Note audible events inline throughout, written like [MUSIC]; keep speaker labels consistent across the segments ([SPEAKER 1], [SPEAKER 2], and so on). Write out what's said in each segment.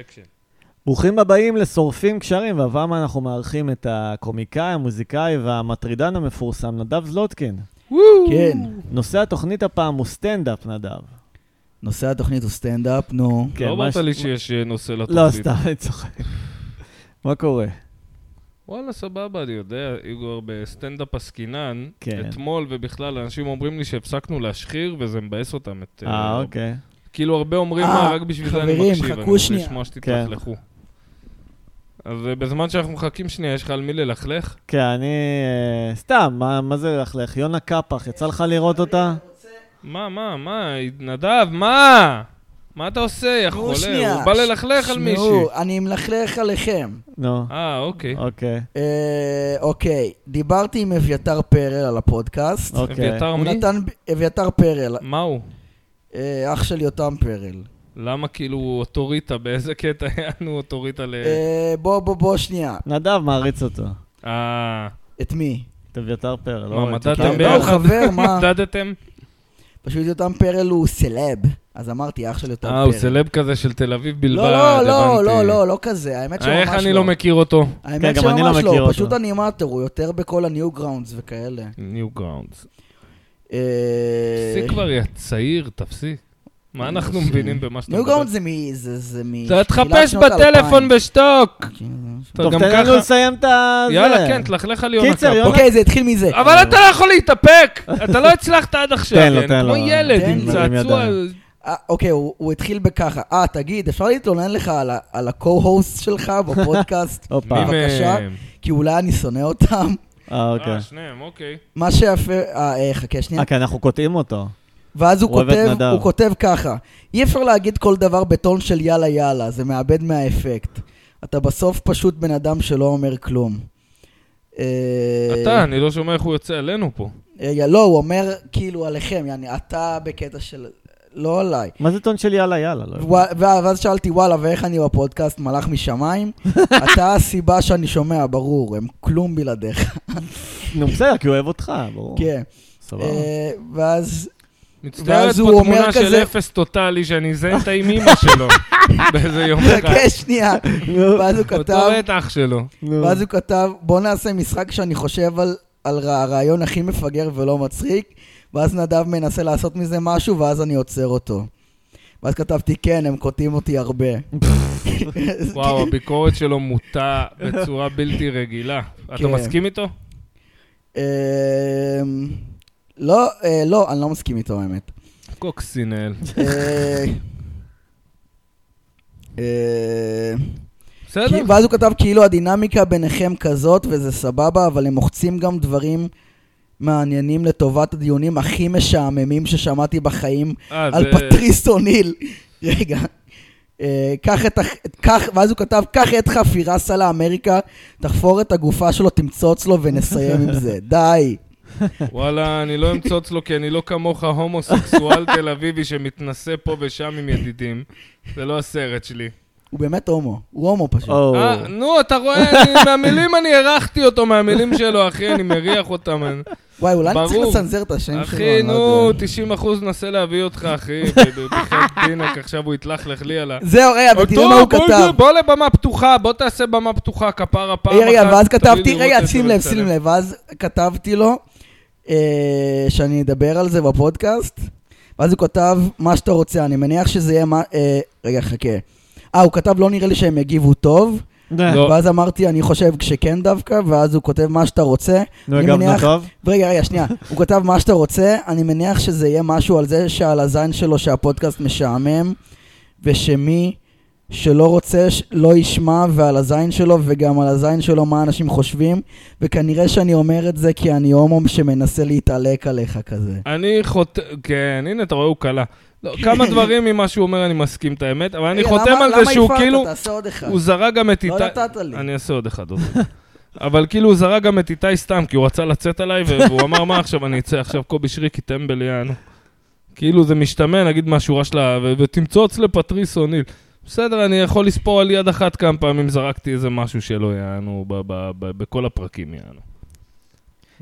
[SPEAKER 1] אקשן.
[SPEAKER 2] ברוכים הבאים לשורפים קשרים, והפעם אנחנו מארחים את הקומיקאי, המוזיקאי והמטרידן המפורסם, נדב זלוטקין.
[SPEAKER 3] כן,
[SPEAKER 2] נושא התוכנית הפעם הוא סטנדאפ, נדב.
[SPEAKER 3] נושא התוכנית הוא סטנדאפ, נו.
[SPEAKER 2] כן,
[SPEAKER 1] לא
[SPEAKER 2] מה
[SPEAKER 1] אמרת
[SPEAKER 2] ש-
[SPEAKER 1] לי שיש אה, נושא לתוכנית.
[SPEAKER 2] לא, סתם, אני צוחק. מה קורה?
[SPEAKER 1] וואלה, סבבה, אני יודע, איגור, בסטנדאפ עסקינן,
[SPEAKER 2] כן.
[SPEAKER 1] אתמול ובכלל, אנשים אומרים לי שהפסקנו להשחיר, וזה מבאס אותם. את,
[SPEAKER 2] אה, אוקיי.
[SPEAKER 1] כאילו, הרבה אומרים,
[SPEAKER 3] אה,
[SPEAKER 1] מה, רק בשביל זה אני
[SPEAKER 3] חברים,
[SPEAKER 1] מקשיב, אני
[SPEAKER 3] חכו
[SPEAKER 1] רוצה
[SPEAKER 3] שנייה."
[SPEAKER 1] לשמוע שתתלכלכו. אז אה, בזמן שאנחנו מחכים שנייה, יש לך על מי ללכלך?
[SPEAKER 2] כן, אני... אה, סתם, מה- מה זה לכלך? יונה קפח, יצא לך לראות אותה?
[SPEAKER 1] מה, מה, מה, נדב, מה? מה אתה עושה, יא
[SPEAKER 3] תנו
[SPEAKER 1] חולה?
[SPEAKER 3] שנייה.
[SPEAKER 1] הוא בא ללכלך על מישהו.
[SPEAKER 3] שמעו, אני מלכלך עליכם.
[SPEAKER 2] נו,
[SPEAKER 1] אה, אוקיי.
[SPEAKER 2] אוקיי.
[SPEAKER 3] אה, אוקיי, דיברתי עם אביתר פרל על הפודקאסט.
[SPEAKER 2] אוקיי.
[SPEAKER 1] אביתר
[SPEAKER 3] הוא
[SPEAKER 1] אה, מי?
[SPEAKER 3] נתן, אביתר פרל,
[SPEAKER 1] מה הוא?
[SPEAKER 3] אה, אח של יותם פרל.
[SPEAKER 1] למה כאילו הוא אוטוריטה? באיזה קטע [LAUGHS] היה לנו אוטוריטה ל...
[SPEAKER 3] אה, בוא, בוא, בוא, שנייה.
[SPEAKER 2] נדב מעריץ אותו.
[SPEAKER 1] אה...
[SPEAKER 3] את מי?
[SPEAKER 2] את אביתר פרל. לא
[SPEAKER 1] מה,
[SPEAKER 2] ראיתי אותו.
[SPEAKER 1] מדדתם
[SPEAKER 3] כן, לא, הוא
[SPEAKER 1] ביחד?
[SPEAKER 3] חבר,
[SPEAKER 1] [LAUGHS]
[SPEAKER 3] מה?
[SPEAKER 1] מדדתם?
[SPEAKER 3] פשוט יותם פרל הוא סלב. אז אמרתי, אח של יותם פרל.
[SPEAKER 1] אה, הוא סלב כזה של תל אביב בלבד,
[SPEAKER 3] לא, לא, לא,
[SPEAKER 1] הבנתי.
[SPEAKER 3] לא, לא, לא כזה. האמת שממש לא.
[SPEAKER 1] אה, איך אני לא מכיר אותו?
[SPEAKER 2] כן,
[SPEAKER 3] האמת
[SPEAKER 2] גם אני לא
[SPEAKER 3] שממש
[SPEAKER 2] מכיר
[SPEAKER 3] לא,
[SPEAKER 2] אותו.
[SPEAKER 3] פשוט אנימטור, הוא יותר בכל הניו גראונדס וכאלה.
[SPEAKER 1] ניו גראונדס.
[SPEAKER 3] אה,
[SPEAKER 1] תפסיק כבר, יא צעיר, תפסיק. מה אנחנו
[SPEAKER 3] זה-
[SPEAKER 1] מבינים במה שאתה
[SPEAKER 3] ניו
[SPEAKER 1] מדבר?
[SPEAKER 3] גראונד זה מ... זה זה מ...
[SPEAKER 1] אתה תחפש בטלפון בשטוק! אתה
[SPEAKER 2] טוב,
[SPEAKER 1] גם
[SPEAKER 2] תן לנו
[SPEAKER 1] ככה...
[SPEAKER 2] לסיים את ה... זה.
[SPEAKER 1] יאללה, כן, תלכלך על יונה
[SPEAKER 2] קיצר,
[SPEAKER 1] קאפ.
[SPEAKER 2] יונה-
[SPEAKER 3] אוקיי, זה התחיל מזה.
[SPEAKER 1] אבל אתה לא יכול להתאפק! אתה לא הצלחת עד עכשיו.
[SPEAKER 2] תן לו,
[SPEAKER 1] כן,
[SPEAKER 2] תן
[SPEAKER 1] כמו
[SPEAKER 2] לו.
[SPEAKER 1] ילד
[SPEAKER 3] תן
[SPEAKER 1] עם
[SPEAKER 3] לו.
[SPEAKER 1] צעצוע.
[SPEAKER 2] עם
[SPEAKER 3] אה, אוקיי, הוא הוא התחיל בככה. אה, תגיד, אפשר להתלונן לך על ה- על ה-co-host שלך בפודקאסט?
[SPEAKER 2] [LAUGHS] הופה.
[SPEAKER 1] מי
[SPEAKER 3] בבקשה.
[SPEAKER 1] מהם?
[SPEAKER 3] כי אולי אני שונא אותם. [LAUGHS]
[SPEAKER 2] אה, אוקיי.
[SPEAKER 1] אה, שניהם, אוקיי.
[SPEAKER 3] מה שיפה... אה, אה, חכה שנייה.
[SPEAKER 2] אה, כי אנחנו קוטעים אותו.
[SPEAKER 3] ואז הוא
[SPEAKER 2] הוא אוהב את
[SPEAKER 3] כותב,
[SPEAKER 2] נדב.
[SPEAKER 3] הוא כותב ככה, אי אפשר להגיד כל דבר בטון של יאללה יאללה, זה מאבד מהאפקט. אתה בסוף פשוט בן אדם שלא אומר כלום. אה,
[SPEAKER 1] אתה, אני לא שומע איך הוא יוצא עלינו פה.
[SPEAKER 3] רגע, לא, הוא אומר כאילו עליכם, יעני, אתה בקטע של... לא עליי.
[SPEAKER 2] מה זה טון של יאללה, יאללה? לא יודע.
[SPEAKER 3] ו- ואז שאלתי, וואלה, ואיך אני בפודקאסט
[SPEAKER 1] [LAUGHS]
[SPEAKER 3] מלאך משמיים? אתה הסיבה שאני שומע, ברור, הם כלום בלעדיך.
[SPEAKER 2] נו, בסדר, כי הוא אוהב אותך, ברור.
[SPEAKER 3] כן.
[SPEAKER 2] סבבה.
[SPEAKER 3] אה, ואז [LAUGHS]
[SPEAKER 1] מצטערת
[SPEAKER 3] ואז
[SPEAKER 1] פה
[SPEAKER 3] הוא אומר
[SPEAKER 1] תמונה של
[SPEAKER 3] כזה-
[SPEAKER 1] אפס טוטאלי שאני אזיין את האם אימא
[SPEAKER 3] [LAUGHS]
[SPEAKER 1] שלו באיזה יום אחד.
[SPEAKER 3] חכה שנייה, ואז הוא
[SPEAKER 1] אותו
[SPEAKER 3] כן, כתב,
[SPEAKER 1] את אח
[SPEAKER 3] [LAUGHS]
[SPEAKER 1] שלו.
[SPEAKER 2] נו.
[SPEAKER 3] ואז הוא כתב, בוא נעשה משחק שאני חושב על, על רע- הרעיון הכי מפגר ולא מצחיק, ואז נדב מנסה לעשות מזה משהו, ואז אני עוצר אותו. ואז כתבתי, כן, הם קוטעים אותי הרבה.
[SPEAKER 1] [LAUGHS] וואו, הביקורת שלו מוטה בצורה בלתי רגילה. אתה
[SPEAKER 3] כן.
[SPEAKER 1] מסכים איתו?
[SPEAKER 3] אמ, לא, אה, לא, אני לא מסכים איתו, האמת.
[SPEAKER 1] קוקסינל.
[SPEAKER 3] אה, אה,
[SPEAKER 1] בסדר?
[SPEAKER 3] כי- ואז הוא כתב, כאילו הדינמיקה ביניכם כזאת, וזה סבבה, אבל הם מוחצים גם דברים מעניינים לטובת הדיונים הכי משעממים ששמעתי בחיים
[SPEAKER 1] אה,
[SPEAKER 3] על
[SPEAKER 1] זה-
[SPEAKER 3] פטריס אוניל. [LAUGHS] רגע. אה, קח את ה... קח, ואז הוא כתב, קח את חפירה סע לאמריקה, תחפור את הגופה שלו, תמצוץ לו ונסיים עם
[SPEAKER 1] [LAUGHS]
[SPEAKER 3] זה. די.
[SPEAKER 1] וואלה, אני לא אמצוץ לו כי אני לא כמוך הומוסקסואל תל אביבי שמתנשא פה ושם עם ידידים. זה לא הסרט שלי.
[SPEAKER 3] הוא באמת הומו. הוא הומו פשוט.
[SPEAKER 2] או.
[SPEAKER 1] אה, נו, אתה רואה, אני- מהמילים אני הרחתי אותו, מהמילים שלו, אחי, אני מריח אותם. אני-
[SPEAKER 3] וואי, אולי אני צריך
[SPEAKER 1] ברור.
[SPEAKER 3] לצנזר את השם שלו.
[SPEAKER 1] אחי,
[SPEAKER 3] אני לא
[SPEAKER 1] נו,
[SPEAKER 3] יודע.
[SPEAKER 1] 90 אחוז נסה להביא אותך, אחי, בחייאת דינק, עכשיו הוא יתלכלך לי על ה...
[SPEAKER 3] זהו, רגע,
[SPEAKER 1] אה,
[SPEAKER 3] אבל תראה מה הוא
[SPEAKER 1] בוא,
[SPEAKER 3] כתב.
[SPEAKER 1] בוא לבמה פתוחה, בוא תעשה במה פתוחה, כפרה פעם
[SPEAKER 3] אה, רגע, רגע,
[SPEAKER 1] אחת,
[SPEAKER 3] ואז
[SPEAKER 1] תביא
[SPEAKER 3] כתבתי,
[SPEAKER 1] לראות
[SPEAKER 3] רגע,
[SPEAKER 1] את
[SPEAKER 3] שים
[SPEAKER 1] זה
[SPEAKER 3] לב, שים
[SPEAKER 1] ולצלם.
[SPEAKER 3] לב, ואז כתבתי לו אה, שאני אדבר על זה בפודקאסט, ואז הוא כתב מה שאתה רוצה, אני מניח שזה יהיה מה... אה, רגע, חכה. אה, הוא כתב, לא נראה לי שהם יגיבו טוב,
[SPEAKER 2] נו,
[SPEAKER 1] לא.
[SPEAKER 3] ואז אמרתי, אני חושב שכן דווקא, ואז הוא כותב מה שאתה רוצה.
[SPEAKER 2] נו,
[SPEAKER 3] אני
[SPEAKER 2] הגבנו
[SPEAKER 3] מניח-
[SPEAKER 2] טוב?
[SPEAKER 3] רגע, רגע, שנייה. הוא כתב מה שאתה רוצה, אני מניח שזה יהיה משהו על זה שעל הזין שלו שהפודקאסט משעמם, ושמי שלא רוצה ש- לא ישמע, ועל הזין שלו, וגם על הזין שלו מה אנשים חושבים, וכנראה שאני אומר את זה כי אני הומו שמנסה להתעלק עליך כזה.
[SPEAKER 1] אני חותם, כן, הנה, אתה רואה, הוא קלה. לא, כמה דברים ממה שהוא אומר אני מסכים את האמת, אבל אני
[SPEAKER 3] רגע,
[SPEAKER 1] חותם
[SPEAKER 3] למה-
[SPEAKER 1] על זה שהוא
[SPEAKER 3] למה
[SPEAKER 1] כאילו,
[SPEAKER 3] הפעלת? תעשה עוד אחד.
[SPEAKER 1] הוא זרק גם את
[SPEAKER 3] לא
[SPEAKER 1] איתי...
[SPEAKER 3] נתת לי.
[SPEAKER 1] אני אעשה עוד אחד, עוד אחד. [LAUGHS] אבל כאילו הוא זרק גם את איתי סתם, כי הוא רצה לצאת עליי, ו- והוא אמר, מה עכשיו, אני אצא עכשיו קובי שריקי, טמבל יענו. כאילו זה משתמע, נגיד מהשורה שלה, ו- ותמצוץ לפטריס אוניל. בסדר, אני יכול לספור על יד אחת כמה פעמים זרקתי איזה משהו שלא יענו, ב- ב- ב- בכל הפרקים יענו.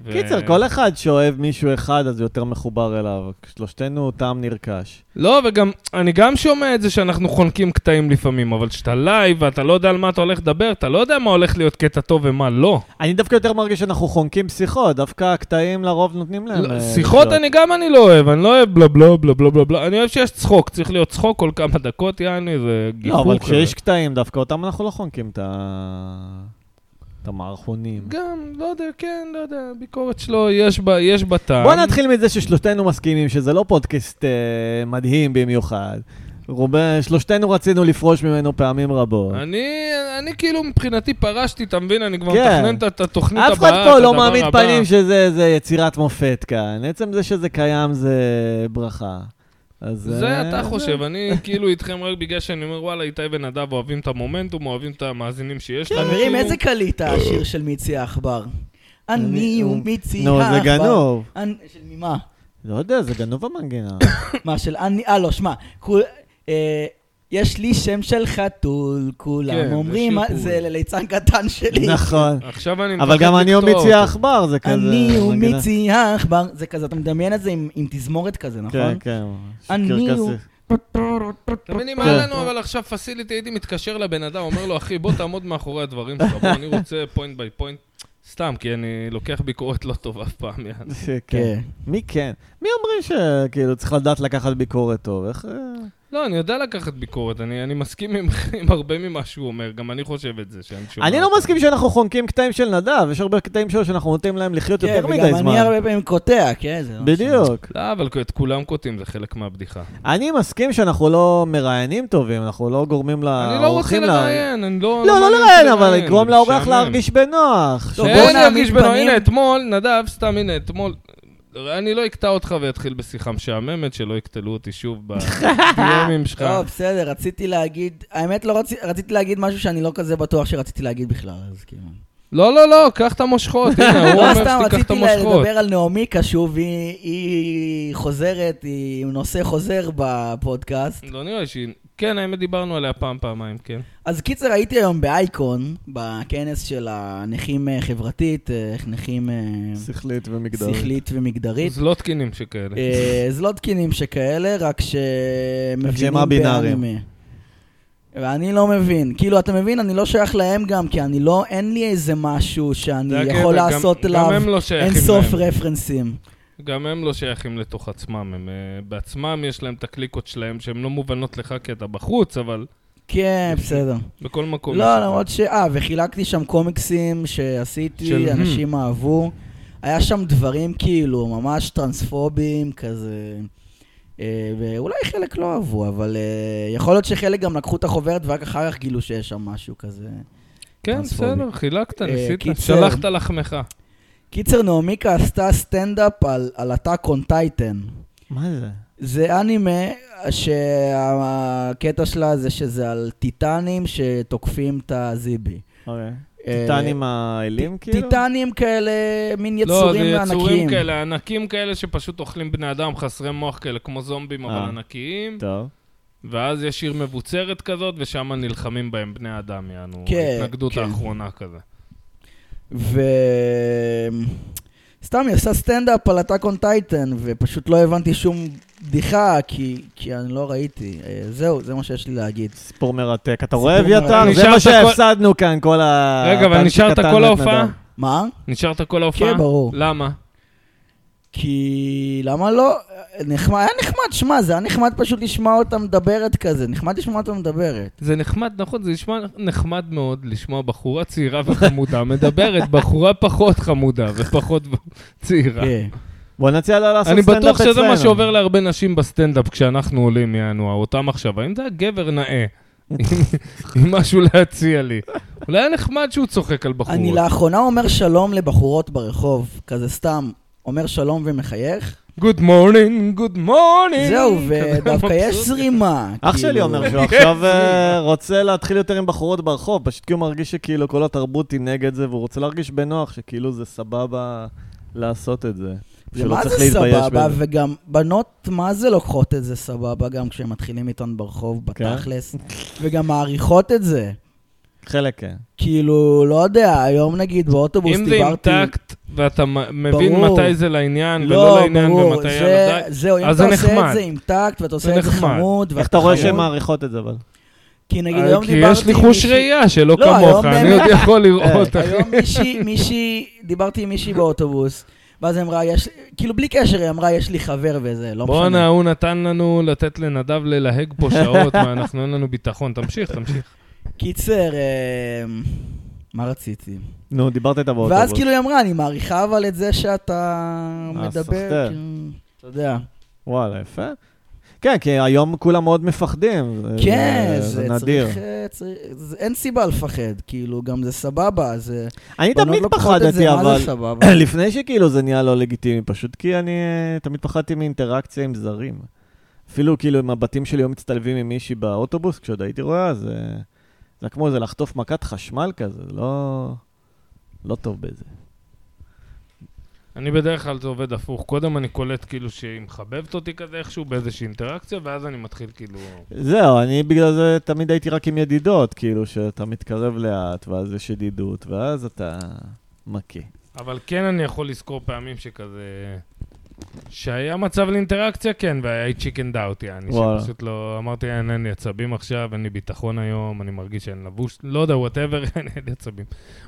[SPEAKER 1] ו-
[SPEAKER 2] קיצר, כל אחד שאוהב מישהו אחד, אז הוא יותר מחובר אליו. שלושתנו טעם נרכש.
[SPEAKER 1] לא, וגם, אני גם שומע את זה שאנחנו חונקים קטעים לפעמים, אבל כשאתה לייב ואתה לא יודע על מה אתה הולך לדבר, אתה לא יודע מה הולך להיות קטע טוב ומה לא.
[SPEAKER 2] אני דווקא יותר מרגיש שאנחנו חונקים שיחות, דווקא הקטעים לרוב נותנים להם...
[SPEAKER 1] לא,
[SPEAKER 2] אה,
[SPEAKER 1] שיחות
[SPEAKER 2] לחיות.
[SPEAKER 1] אני גם אני לא אוהב, אני לא אוהב בלה בלה בלה בלה בלה בלה, אני אוהב שיש צחוק, צריך להיות צחוק כל כמה דקות, יעני, זה גיחוך.
[SPEAKER 2] לא, אבל
[SPEAKER 1] כזה.
[SPEAKER 2] כשיש קטעים, דווקא אותם אנחנו לא חונקים את ה... את המערכונים.
[SPEAKER 1] גם, לא יודע, כן, לא יודע, הביקורת שלו, יש בה, יש בה טעם.
[SPEAKER 2] בוא נתחיל מזה ששלושתנו מסכימים שזה לא פודקאסט אה, מדהים במיוחד. רוב- שלושתנו רצינו לפרוש ממנו פעמים רבות.
[SPEAKER 1] אני, אני כאילו מבחינתי פרשתי, אתה מבין? אני כבר
[SPEAKER 2] כן.
[SPEAKER 1] מתכנן את- את התוכנית הבאה,
[SPEAKER 2] אף
[SPEAKER 1] את הדבר
[SPEAKER 2] אחד
[SPEAKER 1] הבא.
[SPEAKER 2] פה לא מעמיד פנים שזה איזה יצירת מופת כאן. עצם זה שזה קיים זה ברכה. אז,
[SPEAKER 1] זה
[SPEAKER 2] אה,
[SPEAKER 1] אתה חושב, אני כאילו איתכם רק בגלל שאני אומר, וואלה, איתי ונדב אוהבים את המומנטום, אוהבים את המאזינים שיש לנו.
[SPEAKER 3] חברים,
[SPEAKER 1] כאילו.
[SPEAKER 3] איזה קליט השיר של מיצי העכבר? אני
[SPEAKER 2] אני-
[SPEAKER 3] ומיצי
[SPEAKER 2] נו,
[SPEAKER 3] העכבר.
[SPEAKER 2] זה גנוב.
[SPEAKER 3] אני- של ממה?
[SPEAKER 2] לא יודע, זה גנוב
[SPEAKER 3] [LAUGHS]
[SPEAKER 2] המנגינה.
[SPEAKER 3] מה, של אני... אה, לא, שמע. כול- אה, יש לי שם של חתול,
[SPEAKER 1] כן,
[SPEAKER 3] כולם
[SPEAKER 1] זה
[SPEAKER 3] אומרים,
[SPEAKER 1] שיר
[SPEAKER 3] "אה,
[SPEAKER 1] קול.
[SPEAKER 3] זה ליצן קטן שלי.
[SPEAKER 2] נכון.
[SPEAKER 1] עכשיו אני
[SPEAKER 2] אבל גם
[SPEAKER 1] מפחד
[SPEAKER 2] אני
[SPEAKER 1] לקטוע
[SPEAKER 2] ומיצי
[SPEAKER 1] אותו.
[SPEAKER 2] העכבר, זה כזה...
[SPEAKER 3] אני
[SPEAKER 2] מנגינה.
[SPEAKER 3] ומיצי העכבר. זה כזה, אתה מדמיין את זה עם עם תזמורת כזה, נכון?
[SPEAKER 2] כן, כן.
[SPEAKER 3] אני הוא-
[SPEAKER 2] קרקסי.
[SPEAKER 1] אתה מבין, אם
[SPEAKER 2] כן.
[SPEAKER 1] היה לנו אבל עכשיו פסיליטי, הייתי מתקשר לבן אדם, אומר לו, אחי, בוא תעמוד מאחורי הדברים שלך, בוא, אני רוצה פוינט ביי פוינט. סתם, כי אני לוקח ביקורת לא טוב אף פעם, יעני.
[SPEAKER 2] [LAUGHS] כן. מי כן? מי אומרים שכאילו צריך לדעת לקחת ביקורת טוב? איך... אה,
[SPEAKER 1] לא, אני יודע לקחת ביקורת, אני אני מסכים עם [LAUGHS] עם הרבה ממה שהוא אומר, גם אני חושב את זה, שאני שומע.
[SPEAKER 2] אני לא מסכים שאנחנו חונקים קטעים של נדב, יש הרבה קטעים שלו שאנחנו נותנים להם לחיות
[SPEAKER 3] כן,
[SPEAKER 2] יותר מדי
[SPEAKER 3] וגם אני
[SPEAKER 2] זמן.
[SPEAKER 3] הרבה פעמים קוטע, כן? זה ממש-
[SPEAKER 2] בדיוק.
[SPEAKER 1] לא, אבל את כולם קוטעים, זה חלק מהבדיחה.
[SPEAKER 2] אני מסכים שאנחנו לא מראיינים טובים, אנחנו לא גורמים לאורחים...
[SPEAKER 1] אני לא רוצה
[SPEAKER 2] לה-
[SPEAKER 1] לראיין, אני לא...
[SPEAKER 2] לא, לא
[SPEAKER 1] מעניין
[SPEAKER 2] לראיין,
[SPEAKER 1] אותי
[SPEAKER 2] אבל
[SPEAKER 1] לראיין,
[SPEAKER 2] לגרום
[SPEAKER 1] זה
[SPEAKER 2] לאורח
[SPEAKER 1] משעמם.
[SPEAKER 2] להרגיש בנוח.
[SPEAKER 3] טוב,
[SPEAKER 2] ש-
[SPEAKER 3] בוא
[SPEAKER 1] אין
[SPEAKER 3] נעמיד
[SPEAKER 1] להרגיש בנו,
[SPEAKER 3] פנים.
[SPEAKER 1] כן, הנה, אתמול, נדב, סתם, הנה, אתמול... אני לא אקטע אותך ואתחיל בשיחה משעממת, שלא יקטלו אותי שוב
[SPEAKER 3] [LAUGHS]
[SPEAKER 1] בדיאמים שלך.
[SPEAKER 3] לא, בסדר, רציתי להגיד, האמת לא רציתי, רציתי להגיד משהו שאני לא כזה בטוח שרציתי להגיד בכלל, אז כאילו.
[SPEAKER 1] לא, לא, לא, קח את המושכות,
[SPEAKER 3] [LAUGHS]
[SPEAKER 1] הנה, הוא
[SPEAKER 3] לא
[SPEAKER 1] אומר
[SPEAKER 3] סתם,
[SPEAKER 1] שתיקח את
[SPEAKER 3] רציתי
[SPEAKER 1] המושכות.
[SPEAKER 3] לדבר על נעמי קשוב, היא- היא חוזרת, היא נושא חוזר בפודקאסט.
[SPEAKER 1] לא נראה לי שהיא... כן, האמת דיברנו עליה פעם, פעמיים, כן.
[SPEAKER 3] אז קיצר, הייתי היום באייקון, בכנס של הנכים אה, חברתית, אה, נכים אה,
[SPEAKER 2] שכלית ומגדרית.
[SPEAKER 3] שכלית ומגדרית.
[SPEAKER 1] זלוטקינים שכאלה.
[SPEAKER 3] אה, זלודקינים שכאלה, רק שמבינים
[SPEAKER 2] שהם א-בינאריים.
[SPEAKER 3] באנימה. ואני לא מבין. כאילו, אתה מבין, אני לא שייך להם גם, כי אני לא, אין לי איזה משהו שאני
[SPEAKER 1] זה הקטע,
[SPEAKER 3] יכול
[SPEAKER 1] גם-
[SPEAKER 3] לעשות
[SPEAKER 1] גם
[SPEAKER 3] אליו
[SPEAKER 1] הם לא
[SPEAKER 3] אין
[SPEAKER 1] שייכים
[SPEAKER 3] סוף
[SPEAKER 1] להם.
[SPEAKER 3] רפרנסים.
[SPEAKER 1] גם הם לא שייכים לתוך עצמם, הם אה, בעצמם יש להם את הקליקות שלהם, שהן לא מובנות לך כי אתה בחוץ, אבל
[SPEAKER 3] כן, בסדר.
[SPEAKER 1] בכל מקום. יש
[SPEAKER 3] לא,
[SPEAKER 1] את זה.
[SPEAKER 3] למרות ש... אה, וחילקתי שם קומיקסים שעשיתי,
[SPEAKER 1] של-
[SPEAKER 3] אנשים אהבו. היה שם דברים כאילו ממש טרנספובים, כזה... אה, ואולי חלק לא אהבו, אבל אה, יכול להיות שחלק גם לקחו את החוברת ורק אחר כך גילו שיש שם משהו כזה.
[SPEAKER 1] כן,
[SPEAKER 3] טרנספורמי.
[SPEAKER 1] בסדר, חילקת,
[SPEAKER 3] אה,
[SPEAKER 1] ניסית,
[SPEAKER 3] קיצר.
[SPEAKER 1] שלחת לחמך.
[SPEAKER 3] קיצר, נעמיקה עשתה סטנדאפ על, על הטאק און טייטן.
[SPEAKER 2] מה זה?
[SPEAKER 3] זה אנימה שהקטע שלה זה שזה על טיטנים שתוקפים את הזיבי.
[SPEAKER 2] אוקיי.
[SPEAKER 3] אה,
[SPEAKER 2] טיטנים האלים כאילו?
[SPEAKER 3] טיטנים כאלה, מין
[SPEAKER 1] לא, זה
[SPEAKER 3] יצורים ענקיים.
[SPEAKER 1] יצורים כאלה, ענקים כאלה שפשוט אוכלים בני אדם חסרי מוח כאלה, כמו זומבים, אבל
[SPEAKER 2] אה.
[SPEAKER 1] ענקיים.
[SPEAKER 2] טוב.
[SPEAKER 1] ואז יש עיר מבוצרת כזאת, ושם נלחמים בהם בני אדם, יענו,
[SPEAKER 3] כן,
[SPEAKER 1] ההתנגדות
[SPEAKER 3] כן.
[SPEAKER 1] האחרונה כזה.
[SPEAKER 3] ו... סתם, היא עושה סטנדאפ על הטאק און טייטן, ופשוט לא הבנתי שום בדיחה, כי, כי אני לא ראיתי. אה, זהו, זה מה שיש לי להגיד.
[SPEAKER 2] סיפור מרתק. אתה
[SPEAKER 3] סיפור
[SPEAKER 2] רואה, אביתר?
[SPEAKER 1] מרתק.
[SPEAKER 2] זה מה
[SPEAKER 1] נשארת כל-
[SPEAKER 2] שהפסדנו כאן, כל ה...
[SPEAKER 1] רגע, אבל
[SPEAKER 2] הטנק
[SPEAKER 1] נשארת
[SPEAKER 2] הקטן
[SPEAKER 1] כל
[SPEAKER 2] ואת
[SPEAKER 1] ההופעה?
[SPEAKER 2] נדב.
[SPEAKER 3] מה?
[SPEAKER 1] נשארת כל ההופעה?
[SPEAKER 3] כן, ברור.
[SPEAKER 1] למה?
[SPEAKER 3] כי למה לא? נחמד, היה נחמד, שמע, זה היה נחמד פשוט לשמוע אותה מדברת כזה, נחמד לשמוע אותה מדברת.
[SPEAKER 1] זה נחמד, נכון? זה נשמע נחמד מאוד לשמוע בחורה צעירה וחמודה מדברת, בחורה פחות חמודה ופחות צעירה.
[SPEAKER 3] כן.
[SPEAKER 2] בוא נציע לה לעשות
[SPEAKER 1] אני
[SPEAKER 2] סטנדאפ אצלנו.
[SPEAKER 1] בטוח שזה מה שעובר להרבה נשים בסטנדאפ כשאנחנו עולים, יענו, אותה מחשבה. אם זה היה גבר
[SPEAKER 2] [LAUGHS]
[SPEAKER 1] נאה, עם- עם משהו להציע לי. אולי היה נחמד שהוא צוחק על בחורות.
[SPEAKER 3] אני לא- לאחרונה אומר שלום לבחורות ברחוב, כזה סתם, אומר שלום ומחייך.
[SPEAKER 1] Good morning, good morning. [LAUGHS]
[SPEAKER 3] זהו,
[SPEAKER 1] כזה
[SPEAKER 3] ודווקא יש
[SPEAKER 1] מבסוט.
[SPEAKER 3] זרימה.
[SPEAKER 2] אח שלי
[SPEAKER 3] כאילו.
[SPEAKER 2] אומר שהוא
[SPEAKER 3] [LAUGHS]
[SPEAKER 2] עכשיו אה, רוצה להתחיל יותר עם בחורות ברחוב, פשוט כי הוא מרגיש שכאילו כל התרבות היא נגד זה, והוא רוצה להרגיש בנוח שכאילו זה סבבה לעשות את זה.
[SPEAKER 3] זה
[SPEAKER 2] שלא
[SPEAKER 3] מה
[SPEAKER 2] צריך
[SPEAKER 3] זה
[SPEAKER 2] להתבייש
[SPEAKER 3] סבבה,
[SPEAKER 2] בזה.
[SPEAKER 3] וגם בנות, מה זה לוקחות את זה סבבה, גם כשהן מתחילים איתן ברחוב,
[SPEAKER 2] כן.
[SPEAKER 3] בתכלס, וגם מעריכות את זה.
[SPEAKER 2] חלק כן.
[SPEAKER 3] כאילו, לא יודע, היום נגיד באוטובוס
[SPEAKER 1] אם זה עם
[SPEAKER 3] דיברתי...
[SPEAKER 1] טקט, ואתה מ- מבין
[SPEAKER 3] ברור.
[SPEAKER 1] מתי זה לעניין ולא
[SPEAKER 3] לא,
[SPEAKER 1] לעניין
[SPEAKER 3] ברור,
[SPEAKER 1] ומתי
[SPEAKER 3] זה-
[SPEAKER 1] על הדי-
[SPEAKER 3] זהו, אם
[SPEAKER 1] אז
[SPEAKER 3] אתה
[SPEAKER 1] זה
[SPEAKER 3] עושה
[SPEAKER 1] נחמד.
[SPEAKER 3] את זה עם טקט ואתה
[SPEAKER 1] זה
[SPEAKER 3] עושה את זה
[SPEAKER 1] נחמד.
[SPEAKER 3] חמוד,
[SPEAKER 2] איך אתה רואה
[SPEAKER 3] ואתה
[SPEAKER 2] שהן
[SPEAKER 3] חמוד,
[SPEAKER 2] מעריכות את זה, אבל?
[SPEAKER 3] כי נגיד היום
[SPEAKER 1] אה, כי
[SPEAKER 3] דיברתי...
[SPEAKER 1] יש לי
[SPEAKER 3] עם
[SPEAKER 1] חוש
[SPEAKER 3] מישהי-
[SPEAKER 1] ראייה שלא
[SPEAKER 3] לא,
[SPEAKER 1] כמוך,
[SPEAKER 3] היום
[SPEAKER 1] אני
[SPEAKER 3] באמת- אה,
[SPEAKER 1] עוד יכול לראות, אחי.
[SPEAKER 3] היום לא מישהי, מישהי, דיברתי עם מישהי באוטובוס, ואז היא אמרה, יש, כאילו בלי קשר, היא אמרה, יש לי חבר וזה, לא
[SPEAKER 1] בואנה,
[SPEAKER 3] משנה.
[SPEAKER 1] הוא נתן לנו לתת לנדב ללהג פה
[SPEAKER 3] [LAUGHS]
[SPEAKER 1] שעות, מה, אנחנו אין לנו ביטחון. תמשיך, תמשיך.
[SPEAKER 3] קיצר, אמ, מה רציתי?
[SPEAKER 2] נו, דיברת איתה באוטובוס.
[SPEAKER 3] ואז כאילו היא אמרה, אני מעריכה אבל את זה שאתה
[SPEAKER 2] אה,
[SPEAKER 3] מדבר,
[SPEAKER 2] סחטן.
[SPEAKER 3] כאילו, אתה יודע.
[SPEAKER 2] וואלה, יפה. כן, כי היום כולם מאוד מפחדים. זה-
[SPEAKER 3] כן, זה
[SPEAKER 2] נדיר.
[SPEAKER 3] צריך, אה, צריך, זה- אין סיבה לפחד, כאילו, גם זה סבבה, זה...
[SPEAKER 2] אני
[SPEAKER 3] בנות
[SPEAKER 2] תמיד
[SPEAKER 3] לא פחות את
[SPEAKER 2] פחדתי,
[SPEAKER 3] זה, מה
[SPEAKER 2] אבל...
[SPEAKER 3] זה
[SPEAKER 2] [LAUGHS]
[SPEAKER 3] סבבה?
[SPEAKER 2] לפני שכאילו זה נהיה לא לגיטימי, פשוט כי אני אה, תמיד פחדתי מאינטראקציה עם זרים. אפילו כאילו אם הבתים שלי היו מצטלבים עם מישהי באוטובוס, כשעוד הייתי רואה, אז אה, זה היה כמו איזה לחטוף מכת חשמל כזה, לא... לא טוב בזה.
[SPEAKER 1] אני בדרך כלל זה עובד הפוך. קודם אני קולט כאילו שהיא מחבבת אותי כזה איכשהו באיזושהי אינטראקציה, ואז אני מתחיל כאילו...
[SPEAKER 2] זהו, אני בגלל זה תמיד הייתי רק עם ידידות, כאילו שאתה מתקרב לאט, ואז יש ידידות, ואז אתה מכה.
[SPEAKER 1] אבל כן אני יכול לזכור פעמים שכזה... שהיה מצב לאינטראקציה, כן, והיה צ'יקן דאוט, יעני,
[SPEAKER 2] וואלה.
[SPEAKER 1] שפשוט לא... אמרתי, אין, אין לי עצבים עכשיו, אין לי ביטחון היום, אני מרגיש שאני לבוש, לא יודע, וואטאבר, [LAUGHS] אין לי עצבים.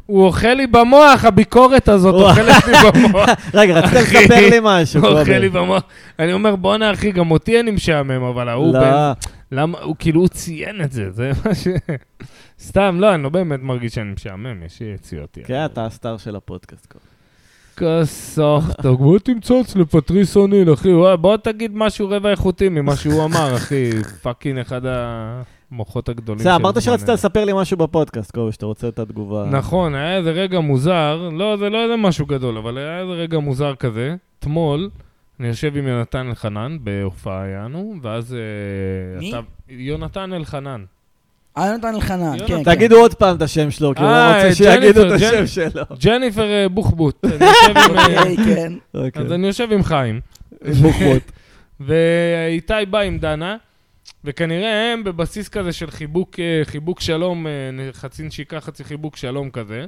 [SPEAKER 1] הוא אוכל לי במוח, הביקורת הזאת
[SPEAKER 2] וואי.
[SPEAKER 1] אוכלת לי
[SPEAKER 2] [LAUGHS]
[SPEAKER 1] במוח.
[SPEAKER 2] רגע, רצית
[SPEAKER 1] אחי,
[SPEAKER 2] לספר לי משהו,
[SPEAKER 1] אוכל לי
[SPEAKER 2] קובי.
[SPEAKER 1] במוח. אני אומר, בואנה אחי, גם אותי אני משעמם, אבל ההוא...
[SPEAKER 2] לא,
[SPEAKER 1] בן- למה, הוא כאילו, הוא ציין את זה, זה [LAUGHS] מה ש... סתם, לא, אני לא באמת מרגיש שאני משעמם, יש לי יציאות. יאללה.
[SPEAKER 2] כן, אתה הסטאר של הפודקאסט. קובי.
[SPEAKER 1] כוס
[SPEAKER 2] [LAUGHS]
[SPEAKER 1] סוחטוק, בוא תמצוץ לפטריס אוניל, אחי, וואי, בוא תגיד משהו רבע איכותי ממה
[SPEAKER 2] [LAUGHS]
[SPEAKER 1] שהוא אמר, אחי, פאקינג אחד המוחות הגדולים
[SPEAKER 2] בסדר, אמרת
[SPEAKER 1] זמן,
[SPEAKER 2] שרצית לספר לי משהו בפודקאסט, קובי, שאתה רוצה את התגובה.
[SPEAKER 1] נכון, היה איזה רגע מוזר, לא, זה לא איזה משהו גדול, אבל היה איזה רגע מוזר כזה, אתמול, אני יושב עם יונתן אלחנן בהופעה יענו, ואז... אה,
[SPEAKER 3] מי?
[SPEAKER 1] יונתן אלחנן.
[SPEAKER 3] אה, יונתן אלחנן,
[SPEAKER 1] יונתן.
[SPEAKER 3] כן, כן.
[SPEAKER 2] תגידו עוד פעם את השם שלו, כי הוא לא
[SPEAKER 1] אה,
[SPEAKER 2] רוצה שיגידו את
[SPEAKER 1] ג'ניפר,
[SPEAKER 2] השם
[SPEAKER 1] ג'ניפר.
[SPEAKER 2] שלו.
[SPEAKER 1] ג'ניפר אה,
[SPEAKER 3] [LAUGHS]
[SPEAKER 1] בוחבוט. אני יושב עם, אה,
[SPEAKER 3] אוקיי, כן.
[SPEAKER 2] אוקיי.
[SPEAKER 1] אז אני יושב עם חיים.
[SPEAKER 2] בוחבוט.
[SPEAKER 1] ואיתי בא עם דנה, וכנראה הם בבסיס כזה של חיבוק, אה, חיבוק שלום, אה, חצי נשיקה, חצי חיבוק שלום כזה.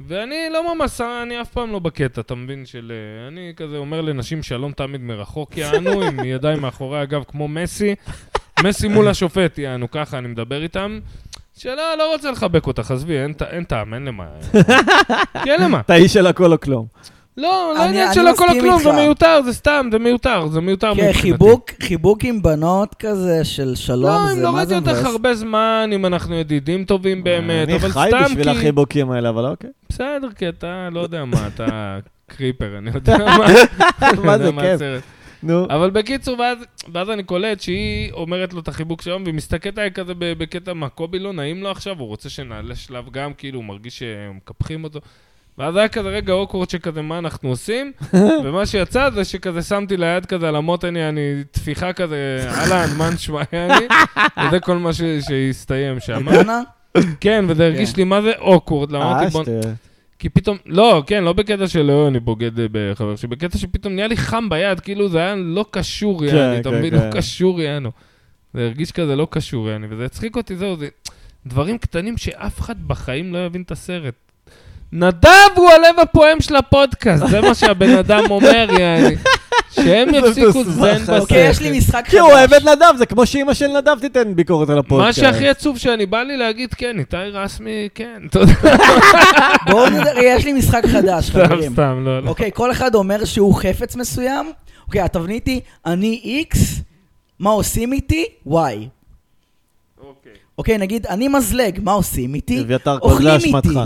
[SPEAKER 1] ואני לא ממש, אני אף פעם לא בקטע, אתה מבין? של... אה, אני כזה אומר לנשים שלום תמיד מרחוק,
[SPEAKER 3] [LAUGHS]
[SPEAKER 1] יענו, עם ידיים מאחורי הגב כמו מסי. מסי מול השופט, יענו, ככה אני מדבר איתם. שלא, לא רוצה לחבק אותך, עזבי, אין, ט- אין טעם, אין
[SPEAKER 3] [LAUGHS]
[SPEAKER 1] למה. כי אין למה.
[SPEAKER 2] אתה איש של הכל או כלום.
[SPEAKER 1] לא, לא
[SPEAKER 3] אני-
[SPEAKER 1] עניין
[SPEAKER 3] אני
[SPEAKER 1] של הכל או
[SPEAKER 3] מסכים
[SPEAKER 1] כלום, זה
[SPEAKER 3] איתך.
[SPEAKER 1] מיותר, זה סתם, זה מיותר, זה מיותר
[SPEAKER 3] כן,
[SPEAKER 1] מבחינתי.
[SPEAKER 3] חיבוק, חיבוק עם בנות כזה של שלום,
[SPEAKER 1] לא, אם
[SPEAKER 3] זה
[SPEAKER 1] לא
[SPEAKER 3] מה
[SPEAKER 1] ראיתי
[SPEAKER 3] זה
[SPEAKER 1] אותך
[SPEAKER 3] מבאס.
[SPEAKER 1] הרבה זמן, אם אנחנו ידידים טובים באמת,
[SPEAKER 2] אני
[SPEAKER 1] אבל
[SPEAKER 2] חי
[SPEAKER 1] סתם
[SPEAKER 2] בשביל
[SPEAKER 1] כי...
[SPEAKER 2] החיבוקים האלה, אבל אוקיי.
[SPEAKER 1] בסדר, כי אתה, לא יודע מה,
[SPEAKER 2] [LAUGHS]
[SPEAKER 1] אתה קריפר, אני יודע מה. אני
[SPEAKER 2] מה
[SPEAKER 1] יודע
[SPEAKER 2] זה כיף?
[SPEAKER 1] הסרט.
[SPEAKER 2] נו.
[SPEAKER 1] אבל בקיצור, ואז- ואז אני קולט שהיא אומרת לו את החיבוק שלום, והיא מסתכלת עליי כזה ב- בקטע מה, קובי לא נעים לו עכשיו, הוא רוצה שנעלה שלב גם, כאילו, הוא מרגיש שמקפחים אותו. ואז היה כזה רגע אוקוורד שכזה, מה אנחנו עושים? ומה שיצא זה שכזה שמתי לה יד כזה על המוטני, אני טפיחה כזה, אהלן, מה נשמע, יעני? וזה כל מה ש- שהסתיים
[SPEAKER 3] [LAUGHS]
[SPEAKER 1] שם.
[SPEAKER 3] דנה?
[SPEAKER 1] כן, וזה הרגיש לי מה זה אוקוורד, למה אמרתי, בוא...
[SPEAKER 2] אה, שטויות.
[SPEAKER 1] כי פתאום, לא, כן, לא בקטע של "אוי, אני בוגד אה, בחבר שלי, בקטע שפתאום נהיה לי חם ביד, כאילו זה היה לא קשור,
[SPEAKER 2] כן,
[SPEAKER 1] יעני, אתה
[SPEAKER 2] כן,
[SPEAKER 1] מבין?
[SPEAKER 2] כן.
[SPEAKER 1] לא קשור, יענו. זה הרגיש כזה לא קשור, יעני, וזה הצחיק אותי, זהו, זה דברים קטנים שאף אחד בחיים לא יבין את הסרט. נדב הוא הלב הפועם של הפודקאסט, זה מה שהבן אדם אומר, יעני. שהם
[SPEAKER 2] [LAUGHS] זה
[SPEAKER 1] יפסיקו
[SPEAKER 2] מסובך,
[SPEAKER 1] זן בסרט.
[SPEAKER 3] אוקיי, יש לי משחק חדש.
[SPEAKER 2] אה, כי הוא אוהב את נדב, זה כמו שאימא של נדב תיתן ביקורת על
[SPEAKER 1] מה
[SPEAKER 2] הפודקאסט.
[SPEAKER 1] שהכי עצוב שאני בא לי להגיד, כן, איתי רסמי, כן, [LAUGHS] אתה יודע,
[SPEAKER 3] בואו נדבר, יש לי משחק חדש,
[SPEAKER 1] סתם,
[SPEAKER 3] חברים.
[SPEAKER 1] סתם, לא, לא.
[SPEAKER 3] אוקיי, כל אחד אומר שהוא חפץ מסוים. אוקיי, התבנית היא, אני איקס, מה עושים איתי? וואי. אוקיי, נגיד, אני מזלג, מה עושים איתי?
[SPEAKER 2] אביתר, כל
[SPEAKER 3] אוכלים
[SPEAKER 2] זה
[SPEAKER 3] איתי.
[SPEAKER 2] אשמתך.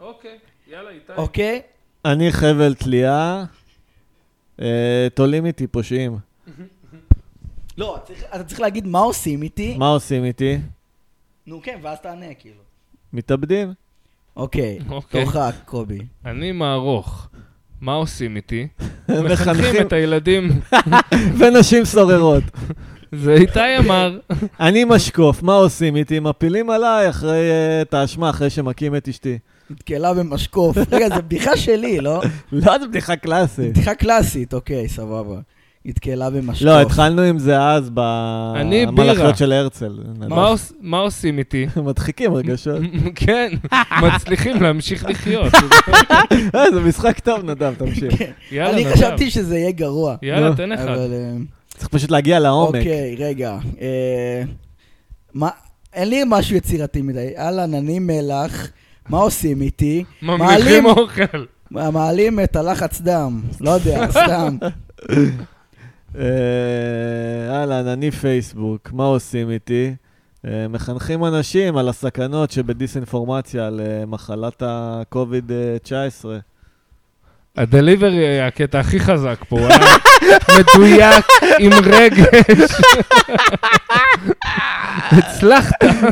[SPEAKER 1] אוקיי, יאללה, איתי.
[SPEAKER 3] אוקיי?
[SPEAKER 2] אני חבל תלייה, אה, תולים איתי פושעים.
[SPEAKER 3] לא, צריך- אתה צריך להגיד מה עושים איתי.
[SPEAKER 2] מה עושים איתי?
[SPEAKER 3] נו כן, ואז תענה, כאילו.
[SPEAKER 2] מתאבדים.
[SPEAKER 3] אוקיי,
[SPEAKER 1] אוקיי.
[SPEAKER 3] תורך, קובי.
[SPEAKER 1] אני מערוך. מה עושים איתי? מחנכים
[SPEAKER 2] מחנכים
[SPEAKER 1] את הילדים.
[SPEAKER 2] ונשים סוררות.
[SPEAKER 1] זה איתי אמר.
[SPEAKER 2] אני משקוף, מה עושים איתי? מפילים עליי אחרי אה, את האשמה, אחרי שמכים את אשתי. [LAUGHS]
[SPEAKER 3] נתקלה במשקוף. רגע, זו בדיחה שלי, לא?
[SPEAKER 2] לא, זו בדיחה קלאסית.
[SPEAKER 3] בדיחה קלאסית, אוקיי, סבבה. נתקלה במשקוף.
[SPEAKER 2] לא, התחלנו עם זה אז
[SPEAKER 1] אני בירה.
[SPEAKER 2] במלאכיות של הרצל.
[SPEAKER 1] מה עוש- מה עושים איתי?
[SPEAKER 2] [LAUGHS]
[SPEAKER 1] [LAUGHS]
[SPEAKER 2] מדחיקים רגשות.
[SPEAKER 1] כן, מצליחים להמשיך לחיות.
[SPEAKER 2] אה, זה משחק טוב, נדב,
[SPEAKER 3] [LAUGHS]
[SPEAKER 2] תמשיך.
[SPEAKER 3] כן.
[SPEAKER 1] יאללה,
[SPEAKER 3] אני
[SPEAKER 1] נדב.
[SPEAKER 3] חשבתי שזה יהיה גרוע.
[SPEAKER 1] יאללה,
[SPEAKER 2] נו.
[SPEAKER 1] תן אחד.
[SPEAKER 3] אבל... אה,
[SPEAKER 2] צריך פשוט להגיע לעומק.
[SPEAKER 3] אוקיי, רגע. אה, מה- אין לי משהו יצירתי מדי. אהלן, אני מלח, מה עושים איתי?
[SPEAKER 1] ממליכים אוכל.
[SPEAKER 3] מעלים את הלחץ דם. לא
[SPEAKER 2] [LAUGHS]
[SPEAKER 3] יודע, סתם.
[SPEAKER 2] אה, אהלן, אני פייסבוק, מה עושים איתי? אה, מחנכים אנשים על הסכנות שבדיסאינפורמציה על אה, מחלת ה-COVID-19.
[SPEAKER 1] הדליברי היה הקטע הכי חזק פה, הוא היה [LAUGHS] מדויק, עם רגש. [LAUGHS] הצלחת.
[SPEAKER 3] [LAUGHS]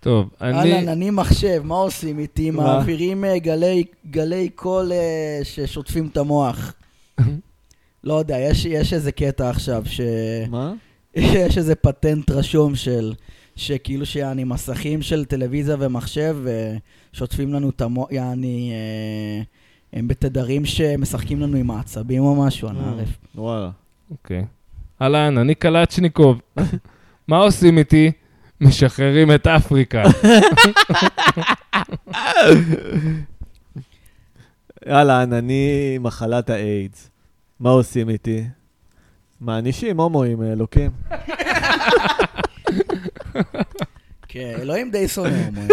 [SPEAKER 1] טוב, אני...
[SPEAKER 3] אהלן, אני מחשב, מה עושים איתי?
[SPEAKER 2] מה?
[SPEAKER 3] מעבירים אה, גלי- גלי קול אה, ששוטפים
[SPEAKER 2] [LAUGHS]
[SPEAKER 3] את המוח. לא יודע, יש- יש איזה קטע עכשיו ש...
[SPEAKER 2] מה?
[SPEAKER 3] יש איזה פטנט רשום של, שכאילו שיעני מסכים של טלוויזיה ומחשב ושוטפים לנו את המוח, יעני, אה, הם בתדרים שמשחקים לנו עם העצבים או משהו, אני ערף.
[SPEAKER 2] וואלה.
[SPEAKER 1] אוקיי. אהלן, אני קלצ'ניקוב. מה עושים איתי? משחררים את אפריקה.
[SPEAKER 2] אהלן, אני מחלת האיידס. מה עושים איתי? מענישים הומואים, אה, אלוקים.
[SPEAKER 3] כן, אלוהים די שונא הומואים.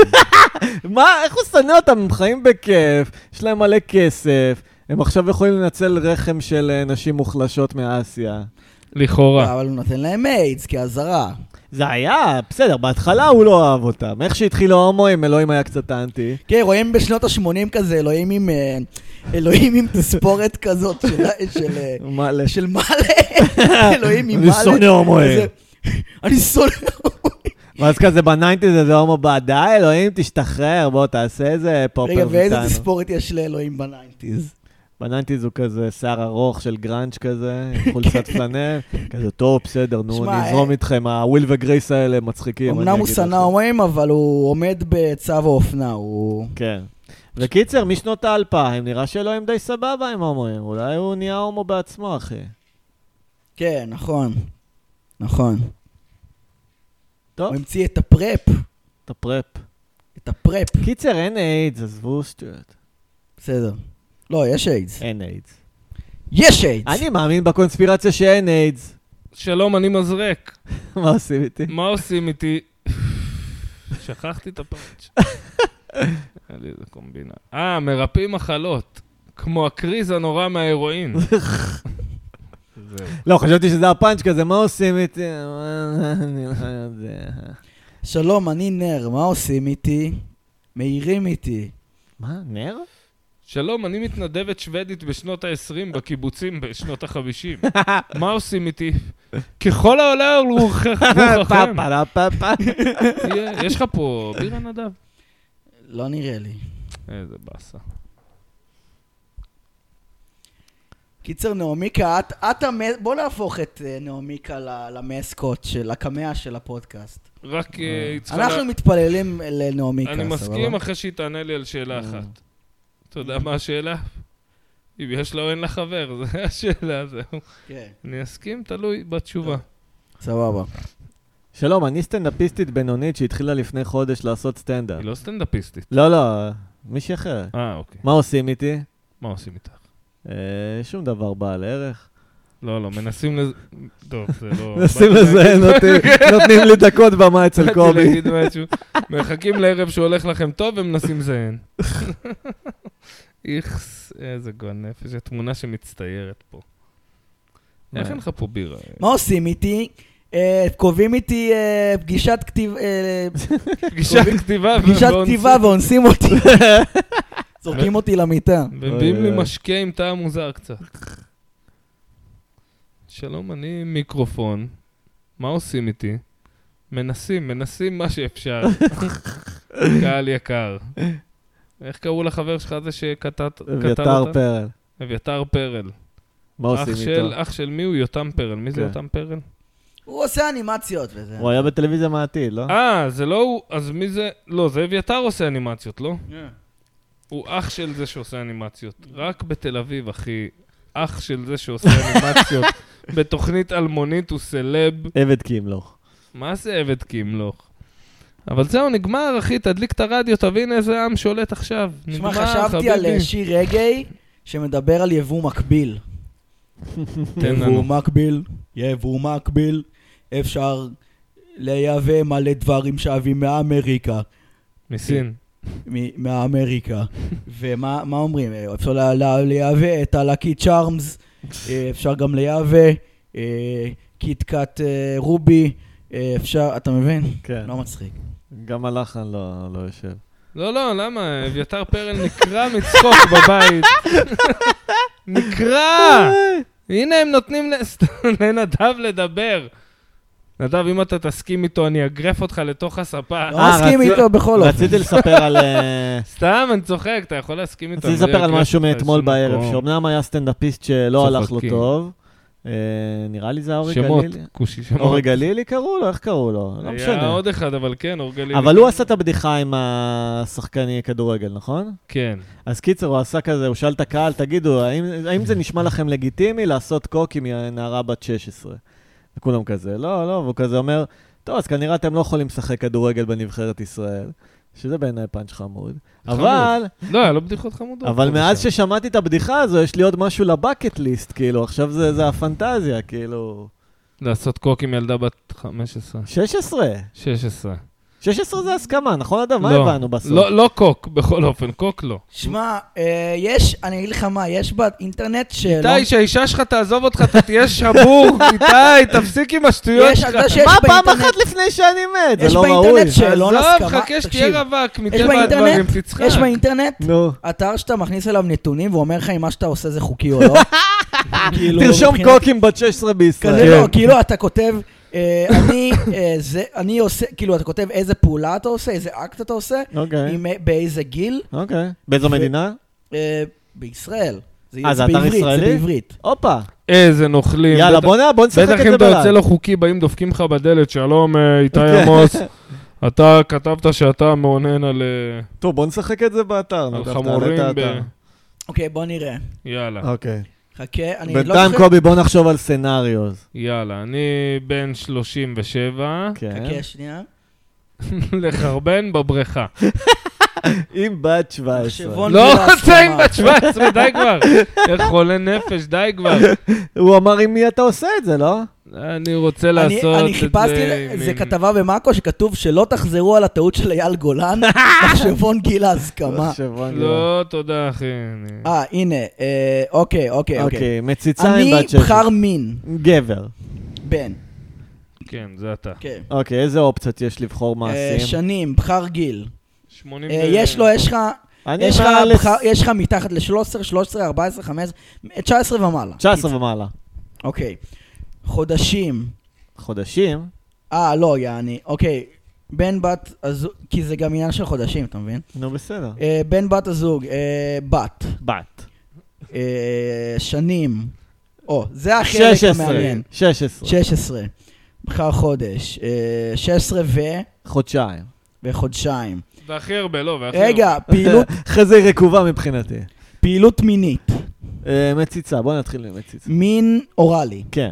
[SPEAKER 2] [LAUGHS] מה, איך הוא שונא אותם? הם חיים בכיף, יש להם מלא כסף, הם עכשיו יכולים לנצל רחם של אה, נשים מוחלשות מאסיה.
[SPEAKER 1] לכאורה.
[SPEAKER 3] אבל הוא נותן להם איידס כאזהרה.
[SPEAKER 2] זה היה, בסדר, בהתחלה הוא לא אהב אותם. איך שהתחילו ההומואים, אלוהים היה קצת אנטי.
[SPEAKER 3] כן, רואים בשנות ה-80 כזה אלוהים עם, אה, אלוהים עם תספורת כזאת של- של... אה,
[SPEAKER 2] [LAUGHS] מה ל...
[SPEAKER 3] של מלא, [LAUGHS] אלוהים עם
[SPEAKER 2] אני
[SPEAKER 3] מלא.
[SPEAKER 2] שונא הומואים.
[SPEAKER 3] כזה, [LAUGHS] אני שונא הומואים.
[SPEAKER 2] ואז כזה בניינטיז איזה הומו בא, די, אלוהים, תשתחרר, בוא, תעשה איזה פופר
[SPEAKER 3] רגע, ואיזה
[SPEAKER 2] איתנו."
[SPEAKER 3] תספורת יש לאלוהים בניינטיז?
[SPEAKER 2] בניינטיז הוא כזה שיער ארוך של גראנץ' כזה, עם חולצת פלנל, כזה טוב, בסדר, נו,
[SPEAKER 3] כן. שמע,
[SPEAKER 2] אני אזרום
[SPEAKER 3] אה,
[SPEAKER 2] איתכם, הוויל וגרייס האלה מצחיקים. כן, אני
[SPEAKER 3] אמנם הוא
[SPEAKER 2] אגיד
[SPEAKER 3] שנא
[SPEAKER 2] לכם."
[SPEAKER 3] הומואים, אבל הוא עומד בצו האופנה, הוא...
[SPEAKER 2] כן. וקיצר, משנות האלפיים, נראה שאלוהים די סבבה עם הומואים, אולי הוא נהיה הומו בעצמו, אחי.
[SPEAKER 3] כן, נכון. נכון.
[SPEAKER 2] טוב.
[SPEAKER 3] הוא המציא את הפרפ,
[SPEAKER 2] אתה פרפ.
[SPEAKER 3] את הפרפ,
[SPEAKER 2] קיצר, אין איידס, עזבו שטויות.
[SPEAKER 3] בסדר. לא, יש איידס.
[SPEAKER 2] אין איידס.
[SPEAKER 3] יש איידס!
[SPEAKER 2] אני מאמין בקונספירציה שאין איידס. [LAUGHS]
[SPEAKER 1] שלום, אני מזרק.
[SPEAKER 2] מה
[SPEAKER 1] [LAUGHS]
[SPEAKER 2] עושים איתי?
[SPEAKER 1] מה עושים איתי? שכחתי את הפאנץ'. היה לי איזה קומבינה. אה, מרפאים מחלות. כמו הקריז הנורא מההירואין. זהו.
[SPEAKER 2] לא, חשבתי שזה הפאנץ' כזה, מה עושים איתי? [LAUGHS] אה, אני לא יודע.
[SPEAKER 3] שלום, אני נר, מה עושים איתי? מעירים איתי.
[SPEAKER 2] מה, נר?
[SPEAKER 1] שלום, אני מתנדבת שוודית בשנות ה-20 בקיבוצים בשנות ה-50. מה עושים איתי? ככל העולה על רוחך-
[SPEAKER 2] [LAUGHS]
[SPEAKER 1] רוחכם.
[SPEAKER 2] פה, פה, פה, פה. [LAUGHS]
[SPEAKER 1] תהיה- יש לך פה בירה נדב?
[SPEAKER 3] לא נראה לי.
[SPEAKER 1] איזה באסה.
[SPEAKER 3] קיצר, נעמיקה, את, את המ... בוא נהפוך את אה, נעמיקה ל- למסקוט של הקמע של הפודקאסט.
[SPEAKER 1] רק אה, היא צריכה...
[SPEAKER 3] אנחנו
[SPEAKER 1] לה-
[SPEAKER 3] מתפללים לנעמיקה,
[SPEAKER 1] אני מסכים
[SPEAKER 3] סבבה?
[SPEAKER 1] אחרי שהיא תענה לי על שאלה
[SPEAKER 2] אה.
[SPEAKER 1] אחת. אתה יודע מה השאלה? אם יש לה או אין לה חבר, זו [LAUGHS] השאלה, זהו.
[SPEAKER 3] כן,
[SPEAKER 1] אני אסכים, תלוי בתשובה.
[SPEAKER 3] אה. סבבה.
[SPEAKER 2] שלום, אני סטנדאפיסטית בינונית שהתחילה לפני חודש לעשות סטנדאפ.
[SPEAKER 1] היא לא סטנדאפיסטית.
[SPEAKER 2] לא, לא, מישהי אחרת.
[SPEAKER 1] אה, אוקיי.
[SPEAKER 2] מה עושים איתי?
[SPEAKER 1] מה עושים איתך?
[SPEAKER 2] אה, שום דבר בעל ערך.
[SPEAKER 1] לא, לא, מנסים לזה... טוב, זה לא...
[SPEAKER 3] [LAUGHS]
[SPEAKER 2] נשים לזה, נותנים- נותנים לי דקות במה אצל
[SPEAKER 1] באתי
[SPEAKER 2] קובי.
[SPEAKER 1] להגיד משהו. מחכים לערב שהולך לכם טוב ומנסים זיין. איכס, איזה גועל נפש, זו תמונה שמצטיירת פה. איך אין לך פה בירה?
[SPEAKER 3] מה עושים איתי? אה, קובעים איתי אה, פגישת כתיב- אה,
[SPEAKER 1] [LAUGHS] פגישת כתיבה
[SPEAKER 3] פגישת
[SPEAKER 1] ואונסים.
[SPEAKER 3] כתיבה
[SPEAKER 1] [LAUGHS]
[SPEAKER 3] ואונסים אותי. זורקים אותי למיטה.
[SPEAKER 1] מביאים לי
[SPEAKER 2] אוי, אוי.
[SPEAKER 1] משקה עם טעם מוזר קצת. שלום, אני מיקרופון. מה עושים איתי? מנסים, מנסים מה
[SPEAKER 2] [LAUGHS]
[SPEAKER 1] שאפשר. קהל יקר. איך קראו לחבר שלך הזה שכתב כתב
[SPEAKER 2] אביתר
[SPEAKER 1] אותה?
[SPEAKER 2] פרל.
[SPEAKER 1] אביתר פרל.
[SPEAKER 2] מה
[SPEAKER 1] אה? אח
[SPEAKER 2] עושים
[SPEAKER 1] של,
[SPEAKER 2] איתו?
[SPEAKER 1] אח של מי הוא? יותם פרל. מי זה
[SPEAKER 2] כן.
[SPEAKER 1] יותם פרל?
[SPEAKER 3] הוא עושה אנימציות וזה.
[SPEAKER 2] הוא היה בטלוויזיה מהעתיד, לא?
[SPEAKER 1] אה, זה לא הוא, אז מי זה? לא, זה אביתר עושה
[SPEAKER 3] כן.
[SPEAKER 1] אנימציות, לא? הוא אח של זה שעושה אנימציות. רק בתל אביב, אחי. אח של זה שעושה
[SPEAKER 2] [LAUGHS]
[SPEAKER 1] אנימציות. בתוכנית אלמונית הוא סלב.
[SPEAKER 2] עבד כי ימלוך.
[SPEAKER 1] מה זה עבד כי ימלוך? אבל זהו, נגמר, אחי, תדליק את הרדיו, תבין איזה עם שולט עכשיו.
[SPEAKER 3] שמע,
[SPEAKER 1] נגמר,
[SPEAKER 3] חשבתי על אה,
[SPEAKER 1] חביבי.
[SPEAKER 3] שיר רגעי שמדבר על יבוא מקביל.
[SPEAKER 1] תן
[SPEAKER 3] יבוא
[SPEAKER 1] לנו.
[SPEAKER 3] מקביל, יבוא מקביל, אפשר לייבא מלא דברים שאבים מאמריקה.
[SPEAKER 1] מסין.
[SPEAKER 3] מ- מאמריקה. [LAUGHS] ומה מה אומרים? אה, אפשר לה- לה- לייבא את הלקי צ'ארמס, אה, אפשר גם לייבא אה, קיטקאט אה, רובי, אה, אפשר, אתה מבין?
[SPEAKER 2] כן.
[SPEAKER 3] לא מצחיק.
[SPEAKER 2] גם הלחן לא לא יושב.
[SPEAKER 1] לא, לא, למה? אביתר פרל נקרע מצחוק בבית. נקרע! הנה הם נותנים לס- לנדב לדבר. נדב, אם אתה תסכים איתו, אני אגרף אותך לתוך הספה.
[SPEAKER 3] לא
[SPEAKER 2] אה,
[SPEAKER 3] מסכים
[SPEAKER 2] רצו-
[SPEAKER 3] איתו בכל אופן.
[SPEAKER 2] רציתי לספר
[SPEAKER 1] [LAUGHS]
[SPEAKER 2] על... אה,
[SPEAKER 1] סתם, אני צוחק, אתה יכול להסכים איתו.
[SPEAKER 2] רציתי
[SPEAKER 1] אני
[SPEAKER 2] לספר על
[SPEAKER 1] אגרף
[SPEAKER 2] משהו
[SPEAKER 1] אותך
[SPEAKER 2] מאתמול
[SPEAKER 1] לשום
[SPEAKER 2] בערב,
[SPEAKER 1] מקום.
[SPEAKER 2] שאומנם היה סטנדאפיסט שלא הלך לו
[SPEAKER 1] כן, צוחקים.
[SPEAKER 2] טוב. אה, נראה לי זה אורי
[SPEAKER 1] שמות,
[SPEAKER 2] גלילי.
[SPEAKER 1] כושי שמות.
[SPEAKER 2] אורי גלילי קראו לו? איך קראו לו? לא
[SPEAKER 1] היה
[SPEAKER 2] משנה.
[SPEAKER 1] עוד אחד, אבל כן, אור גלילי.
[SPEAKER 2] אבל הוא עשה את הבדיחה עם השחקני כדורגל, נכון?
[SPEAKER 1] כן.
[SPEAKER 2] אז קיצר, הוא עשה כזה, הוא שאל את הקהל, תגידו, האם, האם זה נשמע לכם לגיטימי לעשות קוק עם נערה בת 16? וכולם כזה, לא, לא, והוא כזה אומר, טוב, אז כנראה אתם לא יכולים לשחק כדורגל בנבחרת ישראל, שזה בעיניי פאנץ' חמוד.
[SPEAKER 1] חמוד.
[SPEAKER 2] אבל,
[SPEAKER 1] לא, היה לו בדיחות חמודות.
[SPEAKER 2] אבל
[SPEAKER 1] פה
[SPEAKER 2] מאז
[SPEAKER 1] ושם.
[SPEAKER 2] ששמעתי את הבדיחה הזו, יש לי עוד משהו לבקט ליסט, כאילו, עכשיו זה, זה הפנטזיה, כאילו...
[SPEAKER 1] לעשות קוק עם ילדה בת 15.
[SPEAKER 2] 16!
[SPEAKER 1] 16.
[SPEAKER 2] 16 זה הסכמה, נכון, אדם? מה
[SPEAKER 1] לא.
[SPEAKER 2] הבנו בסוף?
[SPEAKER 1] לא, לא קוק, בכל אופן, קוק לא.
[SPEAKER 3] שמע, אה, יש, אני אגיד לך מה, יש באינטרנט שלא...
[SPEAKER 1] איתי, שהאישה שלך תעזוב אותך, אתה תהיה
[SPEAKER 3] [LAUGHS]
[SPEAKER 1] שבור. איתי, תפסיק עם השטויות
[SPEAKER 3] יש,
[SPEAKER 1] שלך.
[SPEAKER 3] לא אתה יודע שיש
[SPEAKER 2] מה פעם
[SPEAKER 3] באינטרנט-
[SPEAKER 2] אחת לפני שאני מת? זה
[SPEAKER 3] יש
[SPEAKER 2] לא ראוי.
[SPEAKER 3] באינטרנט שאלון
[SPEAKER 1] עזוב,
[SPEAKER 3] הסכמה,
[SPEAKER 1] חכה
[SPEAKER 3] תקשיב,
[SPEAKER 1] שתהיה רווק,
[SPEAKER 3] יש
[SPEAKER 1] מטבע הדברים,
[SPEAKER 3] באינטרנט,
[SPEAKER 1] תצחק.
[SPEAKER 3] יש באינטרנט
[SPEAKER 2] נו.
[SPEAKER 3] אתר שאתה מכניס אליו נתונים והוא אומר לך אם מה שאתה עושה זה
[SPEAKER 2] [LAUGHS]
[SPEAKER 3] חוקי או לא. כאילו,
[SPEAKER 2] תרשום
[SPEAKER 3] מבחינת-
[SPEAKER 2] קוקים בת 16 בישראל.
[SPEAKER 3] כזה
[SPEAKER 1] כן.
[SPEAKER 3] לא, כאילו אתה כותב, אה, אני אה, זה- אני עושה, כאילו אתה כותב איזה פעולה אתה עושה, איזה אקט אתה עושה,
[SPEAKER 2] אוקיי,
[SPEAKER 3] עם- אה, באיזה גיל,
[SPEAKER 2] אוקיי. באיזו
[SPEAKER 3] ו-
[SPEAKER 2] מדינה?
[SPEAKER 3] אה, בישראל. זה
[SPEAKER 2] אה,
[SPEAKER 3] זה
[SPEAKER 2] זה אתר
[SPEAKER 3] בעברית, זה
[SPEAKER 2] ישראלי?
[SPEAKER 3] בעברית.
[SPEAKER 2] הופה.
[SPEAKER 1] איזה נוכלים.
[SPEAKER 2] יאללה,
[SPEAKER 1] בטח-
[SPEAKER 2] בוא נע- בוא נשחק את
[SPEAKER 1] בטח אם
[SPEAKER 2] זה
[SPEAKER 1] אתה יוצא
[SPEAKER 2] בלעד.
[SPEAKER 1] לא חוקי, באים דופקים לך בדלת, שלום, אה, איתי
[SPEAKER 2] כן. [LAUGHS]
[SPEAKER 1] עמוס. אתה כתבת שאתה מאונן על אה,
[SPEAKER 2] טוב, בוא נשחק את זה באתר. נו,
[SPEAKER 1] על
[SPEAKER 2] טוב,
[SPEAKER 1] חמורים.
[SPEAKER 2] תעלה את
[SPEAKER 1] ב-
[SPEAKER 2] האתר.
[SPEAKER 3] אוקיי, בוא נראה.
[SPEAKER 1] יאללה,
[SPEAKER 2] אוקיי.
[SPEAKER 3] חכה, אני לא...
[SPEAKER 2] בינתיים,
[SPEAKER 3] זוכר-
[SPEAKER 2] קובי, בוא נחשוב על סנאריוז.
[SPEAKER 1] יאללה. אני בן 37,
[SPEAKER 2] כן.
[SPEAKER 3] חכה שנייה.
[SPEAKER 1] [LAUGHS] לחרבן בבריכה.
[SPEAKER 2] עם בת 17.
[SPEAKER 3] מחשבון.
[SPEAKER 1] לא
[SPEAKER 3] מילה
[SPEAKER 1] רוצה עם
[SPEAKER 3] הסכמה.
[SPEAKER 1] בת 17, די כבר. [LAUGHS] איך חולה נפש, די כבר.
[SPEAKER 2] הוא אמר, עם מי אתה עושה את זה, לא?
[SPEAKER 1] אני רוצה
[SPEAKER 3] אני-
[SPEAKER 1] לעשות את זה.
[SPEAKER 3] אני חיפשתי,
[SPEAKER 1] עם-
[SPEAKER 3] זה כתבה במאקו שכתוב שלא תחזרו על הטעות של אייל
[SPEAKER 2] [LAUGHS]
[SPEAKER 3] גולן, מחשבון גיל ההסכמה.
[SPEAKER 2] מחשבון גדול.
[SPEAKER 1] לא, תודה, אחי. אני-
[SPEAKER 3] אה, הנה, אה, אוקיי, אוקיי, אוקיי.
[SPEAKER 2] אוקיי, מציצה עם
[SPEAKER 3] אני
[SPEAKER 2] בת 16.
[SPEAKER 3] בחר מין,
[SPEAKER 2] גבר.
[SPEAKER 3] בן,
[SPEAKER 1] כן, זה אתה.
[SPEAKER 3] כן.
[SPEAKER 2] אוקיי, איזה אופציות יש לבחור
[SPEAKER 3] אה,
[SPEAKER 2] מעשים?
[SPEAKER 3] שנים, בחר גיל.
[SPEAKER 1] 80
[SPEAKER 3] אה, יש לו, יש לך,
[SPEAKER 2] אני
[SPEAKER 3] יש לך,
[SPEAKER 2] מעל
[SPEAKER 3] בחר- יש לך מתחת ל-13, 13, 14, 15, 19 ומעלה.
[SPEAKER 2] 19 ומעלה.
[SPEAKER 3] אוקיי. חודשים.
[SPEAKER 2] חודשים?
[SPEAKER 3] אה, לא, יעני. אוקיי. בן בת הזוג, כי זה גם עניין של חודשים, אתה מבין?
[SPEAKER 2] נו, בסדר.
[SPEAKER 3] אה, בן בת הזוג, אה, בת.
[SPEAKER 2] בת.
[SPEAKER 3] אה, שנים. או, זה החלק
[SPEAKER 2] 16.
[SPEAKER 3] המעניין.
[SPEAKER 2] 16.
[SPEAKER 3] 16. בחר חודש. אה, 16 ו...
[SPEAKER 2] חודשיים.
[SPEAKER 3] וחודשיים.
[SPEAKER 1] והכי הרבה, לא, והכי הרבה.
[SPEAKER 3] רגע,
[SPEAKER 2] [LAUGHS]
[SPEAKER 3] פעילות-
[SPEAKER 2] אחרי זה היא רקובה מבחינתי.
[SPEAKER 3] פעילות מינית.
[SPEAKER 2] אה, מציצה, בוא נתחיל עם מציצה.
[SPEAKER 3] מין אוראלי.
[SPEAKER 2] כן.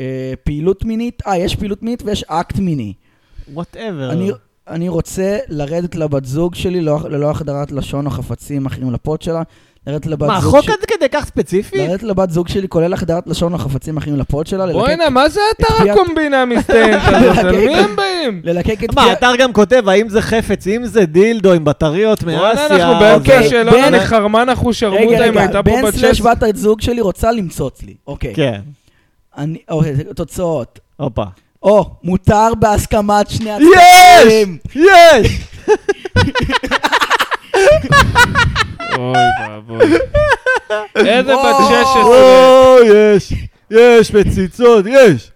[SPEAKER 3] אה, פעילות מינית, אה, יש פעילות מינית ויש אקט מיני.
[SPEAKER 2] וואטאבר.
[SPEAKER 3] אני- אני רוצה לרדת לבת זוג שלי לא- ללא החדרת לשון או חפצים אחרים לפות שלה. לרדת לבת
[SPEAKER 2] מה,
[SPEAKER 3] זוג
[SPEAKER 2] חוק
[SPEAKER 3] שלי-
[SPEAKER 2] עד כדי כך ספציפי?
[SPEAKER 3] לרדת לבת זוג שלי כולל החדרת לשון או חפצים אחרים לפות שלה. ללקק-
[SPEAKER 1] בואנה, מה זה
[SPEAKER 3] את פי-
[SPEAKER 1] אתר הקומבינה
[SPEAKER 3] [LAUGHS]
[SPEAKER 1] המצטיינת הזאת? על מי הם באים?
[SPEAKER 3] ללקק את...
[SPEAKER 2] מה,
[SPEAKER 3] פי-
[SPEAKER 2] האתר גם כותב, האם זה חפץ, אם זה דילדו עם בטריות
[SPEAKER 1] בואנה,
[SPEAKER 2] מאסיה.
[SPEAKER 1] אנחנו
[SPEAKER 2] זה-
[SPEAKER 1] באמצע השאלון,
[SPEAKER 3] אוקיי, בן-
[SPEAKER 2] לא-
[SPEAKER 1] אני חרמן אחושרמוטה, אם הייתה פה
[SPEAKER 3] בן
[SPEAKER 1] בת
[SPEAKER 3] סלש
[SPEAKER 1] 16.
[SPEAKER 3] בת הזוג שלי רוצה למצוץ לי. אוקיי.
[SPEAKER 2] כן.
[SPEAKER 3] אני- אוקיי, תוצאות.
[SPEAKER 2] הופה.
[SPEAKER 3] או, מותר בהסכמת שני
[SPEAKER 2] יש!
[SPEAKER 3] הצדדים.
[SPEAKER 2] יש!
[SPEAKER 1] אוי
[SPEAKER 3] [LAUGHS]
[SPEAKER 1] ואבוי. איזה בת
[SPEAKER 3] וואו.
[SPEAKER 1] 16.
[SPEAKER 2] או, יש! יש מציצות, יש!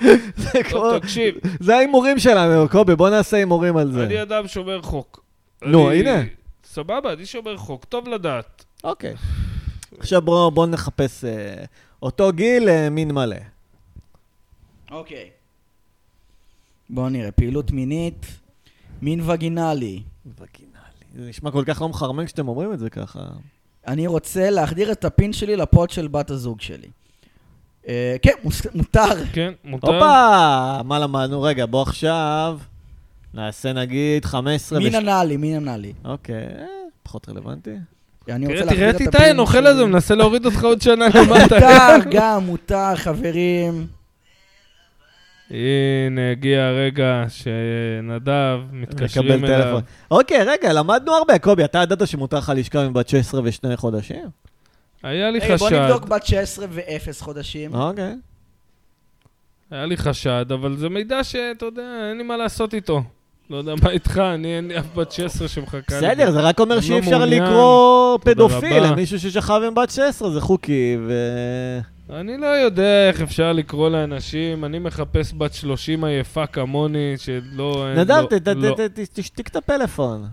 [SPEAKER 2] [LAUGHS] זה כמו...
[SPEAKER 1] טוב, תקשיב,
[SPEAKER 2] זה ההימורים שלנו, קובי, בוא נעשה הימורים על זה.
[SPEAKER 1] אני אדם שומר חוק.
[SPEAKER 2] נו,
[SPEAKER 1] אני-
[SPEAKER 2] הנה.
[SPEAKER 1] סבבה, אני שומר חוק, טוב לדעת.
[SPEAKER 2] אוקיי. עכשיו בואו בוא נחפש אה, אותו גיל, אה, מין מלא.
[SPEAKER 3] אוקיי. בואו נראה, פעילות מינית, מין וגינלי.
[SPEAKER 2] וגינלי. זה נשמע כל כך לא מחרמן כשאתם אומרים את זה ככה.
[SPEAKER 3] אני רוצה להחדיר את הפין שלי לפוד של בת הזוג שלי. אה, כן, מוס- מותר.
[SPEAKER 1] כן, מותר.
[SPEAKER 2] הופה! מה למדנו? רגע, בוא עכשיו נעשה נגיד 15
[SPEAKER 3] מין ענה לי, מין ענה לי.
[SPEAKER 2] אוקיי, אה, פחות רלוונטי.
[SPEAKER 3] אני רוצה
[SPEAKER 1] תראה,
[SPEAKER 3] להחדיר
[SPEAKER 1] תראה
[SPEAKER 3] את
[SPEAKER 1] את
[SPEAKER 3] הפין
[SPEAKER 1] איתי, נוכל
[SPEAKER 3] שלי.
[SPEAKER 1] על זה, הוא מנסה להוריד אותך עוד
[SPEAKER 2] [LAUGHS]
[SPEAKER 1] שנה למטה.
[SPEAKER 3] מותר [LAUGHS] גם, מותר, חברים.
[SPEAKER 1] הנה, הגיע הרגע שנדב, מתקשרים
[SPEAKER 2] מקבל
[SPEAKER 1] אליו.
[SPEAKER 2] טלפון. אוקיי, רגע, למדנו הרבה. קובי, אתה ידעת שמותר לך לשכב עם בת 16 ושני חודשים?
[SPEAKER 1] היה לי
[SPEAKER 3] היי, בוא
[SPEAKER 1] חשד,
[SPEAKER 3] נבדוק בת 16 ו-0 חודשים.
[SPEAKER 2] אוקיי.
[SPEAKER 1] היה לי חשד, אבל זה מידע שאתה יודע, אין לי מה לעשות איתו. לא יודע מה איתך, אני אין לי אף בת 16 שמחכה. לי.
[SPEAKER 2] בסדר, זה רק אומר
[SPEAKER 1] לא
[SPEAKER 2] שאי אפשר
[SPEAKER 1] מעוניין.
[SPEAKER 2] לקרוא
[SPEAKER 1] תודה
[SPEAKER 2] פדופיל
[SPEAKER 1] רבה.
[SPEAKER 2] למישהו ששכב עם בת 16, זה חוקי, ו...
[SPEAKER 1] אני לא יודע איך אפשר לקרוא לאנשים, אני מחפש בת 30 עייפה כמוני, שלא... אין-
[SPEAKER 2] נדב,
[SPEAKER 1] לא-
[SPEAKER 2] ת- ת-
[SPEAKER 1] לא.
[SPEAKER 2] ת- ת- תשתיק
[SPEAKER 1] [LAUGHS]
[SPEAKER 2] את הפלאפון.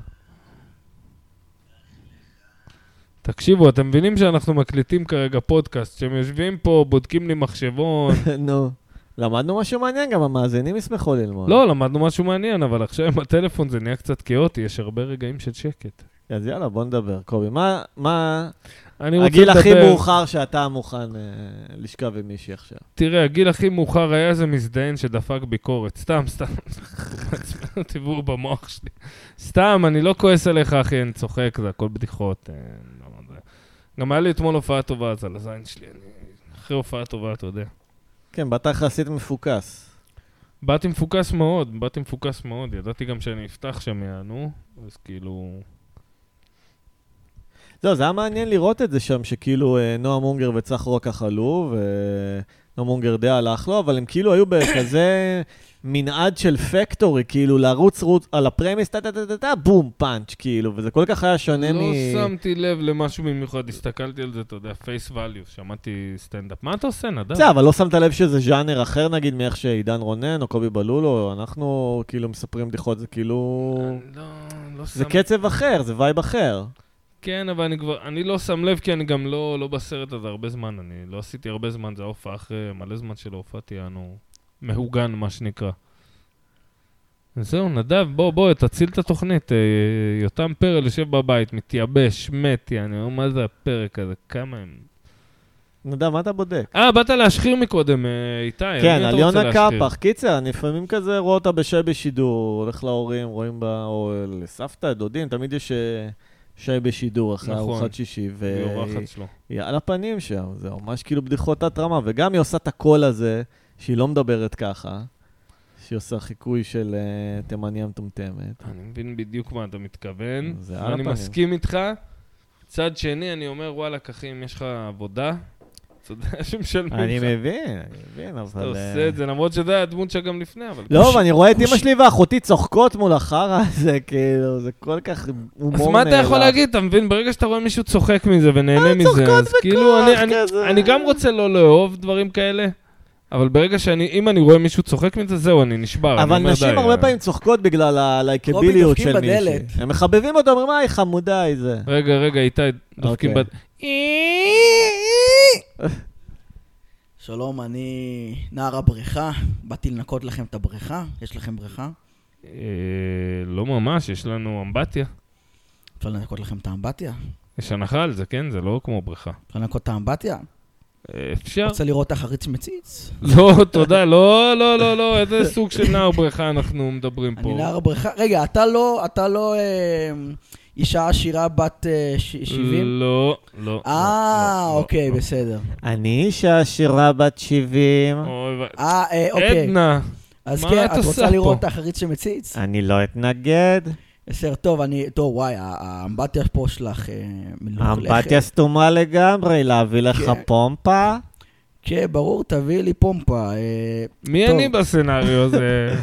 [SPEAKER 1] תקשיבו, אתם מבינים שאנחנו מקליטים כרגע פודקאסט, שהם יושבים פה, בודקים לי מחשבון.
[SPEAKER 2] נו. למדנו משהו מעניין, גם המאזינים ישמחו ללמוד.
[SPEAKER 1] לא, למדנו משהו מעניין, אבל עכשיו עם הטלפון זה נהיה קצת כאוטי, יש הרבה רגעים של שקט.
[SPEAKER 2] אז יאללה, בוא נדבר. קובי, מה- מה
[SPEAKER 1] אני רוצה
[SPEAKER 2] הגיל הכי
[SPEAKER 1] לדבר-
[SPEAKER 2] מאוחר שאתה מוכן אה, לשכב עם מישהי עכשיו?
[SPEAKER 1] תראה, הגיל הכי מאוחר היה איזה מזדיין שדפק ביקורת. סתם, סתם. [LAUGHS] מעצבן אותי והוא במוח שלי. סתם, אני לא כועס עליך, אחי, אני צוחק, זה הכל בדיחות. אה, לא, זה- גם היה לי אתמול הופעה טובה, אז על הזין שלי, אני... אחרי הופעה טובה, אתה יודע.
[SPEAKER 2] כן, באת יחסית מפוקס.
[SPEAKER 1] באתי מפוקס מאוד, באתי מפוקס מאוד. ידעתי גם שאני אפתח שם, יענו. אז כאילו...
[SPEAKER 2] זהו, זה היה מעניין לראות את זה שם, שכאילו אה, נועם אונגר וצח רוקח עלו, ונועם אונגר די הלך לו, אבל הם כאילו היו בכזה [COUGHS] מנעד של פקטורי, כאילו לרוץ רוץ על הפרמיס, טה-טה-טה-טה, בום, פאנץ', כאילו, וזה כל כך היה שונה מ...
[SPEAKER 1] לא שמתי לב למשהו במיוחד, הסתכלתי על זה, אתה יודע, פייס ואליו, שמעתי סטנדאפ. מה אתה עושה, נדב?
[SPEAKER 2] בסדר, אבל לא שמת לב שזה ז'אנר אחר, נגיד, מאיך שעידן רונן או קובי בלולו, אנחנו כאילו מספרים בדיחות, זה כאילו...
[SPEAKER 1] לא, לא
[SPEAKER 2] זה
[SPEAKER 1] שמתי.
[SPEAKER 2] קצב אחר, זה וייב אחר.
[SPEAKER 1] כן, אבל אני כבר, אני לא שם לב, כי אני גם לא, לא בסרט הזה הרבה זמן, אני לא עשיתי הרבה זמן, זה ההופעה אחרי מלא זמן שלא הופעתי, אנו מהוגן, מה שנקרא. זהו, נדב, בוא, בוא, תציל את התוכנית. אה, יותם פרל יושב בבית, מתייבש, מת, אני אומר, מה זה הפרק הזה? כמה הם...
[SPEAKER 2] נדב, מה אתה בודק?
[SPEAKER 1] אה, באת להשחיר מקודם, אה, איתי. על מי
[SPEAKER 2] כן,
[SPEAKER 1] אתה
[SPEAKER 2] על
[SPEAKER 1] רוצה
[SPEAKER 2] יונה
[SPEAKER 1] להשחיר?
[SPEAKER 2] קפח. קיצר, אני לפעמים כזה רואה אותה בשי בשידור, הולך להורים, רואים בה, או לסבתא, דודים, תמיד יש אה, שי בשידור אחרי
[SPEAKER 1] נכון.
[SPEAKER 2] ארוחת שישי,
[SPEAKER 1] היא
[SPEAKER 2] והיא
[SPEAKER 1] אורחת שלו.
[SPEAKER 2] היא על הפנים שם, זה ממש כאילו בדיחות תת-רמה, וגם היא עושה את הקול הזה, שהיא לא מדברת ככה, שהיא עושה חיקוי של אה, תימניה מטומטמת.
[SPEAKER 1] אני מבין בדיוק מה אתה מתכוון.
[SPEAKER 2] זה על
[SPEAKER 1] אני
[SPEAKER 2] הפנים.
[SPEAKER 1] מסכים איתך. מצד שני, אני אומר, וואלכ, אחי, אם יש לך עבודה, אתה יודע שמשלמים לך.
[SPEAKER 2] אני מבין, אני מבין,
[SPEAKER 1] אתה
[SPEAKER 2] אבל... אה,
[SPEAKER 1] עושה את זה, למרות שזה היה הדמות שגם לפני, אבל...
[SPEAKER 2] לא, ואני רואה את
[SPEAKER 3] קוש-
[SPEAKER 2] אמא שלי ואחותי צוחקות מול החרא הזה, כאילו, זה כל כך הומור
[SPEAKER 1] אז מה אתה יכול
[SPEAKER 2] נעלב.
[SPEAKER 1] להגיד? אתה מבין? ברגע שאתה רואה מישהו צוחק מזה ונהנה מזה,
[SPEAKER 2] צוחקות
[SPEAKER 1] אז כאילו, אני-
[SPEAKER 2] בכוח
[SPEAKER 1] אני-
[SPEAKER 2] כזה.
[SPEAKER 1] אני גם רוצה לא לאהוב דברים כאלה, אבל ברגע שאני, אם אני רואה מישהו צוחק מזה, זהו, אני נשבר. אני
[SPEAKER 2] אבל
[SPEAKER 1] אומר,
[SPEAKER 2] נשים
[SPEAKER 1] די,
[SPEAKER 2] הרבה
[SPEAKER 1] אה.
[SPEAKER 2] פעמים צוחקות בגלל
[SPEAKER 3] קובי,
[SPEAKER 2] הלייקביליות
[SPEAKER 3] דופקים
[SPEAKER 2] של מישהי.
[SPEAKER 3] בדלת.
[SPEAKER 2] הם מחבבים אותו, אומרים, היי, חמודה, היא זה.
[SPEAKER 1] רגע, רגע, איתי, דופקים
[SPEAKER 2] אוקיי.
[SPEAKER 1] בת...
[SPEAKER 3] שלום, אני נער הבריכה. באתי לנקות לכם את הבריכה. יש לכם בריכה?
[SPEAKER 1] אה, לא ממש, יש לנו אמבטיה.
[SPEAKER 3] אפשר לנקות לכם את האמבטיה?
[SPEAKER 1] יש הנחה על זה, כן? זה לא כמו בריכה.
[SPEAKER 3] אפשר לנקות את האמבטיה?
[SPEAKER 1] אה, אפשר.
[SPEAKER 3] רוצה לראות את החריץ מציץ?
[SPEAKER 1] לא, תודה, לא, לא, לא, לא, איזה סוג של נער בריכה אנחנו מדברים
[SPEAKER 3] אני
[SPEAKER 1] פה.
[SPEAKER 3] נער הבריכה. רגע, אתה לא, אתה לא אה, אישה עשירה בת אה, ש- 70?
[SPEAKER 1] לא, לא.
[SPEAKER 3] אה,
[SPEAKER 1] לא, לא,
[SPEAKER 3] אוקיי,
[SPEAKER 1] לא.
[SPEAKER 3] בסדר.
[SPEAKER 2] אני אישה עשירה בת 70,
[SPEAKER 1] אוי, ו-
[SPEAKER 3] אה, אה, אוקיי.
[SPEAKER 1] עדנה,
[SPEAKER 3] אז
[SPEAKER 1] מה
[SPEAKER 3] כן,
[SPEAKER 1] את
[SPEAKER 3] את
[SPEAKER 1] עושה
[SPEAKER 3] רוצה לראות
[SPEAKER 1] פה?
[SPEAKER 3] את החריץ שמציץ?
[SPEAKER 2] אני לא אתנגד,
[SPEAKER 3] בסדר, טוב, אני... טוב, וואי, ה- האמבטיה פה שלך אה, מלוכלכת.
[SPEAKER 2] אמבטיה סתומה לגמרי, להביא לך
[SPEAKER 3] כן.
[SPEAKER 2] פומפה?
[SPEAKER 3] כן, ברור, תביאי לי פומפה. אה,
[SPEAKER 1] מי
[SPEAKER 3] טוב.
[SPEAKER 1] אני בסצנריו
[SPEAKER 3] [LAUGHS]
[SPEAKER 1] הזה?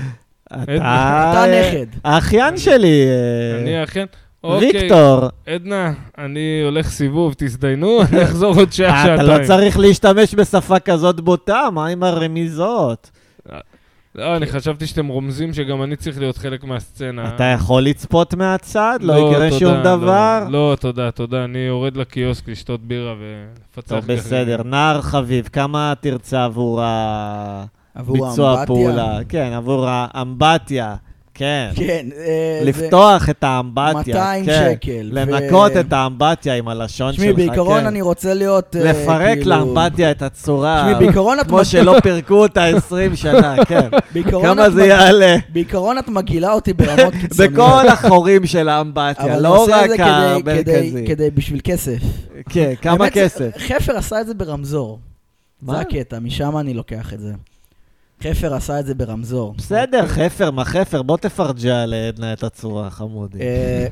[SPEAKER 2] אתה
[SPEAKER 3] אתה נכד.
[SPEAKER 2] האחיין שלי, אה,
[SPEAKER 1] אני אכן... אוקיי,
[SPEAKER 2] ויקטור.
[SPEAKER 1] עדנה, אני הולך סיבוב, תזדיינו, [LAUGHS] אני אחזור עוד שעה,
[SPEAKER 3] אה,
[SPEAKER 2] אתה
[SPEAKER 1] שעתיים.
[SPEAKER 2] לא צריך להשתמש בשפה כזאת בוטה, מה עם הרמיזות?
[SPEAKER 1] לא, אני חשבתי שאתם רומזים שגם אני צריך להיות חלק מהסצנה.
[SPEAKER 2] אתה יכול לצפות מהצד, לא יקרה
[SPEAKER 1] תודה,
[SPEAKER 2] שום
[SPEAKER 1] לא.
[SPEAKER 2] דבר.
[SPEAKER 1] לא, תודה, תודה. אני יורד לקיוסק לשתות בירה ולפצח
[SPEAKER 2] טוב,
[SPEAKER 1] גרעינים.
[SPEAKER 2] בסדר. נער חביב, כמה תרצה עבור
[SPEAKER 3] עבור
[SPEAKER 2] הביצוע
[SPEAKER 3] האמבטיה.
[SPEAKER 2] הפעולה? כן, עבור האמבטיה. כן.
[SPEAKER 3] כן. אה, זה
[SPEAKER 2] לפתוח את האמבטיה,
[SPEAKER 3] 200
[SPEAKER 2] כן.
[SPEAKER 3] שקל. ו-
[SPEAKER 2] לנקות את האמבטיה עם הלשון שלך,
[SPEAKER 3] תשמעי,
[SPEAKER 2] כן.
[SPEAKER 3] בעיקרון אני רוצה להיות... אה,
[SPEAKER 2] לפרק
[SPEAKER 3] כאילו-
[SPEAKER 2] לאמבטיה את הצורה,
[SPEAKER 3] תשמעי, בעיקרון את
[SPEAKER 2] כמו
[SPEAKER 3] מס-
[SPEAKER 2] שלא פירקו אותה 20
[SPEAKER 3] [LAUGHS]
[SPEAKER 2] שנה, כן.
[SPEAKER 3] בעיקרון
[SPEAKER 2] כמה
[SPEAKER 3] את
[SPEAKER 2] זה
[SPEAKER 3] מג-
[SPEAKER 2] יעלה?
[SPEAKER 3] בעיקרון את מגעילה אותי ברמות
[SPEAKER 2] [LAUGHS]
[SPEAKER 3] קיצוניות.
[SPEAKER 2] בכל החורים של האמבטיה,
[SPEAKER 3] אבל
[SPEAKER 2] לא
[SPEAKER 3] אני עושה את זה
[SPEAKER 2] רק
[SPEAKER 3] כדי- כדי-
[SPEAKER 2] המרכזי.
[SPEAKER 3] כדי בשביל כסף.
[SPEAKER 2] כן,
[SPEAKER 3] [LAUGHS]
[SPEAKER 2] כמה
[SPEAKER 3] באמת, זה-
[SPEAKER 2] כסף?
[SPEAKER 3] חפר עשה את זה ברמזור.
[SPEAKER 2] מה?
[SPEAKER 3] זה הקטע, משם אני לוקח את זה. חפר עשה את זה
[SPEAKER 2] [LAUGHS]
[SPEAKER 3] ברמזור.
[SPEAKER 2] בסדר, חפר, מה חפר? בוא תפרג'ה לעדנה את הצורה, חמודי.
[SPEAKER 3] אה,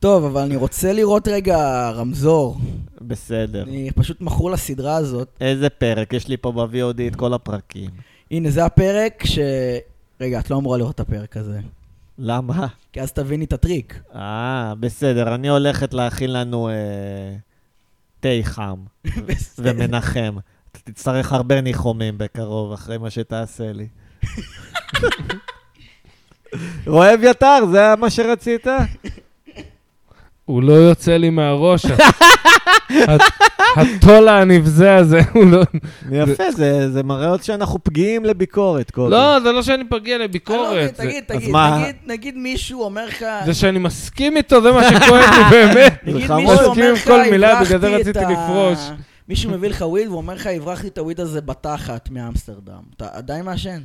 [SPEAKER 3] טוב, אבל אני רוצה לראות רגע רמזור.
[SPEAKER 2] בסדר.
[SPEAKER 3] אני פשוט מכור לסדרה הזאת.
[SPEAKER 2] איזה פרק? יש לי פה ב-VOD את כל הפרקים.
[SPEAKER 3] הנה, זה הפרק ש... רגע, את לא אמורה לראות את הפרק הזה.
[SPEAKER 2] למה?
[SPEAKER 3] כי אז תביני
[SPEAKER 2] [LAUGHS]
[SPEAKER 3] את הטריק.
[SPEAKER 2] אה, בסדר, אני הולכת להכין לנו אה, תה חם
[SPEAKER 3] לא
[SPEAKER 2] ומנחם. אתה תצטרך הרבה ניחומים בקרוב, אחרי מה שתעשה
[SPEAKER 3] [LAUGHS]
[SPEAKER 2] לי. רואה אביתר, זה מה שרצית?
[SPEAKER 1] הוא לא יוצא לי מהראש. ה- ה- הטול הנבזה הזה, [LAUGHS] הוא לא...
[SPEAKER 2] יפה, זה- זה מראה עוד שאנחנו פגיעים לביקורת קודם.
[SPEAKER 1] לא, זה לא שאני פגיע
[SPEAKER 3] אני לא
[SPEAKER 1] לביקורת.
[SPEAKER 3] מבין, תגיד,
[SPEAKER 2] אז
[SPEAKER 3] תגיד,
[SPEAKER 2] מה?
[SPEAKER 3] נגיד- נגיד מישהו אומר לך...
[SPEAKER 1] זה- זה שאני מסכים איתו, זה מה שכואב
[SPEAKER 3] [LAUGHS]
[SPEAKER 1] לי באמת.
[SPEAKER 2] [LAUGHS]
[SPEAKER 3] נגיד
[SPEAKER 2] חמוד.
[SPEAKER 3] מישהו
[SPEAKER 1] מסכים
[SPEAKER 3] אומר
[SPEAKER 1] עם
[SPEAKER 3] לך,
[SPEAKER 1] כל מילה,
[SPEAKER 3] הברחתי
[SPEAKER 1] בגלל זה
[SPEAKER 3] את
[SPEAKER 1] רציתי
[SPEAKER 3] ה-
[SPEAKER 1] לפרוש.
[SPEAKER 3] מישהו מביא לך וויד והוא אומר לך, הברחתי את הוויד הזה בתחת מאמסטרדם. אתה עדיין מעשן?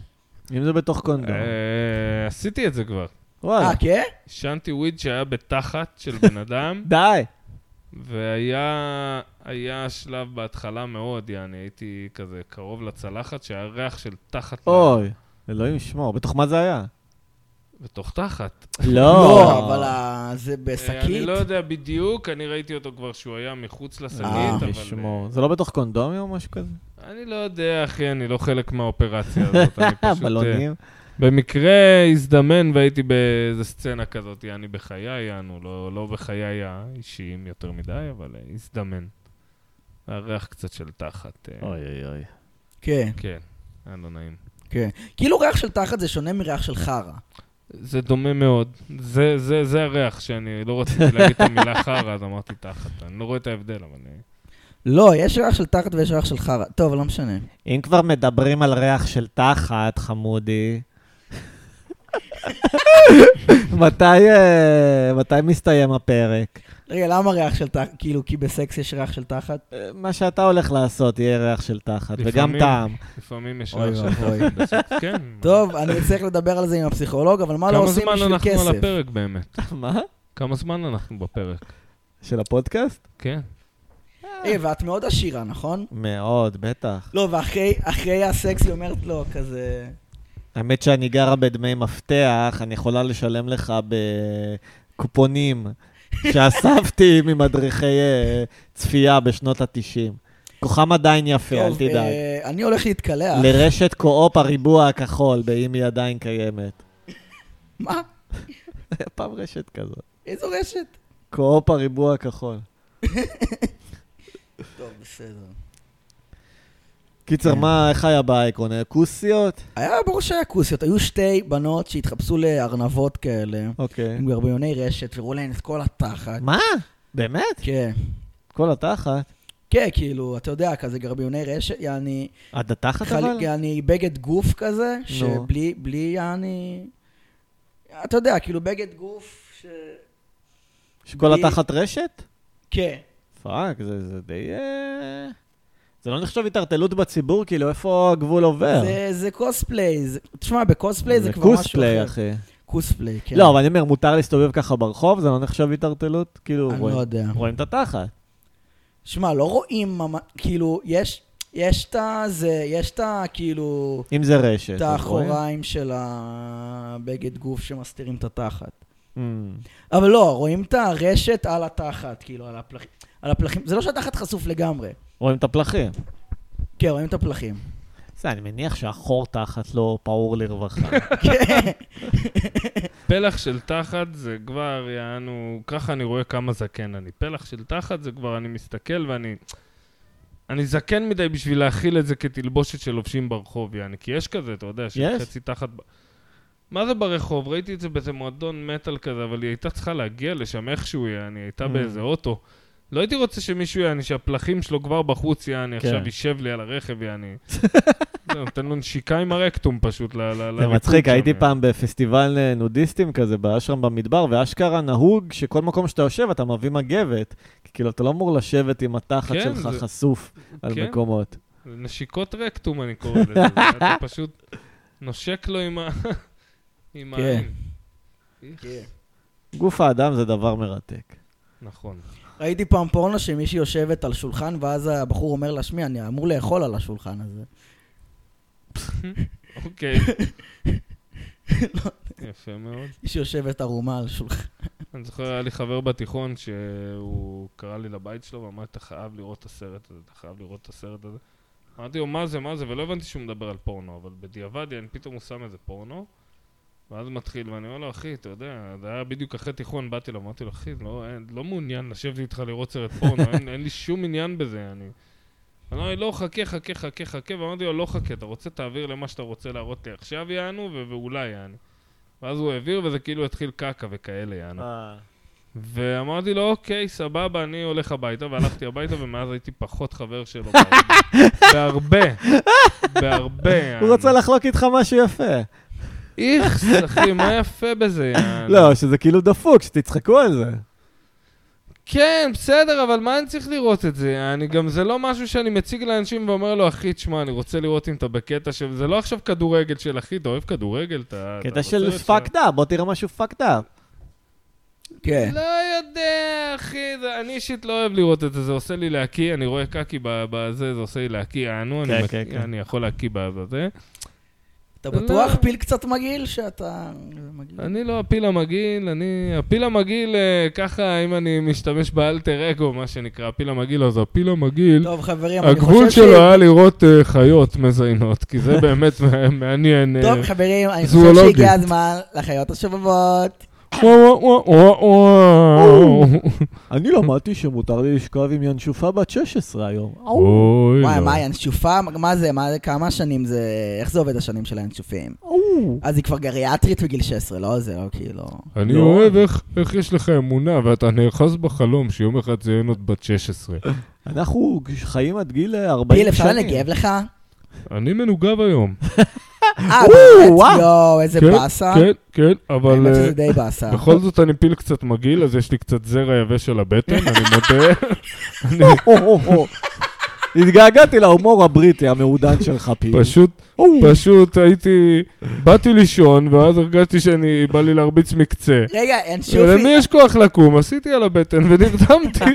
[SPEAKER 2] אם זה בתוך קונדום.
[SPEAKER 1] אה, עשיתי את זה כבר.
[SPEAKER 2] וואלה,
[SPEAKER 3] אה, כן?
[SPEAKER 1] עישנתי וויד שהיה בתחת של בן אדם, [LAUGHS]
[SPEAKER 2] די.
[SPEAKER 1] והיה היה שלב בהתחלה מאוד, יעני, הייתי כזה קרוב לצלחת, שהיה ריח של תחת מה-
[SPEAKER 2] אוי, אלוהים ישמור. בתוך מה זה היה?
[SPEAKER 1] בתוך תחת.
[SPEAKER 3] לא, אבל ה- זה
[SPEAKER 1] אה, אני
[SPEAKER 3] בשקית.
[SPEAKER 1] לא יודע בדיוק, אני ראיתי אותו כבר שהוא היה מחוץ לשקית,
[SPEAKER 3] אה,
[SPEAKER 1] אבל...
[SPEAKER 2] ישמור. זה לא בתוך קונדומי או משהו כזה?
[SPEAKER 1] אה, אני לא יודע, אחי, אני לא חלק מהאופרציה הזאת, לא,
[SPEAKER 2] [LAUGHS]
[SPEAKER 1] אני פשוט... אה,
[SPEAKER 2] בלונים.
[SPEAKER 1] במקרה הזדמן והייתי באיזה סצנה כזאת, יעני בחיי, יענו, לא, לא בחיי האישיים יותר מדי, אבל אה, הזדמן. הריח קצת של תחת. אה,
[SPEAKER 2] אוי אוי אוי.
[SPEAKER 3] כן,
[SPEAKER 1] כן, היה לא נעים.
[SPEAKER 3] כן. כאילו ריח של תחת זה שונה מריח של חרא.
[SPEAKER 1] זה דומה מאוד. זה, זה, זה הריח שאני לא רציתי להגיד את המילה [LAUGHS] חרא, אז אמרתי תחת. אני לא רואה את ההבדל, אבל... אה,
[SPEAKER 3] לא, יש ריח של תחת ויש ריח של חרא. טוב, לא משנה.
[SPEAKER 2] אם כבר מדברים על ריח של תחת, חמודי, [LAUGHS] מתי, אה, מתי מסתיים הפרק?
[SPEAKER 3] רגע, למה ריח של תחת? כאילו, כי בסקס יש ריח של תחת?
[SPEAKER 2] אה, מה שאתה הולך לעשות יהיה ריח של תחת, וגם
[SPEAKER 1] לפעמים.
[SPEAKER 2] טעם. [LAUGHS]
[SPEAKER 1] לפעמים יש
[SPEAKER 3] אוי
[SPEAKER 1] ריח של
[SPEAKER 3] ואבוי.
[SPEAKER 1] תחת בסקס, כן.
[SPEAKER 3] טוב, אני צריך לדבר על זה עם הפסיכולוג, אבל מה לא
[SPEAKER 1] כמה
[SPEAKER 3] עושים
[SPEAKER 1] זמן
[SPEAKER 3] בשביל
[SPEAKER 1] אנחנו על
[SPEAKER 3] כסף?
[SPEAKER 1] הפרק באמת?
[SPEAKER 2] מה?
[SPEAKER 1] כמה זמן אנחנו בפרק?
[SPEAKER 2] של הפודקאסט?
[SPEAKER 1] כן.
[SPEAKER 3] אה, ואת מאוד עשירה, נכון?
[SPEAKER 2] מאוד, בטח.
[SPEAKER 3] לא, ואחרי אחרי הסקס היא אומרת לו כזה...
[SPEAKER 2] האמת שאני גרה בדמי מפתח, אני יכולה לשלם לך
[SPEAKER 3] [LAUGHS]
[SPEAKER 2] בקופונים שאספתי ממדריכי אה, צפייה בשנות ה-90. כוחם עדיין יפה, אל
[SPEAKER 3] "טוב,
[SPEAKER 2] תדאג.
[SPEAKER 3] אה, אני הולך להתקלח.
[SPEAKER 2] לרשת קו-אופ הריבוע הכחול, באם היא עדיין קיימת.
[SPEAKER 3] מה?
[SPEAKER 2] היה פעם רשת כזאת.
[SPEAKER 3] איזו רשת?
[SPEAKER 2] קו-אופ הריבוע הכחול.
[SPEAKER 3] טוב, בסדר.
[SPEAKER 2] קיצר,
[SPEAKER 3] כן.
[SPEAKER 2] מה, איך היה באייקון? היה כוסיות?
[SPEAKER 3] היה ברור שהיה כוסיות, היו שתי בנות שהתחפשו לארנבות כאלה,
[SPEAKER 2] אוקיי.
[SPEAKER 3] עם גרביוני רשת, והראו להן את כל התחת.
[SPEAKER 2] מה? באמת?
[SPEAKER 3] כן.
[SPEAKER 2] כל התחת?
[SPEAKER 3] כן, כאילו, אתה יודע, כזה גרביוני רשת, יעני,
[SPEAKER 2] עד התחת
[SPEAKER 3] חל-
[SPEAKER 2] אבל?
[SPEAKER 3] יעני בגד גוף כזה, שבלי, בלי יעני... אתה יודע, כאילו בגד גוף ש...
[SPEAKER 2] שכל
[SPEAKER 3] בלי-
[SPEAKER 2] התחת רשת?
[SPEAKER 3] כן.
[SPEAKER 2] פאק, זה זה די... אה, זה לא נחשב התערטלות בציבור, כאילו, איפה הגבול עובר?
[SPEAKER 3] זה- זה קוספליי, זה- תשמע, בקוספליי זה כבר משהו
[SPEAKER 2] כוספליי,
[SPEAKER 3] אחר.
[SPEAKER 2] אחי.
[SPEAKER 3] קוספליי, כן.
[SPEAKER 2] לא, אבל אני אומר, מותר להסתובב ככה ברחוב, זה לא נחשב התערטלות? כאילו,
[SPEAKER 3] אני
[SPEAKER 2] רואים-
[SPEAKER 3] לא יודע.
[SPEAKER 2] רואים את התחת.
[SPEAKER 3] שמע, לא רואים ממש, כאילו, יש, יש את הזה, יש את ה, כאילו,
[SPEAKER 2] אם זה רשת. אז
[SPEAKER 3] את
[SPEAKER 2] רואים?
[SPEAKER 3] האחוריים של הבגד גוף שמסתירים את התחת.
[SPEAKER 2] Mm.
[SPEAKER 3] אבל לא, רואים את הרשת על התחת, כאילו, על הפלחים. על הפלחים, זה לא שהתחת חשוף לגמרי.
[SPEAKER 2] רואים את הפלחים.
[SPEAKER 3] כן, רואים את הפלחים.
[SPEAKER 2] זה, אני מניח שהחור תחת לא
[SPEAKER 1] [LAUGHS]
[SPEAKER 2] פעור לרווחה.
[SPEAKER 3] כן.
[SPEAKER 1] פלח של תחת זה כבר, יענו, ככה אני רואה כמה זקן אני. פלח של תחת זה כבר, אני מסתכל ואני... אני זקן מדי בשביל להכיל את זה כתלבושת של לובשים ברחוב, יעני, כי יש כזה, אתה יודע,
[SPEAKER 2] יש.
[SPEAKER 1] שחצי תחת... ב- מה זה ברחוב? ראיתי את זה באיזה מועדון מטאל כזה, אבל היא הייתה צריכה להגיע לשם איכשהו, יעני, הייתה
[SPEAKER 2] Mm.
[SPEAKER 1] באיזה אוטו. לא הייתי רוצה שמישהו, יעני, שהפלחים שלו כבר בחוץ, יעני,
[SPEAKER 2] כן. [LAUGHS]
[SPEAKER 1] עכשיו יישב לי על הרכב, יעני. זהו, נותן לו נשיקה עם הרקטום פשוט. ל- ל-
[SPEAKER 2] זה
[SPEAKER 1] לריקוד
[SPEAKER 2] מצחיק,
[SPEAKER 1] לא שם. כן.
[SPEAKER 2] הייתי פעם בפסטיבל אה, נודיסטים כזה, באשרם במדבר, ואשכרה נהוג שכל מקום שאתה יושב אתה מביא מגבת. כי כאילו, אתה לא אמור לשבת עם התחת
[SPEAKER 1] כן,
[SPEAKER 2] שלך
[SPEAKER 1] זה-
[SPEAKER 2] חשוף על
[SPEAKER 1] כן.
[SPEAKER 2] מקומות.
[SPEAKER 1] נשיקות רקטום אני קורא לזה. אתה פשוט נושק לו עם ה... עם
[SPEAKER 3] כן.
[SPEAKER 1] העין.
[SPEAKER 2] גוף האדם זה דבר מרתק.
[SPEAKER 1] נכון.
[SPEAKER 3] ראיתי פעם פורנו שמישהי יושבת על שולחן, ואז הבחור אומר לה, שמי, אני אמור לאכול על השולחן הזה.
[SPEAKER 1] אוקיי. יפה מאוד.
[SPEAKER 3] מישהי יושבת ערומה על שולחן.
[SPEAKER 1] אני זוכר, היה לי חבר בתיכון שהוא קרא לי לבית שלו ואמר, אתה חייב לראות את הסרט הזה, אתה חייב לראות את הסרט הזה. אמרתי לו, מה זה, מה זה, ולא הבנתי שהוא מדבר על פורנו, אבל בדיעבד, יעני, פתאום הוא שם איזה פורנו, ואז מתחיל, ואני אומר לו, אחי, אתה יודע, זה היה בדיוק אחרי תיכון, באתי לו, אמרתי לו, אחי, לא, אין- לא מעוניין לשבת איתך לראות סרט פורנו, אין, אין לי שום עניין בזה, אני... אני אמר לי, לא, חכה, חכה, חכה, חכה, ואמרתי לו, לא חכה, אתה רוצה, תעביר למה שאתה רוצה להראות לי עכשיו, יענו, ו- ואולי יענו. ואז הוא העביר, וזה כאילו התחיל קקה וכאלה,
[SPEAKER 2] נכון.
[SPEAKER 1] יענו. ואמרתי לו, אוקיי, סבבה, אני הולך הביתה, והלכתי הביתה, ומאז הייתי פחות חבר
[SPEAKER 2] [LAUGHS]
[SPEAKER 1] שלו. בהרבה, בהרבה.
[SPEAKER 2] הוא רצה לחלוק איתך משהו יפה.
[SPEAKER 1] איכס, אחי, מה יפה
[SPEAKER 2] [LAUGHS]
[SPEAKER 1] בזה? יעני?
[SPEAKER 2] לא, שזה כאילו דפוק, שתצחקו על זה.
[SPEAKER 1] כן, בסדר, אבל מה אני צריך לראות את זה? אני גם, זה לא משהו שאני מציג לאנשים ואומר לו, אחי, תשמע, אני רוצה לראות אם אתה בקטע של... זה לא עכשיו כדורגל של אחי, אתה אוהב כדורגל? אתה... אתה
[SPEAKER 2] קטע
[SPEAKER 1] בסרט
[SPEAKER 2] של
[SPEAKER 1] של-
[SPEAKER 2] fucked up, בוא תראה משהו fucked up.
[SPEAKER 3] כן.
[SPEAKER 1] לא יודע, אחי, זה- אני אישית לא אוהב לראות את זה, זה עושה לי להקיא, אני רואה קקי ב- בזה, זה עושה לי להקיא, יענו, אני
[SPEAKER 2] כן,
[SPEAKER 1] מק-
[SPEAKER 2] כן, כן.
[SPEAKER 1] אני יכול להקיא בזה.
[SPEAKER 3] אתה
[SPEAKER 1] לא.
[SPEAKER 3] בטוח פיל קצת מגעיל שאתה... מגעיל?
[SPEAKER 1] אני לא הפיל המגעיל, אני... הפיל המגעיל, אה, ככה, אם אני משתמש באלטר אגו, מה שנקרא, הפיל המגעיל, אז הפיל המגעיל,
[SPEAKER 3] טוב, חברים, אני
[SPEAKER 1] הגבול
[SPEAKER 3] חושב ש...
[SPEAKER 1] שלו היה לראות אה, חיות מזיינות, כי זה באמת [LAUGHS] מע- מעניין. אה,
[SPEAKER 3] טוב, חברים, אני חושב
[SPEAKER 1] זואולוגית.
[SPEAKER 3] שהגיע הזמן לחיות השובבות.
[SPEAKER 1] וואו, וואו, וואו, וואו.
[SPEAKER 2] אני למדתי שמותר לי לשכב עם ינשופה בת 16 היום.
[SPEAKER 1] אוי,
[SPEAKER 3] וואי,
[SPEAKER 1] לא.
[SPEAKER 3] מה, ינשופה? מה זה? מה זה? כמה שנים זה... איך זה עובד השנים של הינשופים? אז היא כבר גריאטרית בגיל 16, לא? זה לא כאילו...
[SPEAKER 1] אני
[SPEAKER 2] לא.
[SPEAKER 1] אוהב איך- איך יש לך אמונה, ואתה נאחז בחלום שיום אחד זה יהיה עוד בת 16.
[SPEAKER 2] אנחנו חיים עד גיל אה, 40
[SPEAKER 3] פיל,
[SPEAKER 2] שנים.
[SPEAKER 3] אפשר לנגב לך?
[SPEAKER 1] אה, אני מנוגב היום.
[SPEAKER 3] אה, באמת?
[SPEAKER 2] וואו.
[SPEAKER 3] יואו, איזה
[SPEAKER 1] כן,
[SPEAKER 3] באסה.
[SPEAKER 1] כן, כן, אבל...
[SPEAKER 3] אה? האמת שזה
[SPEAKER 1] אה,
[SPEAKER 3] די באסה.
[SPEAKER 1] בכל זאת אני פיל קצת מגעיל, אז יש לי קצת זרע יבש על הבטן,
[SPEAKER 3] [LAUGHS]
[SPEAKER 1] אני מודה.
[SPEAKER 2] הו, הו, הו, הו. התגעגעתי להומור הבריטי המעודן שלך, פיל.
[SPEAKER 1] פשוט,
[SPEAKER 2] אוו.
[SPEAKER 1] פשוט הייתי, באתי לישון, ואז הרגשתי שאני, בא לי להרביץ מקצה.
[SPEAKER 3] רגע, אין
[SPEAKER 1] ולמי
[SPEAKER 3] שופי.
[SPEAKER 1] יש כוח לקום? עשיתי על הבטן
[SPEAKER 3] [LAUGHS]
[SPEAKER 1] ונרדמתי.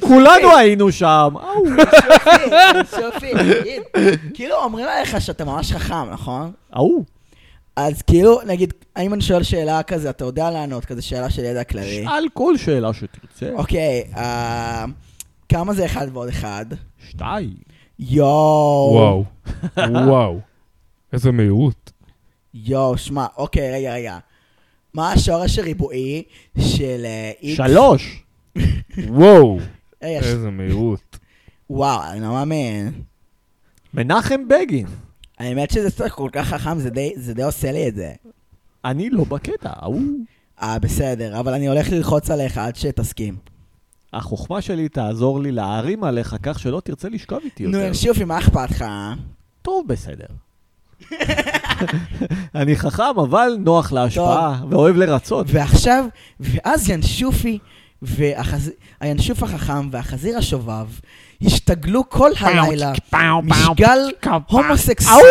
[SPEAKER 2] כולנו היינו שם.
[SPEAKER 3] אה.
[SPEAKER 2] אוו.
[SPEAKER 3] אין [LAUGHS] שופי, תגיד. כאילו, אומרים עליך שאתה ממש חכם, נכון?
[SPEAKER 2] אוו.
[SPEAKER 3] אז כאילו, נגיד, האם אני שואל שאלה כזה, אתה יודע לענות, כזה שאלה של ידע כללי.
[SPEAKER 2] שאל כל שאלה שתרצה.
[SPEAKER 3] אוקיי, אה, כמה זה אחד ועוד אחד?
[SPEAKER 2] שתיים.
[SPEAKER 3] יואו.
[SPEAKER 1] וואו, וואו, איזה מהירות.
[SPEAKER 3] יואו, שמע, אוקיי, רגע, רגע. מה השורש הריבועי של אה, איקס?
[SPEAKER 2] שלוש.
[SPEAKER 1] וואו,
[SPEAKER 3] רגע, ש-
[SPEAKER 1] איזה מהירות.
[SPEAKER 3] וואו, אני לא מאמין.
[SPEAKER 2] מנחם בגין.
[SPEAKER 3] האמת שזה סרט כל כך חכם, זה די- זה די עושה לי את זה.
[SPEAKER 2] אני לא בקטע, ההוא.
[SPEAKER 3] אה, בסדר, אבל אני הולך ללחוץ עליך עד שתסכים.
[SPEAKER 2] החוכמה שלי תעזור לי להערים עליך כך שלא תרצה לשכב איתי
[SPEAKER 3] נו,
[SPEAKER 2] יותר.
[SPEAKER 3] ינשופי, מה אכפת לך? אה?
[SPEAKER 2] טוב, בסדר. אני חכם, אבל נוח להשפעה, ואוהב לרצות.
[SPEAKER 3] ועכשיו, ואז ינשופי, והינשוף החכם והחזיר השובב השתגלו כל
[SPEAKER 2] [LAUGHS]
[SPEAKER 3] הלילה, משגל הומוסקסואלי.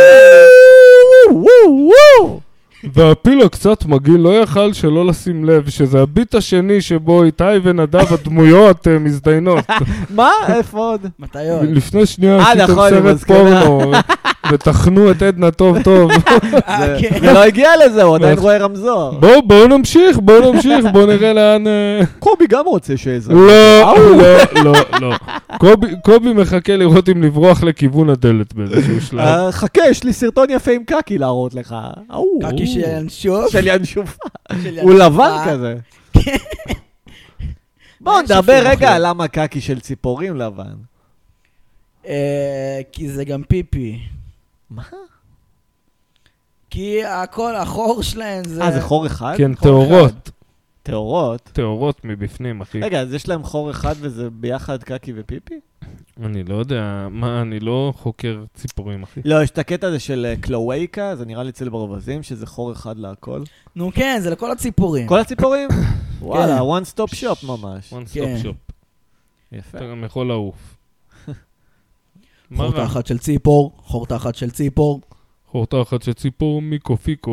[SPEAKER 1] והפיל הקצת מגעיל לא יכל שלא לשים לב שזה הביט השני שבו איתי ונדב הדמויות אה,
[SPEAKER 2] [LAUGHS]
[SPEAKER 1] מזדיינות.
[SPEAKER 2] מה? איפה עוד?
[SPEAKER 3] מתי עוד?
[SPEAKER 1] לפני שנייה
[SPEAKER 2] אה,
[SPEAKER 1] עשיתם
[SPEAKER 2] נכון, עם
[SPEAKER 1] סרט
[SPEAKER 2] הזקנה. [LAUGHS]
[SPEAKER 1] פורנו, וטחנו את עדנה טוב טוב.
[SPEAKER 3] אה, כן.
[SPEAKER 2] זה לא הגיע לזה, הוא עדיין
[SPEAKER 1] מה?
[SPEAKER 2] רואה רמזור.
[SPEAKER 1] בואו, בואו נמשיך, בואו נמשיך, בואו נראה לאן...
[SPEAKER 2] [LAUGHS]
[SPEAKER 1] אה,
[SPEAKER 2] קובי גם רוצה שזה...
[SPEAKER 1] לא, לא, לא,
[SPEAKER 2] [LAUGHS]
[SPEAKER 1] לא. קובי- קובי מחכה לראות אם לברוח לכיוון הדלת באיזשהו שלב.
[SPEAKER 2] אה, חכה, יש לי סרטון יפה עם קקי להראות לך. ההוא.
[SPEAKER 3] קקי של ינשוף.
[SPEAKER 2] של ינשופה.
[SPEAKER 3] של
[SPEAKER 2] הוא
[SPEAKER 3] ינשופה.
[SPEAKER 2] לבן
[SPEAKER 3] [LAUGHS]
[SPEAKER 2] כזה. בואו נדבר
[SPEAKER 3] ינשופים
[SPEAKER 2] רגע
[SPEAKER 3] אוכלים.
[SPEAKER 2] על למה קקי של ציפורים לבן.
[SPEAKER 3] אה, כי זה גם פיפי.
[SPEAKER 2] מה?
[SPEAKER 3] כי הכל, החור שלהם זה...
[SPEAKER 2] אה, זה חור אחד?
[SPEAKER 1] כן,
[SPEAKER 3] חור
[SPEAKER 1] טהורות.
[SPEAKER 2] טהורות.
[SPEAKER 1] טהורות מבפנים, אחי.
[SPEAKER 2] אה, רגע, אז יש להם חור אחד וזה ביחד קקי ופיפי?
[SPEAKER 1] אני לא יודע, מה, אני לא חוקר ציפורים, אחי.
[SPEAKER 2] לא, יש את הקטע הזה של אה, קלוייקה, זה נראה לי אצל ברווזים, שזה חור אחד להכל.
[SPEAKER 3] נו כן, זה לכל הציפורים.
[SPEAKER 2] כל
[SPEAKER 3] [COUGHS]
[SPEAKER 2] הציפורים? וואלה, one stop shop ממש.
[SPEAKER 1] one
[SPEAKER 3] כן.
[SPEAKER 1] stop shop.
[SPEAKER 2] יפה.
[SPEAKER 1] אתה גם יכול
[SPEAKER 3] [LAUGHS]
[SPEAKER 1] לעוף. מה רע?
[SPEAKER 3] חור תחת של ציפור, חור תחת של
[SPEAKER 1] [LAUGHS]
[SPEAKER 3] ציפור.
[SPEAKER 1] חורטה אחת של ציפור מיקו
[SPEAKER 3] [LAUGHS]
[SPEAKER 1] פיקו.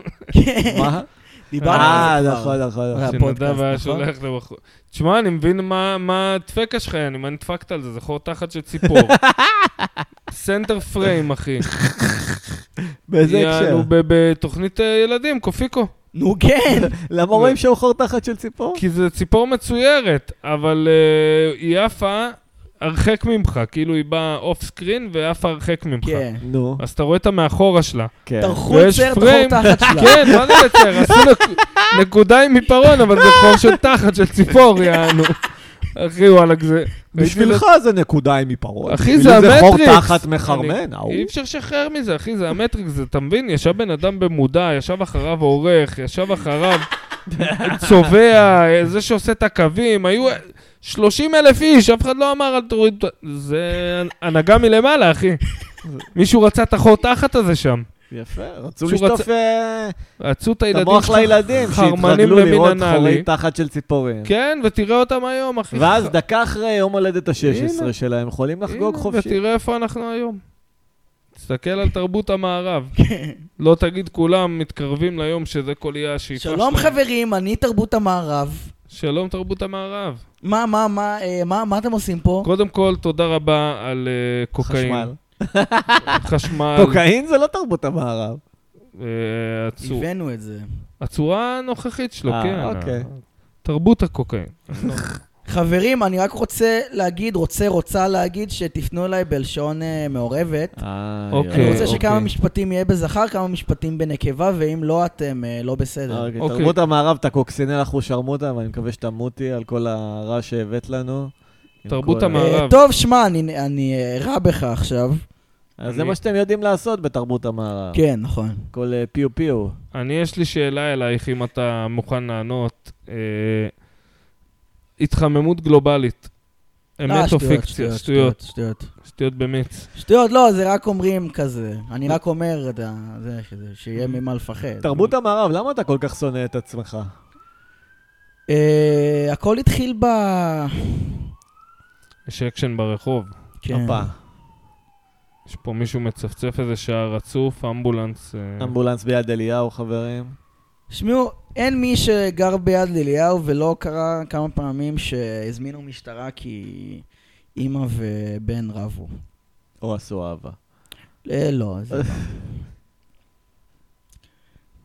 [SPEAKER 1] [LAUGHS]
[SPEAKER 2] מה?
[SPEAKER 3] כן, דיברנו
[SPEAKER 2] אה,
[SPEAKER 3] על זה כבר.
[SPEAKER 2] נכון, נכון. נכון.
[SPEAKER 3] זה הפודקאסט,
[SPEAKER 1] שנדב היה
[SPEAKER 3] נכון?
[SPEAKER 1] שולח לבחור. תשמע, אני מבין מה- מה הדפקה שלך, יעני, מה נדפקת על זה? זה חור תחת של
[SPEAKER 3] [LAUGHS]
[SPEAKER 1] ציפור. סנטר פריים, אחי.
[SPEAKER 2] באיזה הקשר?
[SPEAKER 1] יענו, ב- בתוכנית אה, ילדים, קופיקו.
[SPEAKER 3] נו כן,
[SPEAKER 2] [LAUGHS] למה רואים שם חור תחת של ציפור?
[SPEAKER 1] כי זה ציפור מצוירת, אבל אה, היא עפה הרחק ממך, כאילו היא באה אוף סקרין ועפה הרחק ממך.
[SPEAKER 3] כן.
[SPEAKER 2] נו,
[SPEAKER 1] אז אתה רואה את המאחורה שלה.
[SPEAKER 2] כן.
[SPEAKER 3] תרחו את
[SPEAKER 1] ויש
[SPEAKER 3] סרט החור
[SPEAKER 1] פריים.
[SPEAKER 3] תחת
[SPEAKER 1] [LAUGHS]
[SPEAKER 2] לא.
[SPEAKER 3] שלה.
[SPEAKER 1] כן, מה זה
[SPEAKER 2] [LAUGHS]
[SPEAKER 1] לצייר? עשו נק- נקודה עם עיפרון, אבל זה חור של תחת של ציפור, יענו. אחי, וואלכ, זה...
[SPEAKER 2] בשבילך זה נקודה עם עיפרון.
[SPEAKER 1] אחי,
[SPEAKER 2] בשבילי
[SPEAKER 1] זה
[SPEAKER 2] חור
[SPEAKER 1] המטריקס.
[SPEAKER 2] תחת מחרמן,
[SPEAKER 1] אני-
[SPEAKER 2] ההוא.
[SPEAKER 1] אי אפשר לשחרר מזה, אחי, זה המטריקס, זה- אתה מבין? ישב בן אדם במודע, ישב אחריו עורך, ישב אחריו צובע, זה שעושה את הקווים, היו 30 אלף איש, אף אחד לא אמר אל תוריד... את ה-" זה הנהגה מלמעלה, אחי. מישהו רצה את החור תחת הזה שם.
[SPEAKER 2] יפה, רצו
[SPEAKER 1] שהוא
[SPEAKER 2] לשטוף
[SPEAKER 1] רצה-
[SPEAKER 2] אה,
[SPEAKER 1] רצו את
[SPEAKER 2] את
[SPEAKER 1] הילדים
[SPEAKER 2] המוח לילדים,
[SPEAKER 1] חרמנים
[SPEAKER 2] שהתרגלו
[SPEAKER 1] למין
[SPEAKER 2] לראות
[SPEAKER 1] הנעלי.
[SPEAKER 2] חורי תחת של ציפורים.
[SPEAKER 1] כן, ותראה אותם היום, אחי.
[SPEAKER 2] ואז דקה אחרי יום הולדת ה-16
[SPEAKER 1] הנה.
[SPEAKER 2] שלהם, יכולים לחגוג
[SPEAKER 1] הנה,
[SPEAKER 2] חופשי.
[SPEAKER 1] ותראה איפה אנחנו היום. תסתכל על תרבות
[SPEAKER 3] [LAUGHS]
[SPEAKER 1] המערב.
[SPEAKER 3] כן.
[SPEAKER 1] לא תגיד כולם מתקרבים ליום שזה כל יהיה השאיפה שלהם.
[SPEAKER 3] שלום חברים, אני תרבות המערב.
[SPEAKER 1] שלום תרבות המערב.
[SPEAKER 3] מה, מה, מה, אה, מה, מה אתם עושים פה?
[SPEAKER 1] קודם כל, תודה רבה על אה, קוקאין. אה,
[SPEAKER 2] חשמל.
[SPEAKER 1] [LAUGHS] חשמל.
[SPEAKER 2] קוקאין זה לא תרבות המערב.
[SPEAKER 1] אה, הצור-
[SPEAKER 3] הבאנו את זה.
[SPEAKER 1] הצורה הנוכחית שלו,
[SPEAKER 2] אה,
[SPEAKER 1] כן.
[SPEAKER 2] אוקיי.
[SPEAKER 1] ה- תרבות הקוקאין. [LAUGHS]
[SPEAKER 3] חברים, אני רק רוצה להגיד, רוצה, רוצה להגיד, שתפנו אליי בלשון אה, מעורבת.
[SPEAKER 2] אה,
[SPEAKER 1] אוקיי.
[SPEAKER 3] אני רוצה
[SPEAKER 1] אוקיי.
[SPEAKER 3] שכמה משפטים יהיה בזכר, כמה משפטים בנקבה, ואם לא, אתם אה, לא בסדר.
[SPEAKER 2] אוקיי,
[SPEAKER 1] אוקיי.
[SPEAKER 2] תרבות המערב, אתה קוקסינל אחושרמוטה, ואני מקווה שתמותי על כל הרע שהבאת לנו. עם
[SPEAKER 1] תרבות
[SPEAKER 2] כל-
[SPEAKER 1] המערב.
[SPEAKER 3] אה, טוב, שמע, אני- אני אה, רע בך עכשיו.
[SPEAKER 2] אז זה
[SPEAKER 1] אני-
[SPEAKER 2] מה שאתם יודעים לעשות בתרבות
[SPEAKER 1] אה.
[SPEAKER 2] המערב.
[SPEAKER 3] כן, נכון.
[SPEAKER 2] כל אה, פיו פיו.
[SPEAKER 1] אני, יש לי שאלה אלייך, אם אתה מוכן לענות. אה, התחממות גלובלית.
[SPEAKER 3] אה,
[SPEAKER 1] אמת או פיקציה? שטויות.
[SPEAKER 3] שטויות.
[SPEAKER 1] שטויות במיץ.
[SPEAKER 3] שטויות, לא, זה רק אומרים כזה. אני רק אומר, אתה יודע, שזה- שיהיה ממה לפחד.
[SPEAKER 2] תרבות המערב, למה אתה כל כך שונא את עצמך?
[SPEAKER 3] אה, הכל התחיל ב...
[SPEAKER 1] יש אקשן ברחוב.
[SPEAKER 3] כן.
[SPEAKER 2] הופה,
[SPEAKER 1] יש פה מישהו מצפצף איזה שעה רצוף, אמבולנס. אה,
[SPEAKER 2] אמבולנס ביד אליהו, חברים.
[SPEAKER 3] שמעו, אין מי שגר ביד ליליהו ולא קרה כמה פעמים שהזמינו משטרה כי אימא ובן רבו.
[SPEAKER 2] או עשו אהבה.
[SPEAKER 3] אה, לא, זה... לא.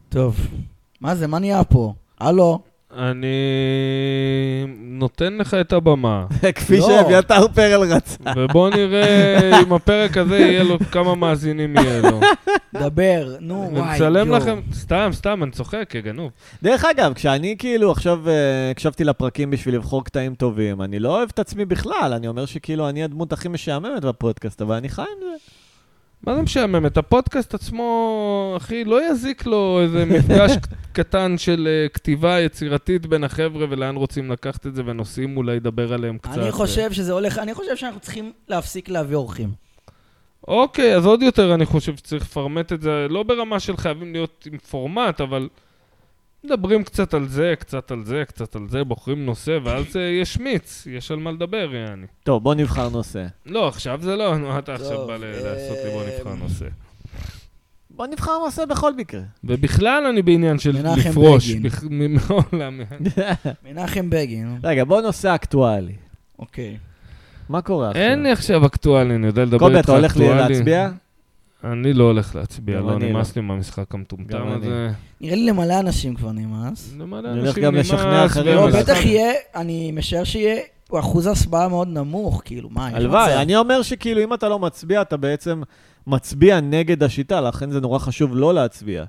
[SPEAKER 3] טוב, מה זה, מה נהיה פה? הלו,
[SPEAKER 1] אני נותן לך את
[SPEAKER 3] [LAUGHS]
[SPEAKER 1] הבמה,
[SPEAKER 2] [LAUGHS] כפי
[SPEAKER 3] לא.
[SPEAKER 2] שאביתר פרל רצה.
[SPEAKER 1] ובוא נראה אם הפרק הזה יהיה לו כמה מאזינים יהיה לו.
[SPEAKER 3] דבר, נו, [LAUGHS] וואי,
[SPEAKER 1] נצלם
[SPEAKER 3] יואו.
[SPEAKER 1] לכם, סתם, סתם, אני צוחק, יא גנוב.
[SPEAKER 2] דרך אגב, כשאני כאילו עכשיו אה, הקשבתי לפרקים בשביל לבחור קטעים טובים, אני לא אוהב את עצמי בכלל, אני אומר שכאילו אני הדמות הכי משעממת בפודקאסט, אבל אני חי עם זה.
[SPEAKER 1] מה זה משעמם? את הפודקאסט עצמו, אחי, לא יזיק לו איזה
[SPEAKER 3] [LAUGHS]
[SPEAKER 1] מפגש ק- קטן של אה, כתיבה יצירתית בין החבר'ה ולאן רוצים לקחת את זה, ונושאים אולי לדבר עליהם קצת. אה.
[SPEAKER 3] אני חושב שזה הולך, אני חושב שאנחנו צריכים להפסיק להביא אורחים.
[SPEAKER 1] אוקיי, אז עוד יותר אני חושב שצריך לפרמט את זה, לא ברמה של חייבים להיות עם פורמט, אבל מדברים קצת על זה, קצת על זה, קצת על זה, בוחרים נושא, ואז אה, יש מיץ, יש על מה לדבר, יעני.
[SPEAKER 2] טוב, בוא נבחר נושא.
[SPEAKER 1] לא, עכשיו זה לא, נו, אתה עכשיו
[SPEAKER 3] טוב,
[SPEAKER 1] בא ל-
[SPEAKER 2] אה,
[SPEAKER 1] לעשות לי בוא נבחר
[SPEAKER 3] אמ,
[SPEAKER 1] נושא.
[SPEAKER 2] בוא נבחר נושא בכל מקרה.
[SPEAKER 1] ובכלל אני בעניין של
[SPEAKER 3] מנחם
[SPEAKER 1] לפרוש,
[SPEAKER 3] בגין.
[SPEAKER 1] בכ- מ-
[SPEAKER 2] [LAUGHS]
[SPEAKER 1] מעולם.
[SPEAKER 3] מנחם בגין,
[SPEAKER 2] רגע, בוא נושא אקטואלי.
[SPEAKER 3] אוקיי.
[SPEAKER 2] מה קורה עכשיו?
[SPEAKER 1] אין לי עכשיו אקטואלי, אני יודע לדבר
[SPEAKER 2] קובי,
[SPEAKER 1] איתך
[SPEAKER 2] אתה
[SPEAKER 1] אקטואלי.
[SPEAKER 2] הולך לי להצביע?
[SPEAKER 1] אני לא הולך להצביע,
[SPEAKER 2] גם
[SPEAKER 1] לא,
[SPEAKER 2] אני
[SPEAKER 1] נמאס לי מהמשחק המטומטם
[SPEAKER 2] גם אני.
[SPEAKER 1] הזה.
[SPEAKER 3] נראה לי למלא אנשים כבר נמאס.
[SPEAKER 1] למלא
[SPEAKER 2] אני הולך
[SPEAKER 1] אנשים
[SPEAKER 2] גם
[SPEAKER 1] נמאס,
[SPEAKER 2] לשכנע אחרים.
[SPEAKER 3] לא,
[SPEAKER 1] והמשחק-
[SPEAKER 3] בטח יהיה, אני משער שיהיה אחוז הסבעה מאוד נמוך, כאילו, מה, יש מצב?
[SPEAKER 2] הלוואי, אני לא אומר שכאילו אם אתה לא מצביע, אתה בעצם מצביע נגד השיטה, לכן זה נורא חשוב לא להצביע.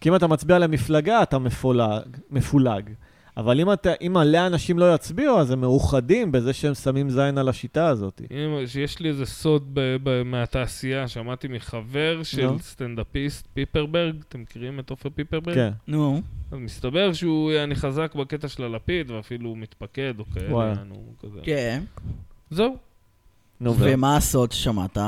[SPEAKER 2] כי אם אתה מצביע למפלגה, אתה מפולג, מפולג. אבל אם, אתה, אם מלא אנשים לא יצביעו, אז הם מאוחדים בזה שהם שמים זין על השיטה הזאת.
[SPEAKER 1] אם- שיש לי איזה סוד ב- ב- מהתעשייה, שמעתי מחבר של
[SPEAKER 2] נו.
[SPEAKER 1] סטנדאפיסט, פיפרברג, אתם מכירים את עופר פיפרברג?
[SPEAKER 2] כן,
[SPEAKER 3] נו,
[SPEAKER 1] אז מסתבר שהוא אני חזק בקטע של הלפיד, ואפילו הוא מתפקד או כאלה,
[SPEAKER 2] וואלה.
[SPEAKER 1] נו, כזה.
[SPEAKER 3] כן.
[SPEAKER 1] זהו.
[SPEAKER 2] נו, ו-
[SPEAKER 3] ומה הסוד ששמעת?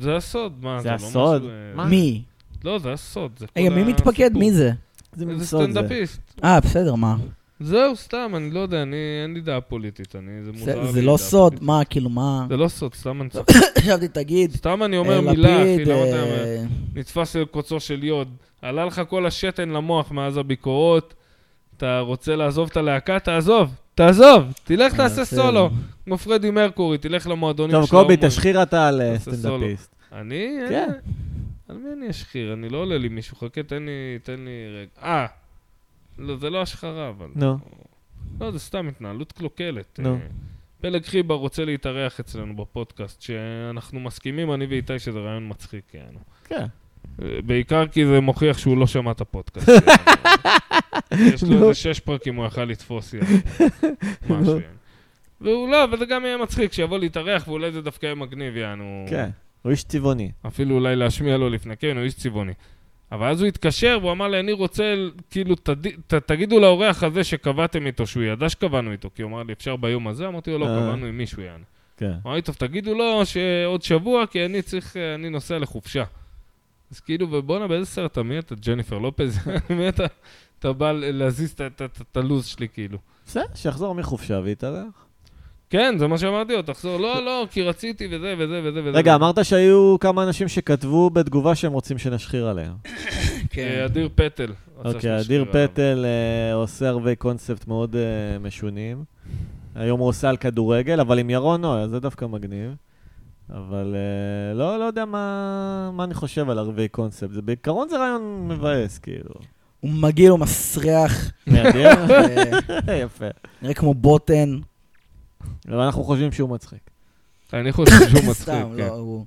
[SPEAKER 1] זה הסוד, מה?
[SPEAKER 2] זה
[SPEAKER 1] לא
[SPEAKER 2] הסוד?
[SPEAKER 1] משהו, אה,
[SPEAKER 2] מה?
[SPEAKER 3] מי?
[SPEAKER 1] לא, זה הסוד. זה
[SPEAKER 3] רגע,
[SPEAKER 1] כל
[SPEAKER 3] מי מתפקד?
[SPEAKER 1] הסיפור.
[SPEAKER 3] מי זה?
[SPEAKER 2] איזה מין
[SPEAKER 1] זה
[SPEAKER 2] סוד זה?
[SPEAKER 1] סטנדאפיסט.
[SPEAKER 3] אה, בסדר, מה?
[SPEAKER 1] זהו, סתם, אני לא יודע, אני, אין לי דעה פוליטית, אני, זה מוזר.
[SPEAKER 3] זה-
[SPEAKER 1] לי
[SPEAKER 3] זה
[SPEAKER 1] דעה
[SPEAKER 3] לא סוד,
[SPEAKER 1] פוליטית.
[SPEAKER 3] מה, כאילו, מה? [COUGHS]
[SPEAKER 1] זה לא סוד, סתם אני צוחק.
[SPEAKER 3] חשבתי, תגיד,
[SPEAKER 1] סתם אני
[SPEAKER 3] אה,
[SPEAKER 1] אומר מילה, אחי, לא
[SPEAKER 3] לפיד,
[SPEAKER 1] למה אתה אומר?
[SPEAKER 3] אה,
[SPEAKER 1] נתפס אל קוצו של יוד. עלה לך כל השתן למוח מאז הביקורות, אתה רוצה לעזוב את הלהקה? תעזוב, תעזוב, תלך תעשה
[SPEAKER 3] בסדר.
[SPEAKER 1] סולו. כמו פרדי מרקורי, תלך למועדונים
[SPEAKER 2] טוב,
[SPEAKER 1] של ההומואים.
[SPEAKER 2] קובי, תשחיר אתה על אה,
[SPEAKER 1] תעשה סולו.
[SPEAKER 2] סטנדאפיסט.
[SPEAKER 1] אני?
[SPEAKER 2] כן.
[SPEAKER 1] אה, על מי אני אשחיר? אני לא עולה לי מישהו, חכה, תן לי, תן לי רגע. אה, לא, זה לא השחרה, אבל.
[SPEAKER 2] נו.
[SPEAKER 1] לא, זה סתם התנהלות קלוקלת.
[SPEAKER 2] נו.
[SPEAKER 1] אה, פלג חיבה רוצה להתארח אצלנו בפודקאסט, שאנחנו מסכימים, אני ואיתי, שזה רעיון מצחיק, יענו.
[SPEAKER 2] כן.
[SPEAKER 1] בעיקר כי זה מוכיח שהוא לא שמע את הפודקאסט. יענו. יש לו
[SPEAKER 2] נו.
[SPEAKER 1] איזה שש פרקים, הוא יכל לתפוס
[SPEAKER 2] [LAUGHS]
[SPEAKER 1] יענו, משהו.
[SPEAKER 2] נו.
[SPEAKER 1] יענו. והוא לא, וזה גם יהיה מצחיק, שיבוא להתארח, ואולי זה דווקא יהיה מגניב, יענו.
[SPEAKER 2] כן. הוא איש צבעוני.
[SPEAKER 1] אפילו אולי להשמיע לו לפני, כן, הוא איש צבעוני. אבל אז הוא התקשר, והוא אמר לי, אני רוצה, כאילו, תד... ת... תגידו לאורח הזה שקבעתם איתו, שהוא ידע שקבענו איתו, כי הוא אמר לי, אפשר ביום הזה? אמרתי לו, לא,
[SPEAKER 2] אה.
[SPEAKER 1] קבענו עם מישהו, יעני.
[SPEAKER 2] כן.
[SPEAKER 1] אמר לי, טוב, תגידו לו שעוד שבוע, כי אני צריך, אה, אני נוסע לחופשה. אז כאילו, ובואנה, באיזה סרט אתה? מי אתה? ג'ניפר לופז? [LAUGHS] מי אתה? אתה בא להזיז את- את- את את הלו"ז שלי, כאילו.
[SPEAKER 2] בסדר, שיחזור מחופשה ויתארח.
[SPEAKER 1] כן, זה מה שאמרתי לו, תחזור. לא, לא, כי רציתי וזה וזה וזה וזה.
[SPEAKER 2] רגע, אמרת שהיו כמה אנשים שכתבו בתגובה שהם רוצים שנשחיר עליהם.
[SPEAKER 1] אה,
[SPEAKER 3] כן.
[SPEAKER 1] אדיר פטל. רצה
[SPEAKER 2] אוקיי,
[SPEAKER 1] שנשחרר
[SPEAKER 2] אדיר
[SPEAKER 1] עליו.
[SPEAKER 2] פטל אה, עושה הרבה קונספט מאוד אה, משונים. היום הוא עושה על כדורגל, אבל עם ירון נוי, אז זה דווקא מגניב. אבל אה, לא, לא יודע מה, מה אני חושב על ערבי קונספט. זה בעיקרון זה רעיון מבאס, כאילו.
[SPEAKER 3] הוא מגעיל, הוא מסריח,
[SPEAKER 2] נהדר?
[SPEAKER 3] אה,
[SPEAKER 2] [LAUGHS]
[SPEAKER 1] [LAUGHS]
[SPEAKER 2] יפה.
[SPEAKER 3] נראה כמו בוטן.
[SPEAKER 2] אבל אנחנו חושבים שהוא מצחיק.
[SPEAKER 1] אני חושב
[SPEAKER 3] [LAUGHS]
[SPEAKER 1] שהוא מצחיק,
[SPEAKER 3] סתם,
[SPEAKER 1] כן.
[SPEAKER 3] לא, הוא...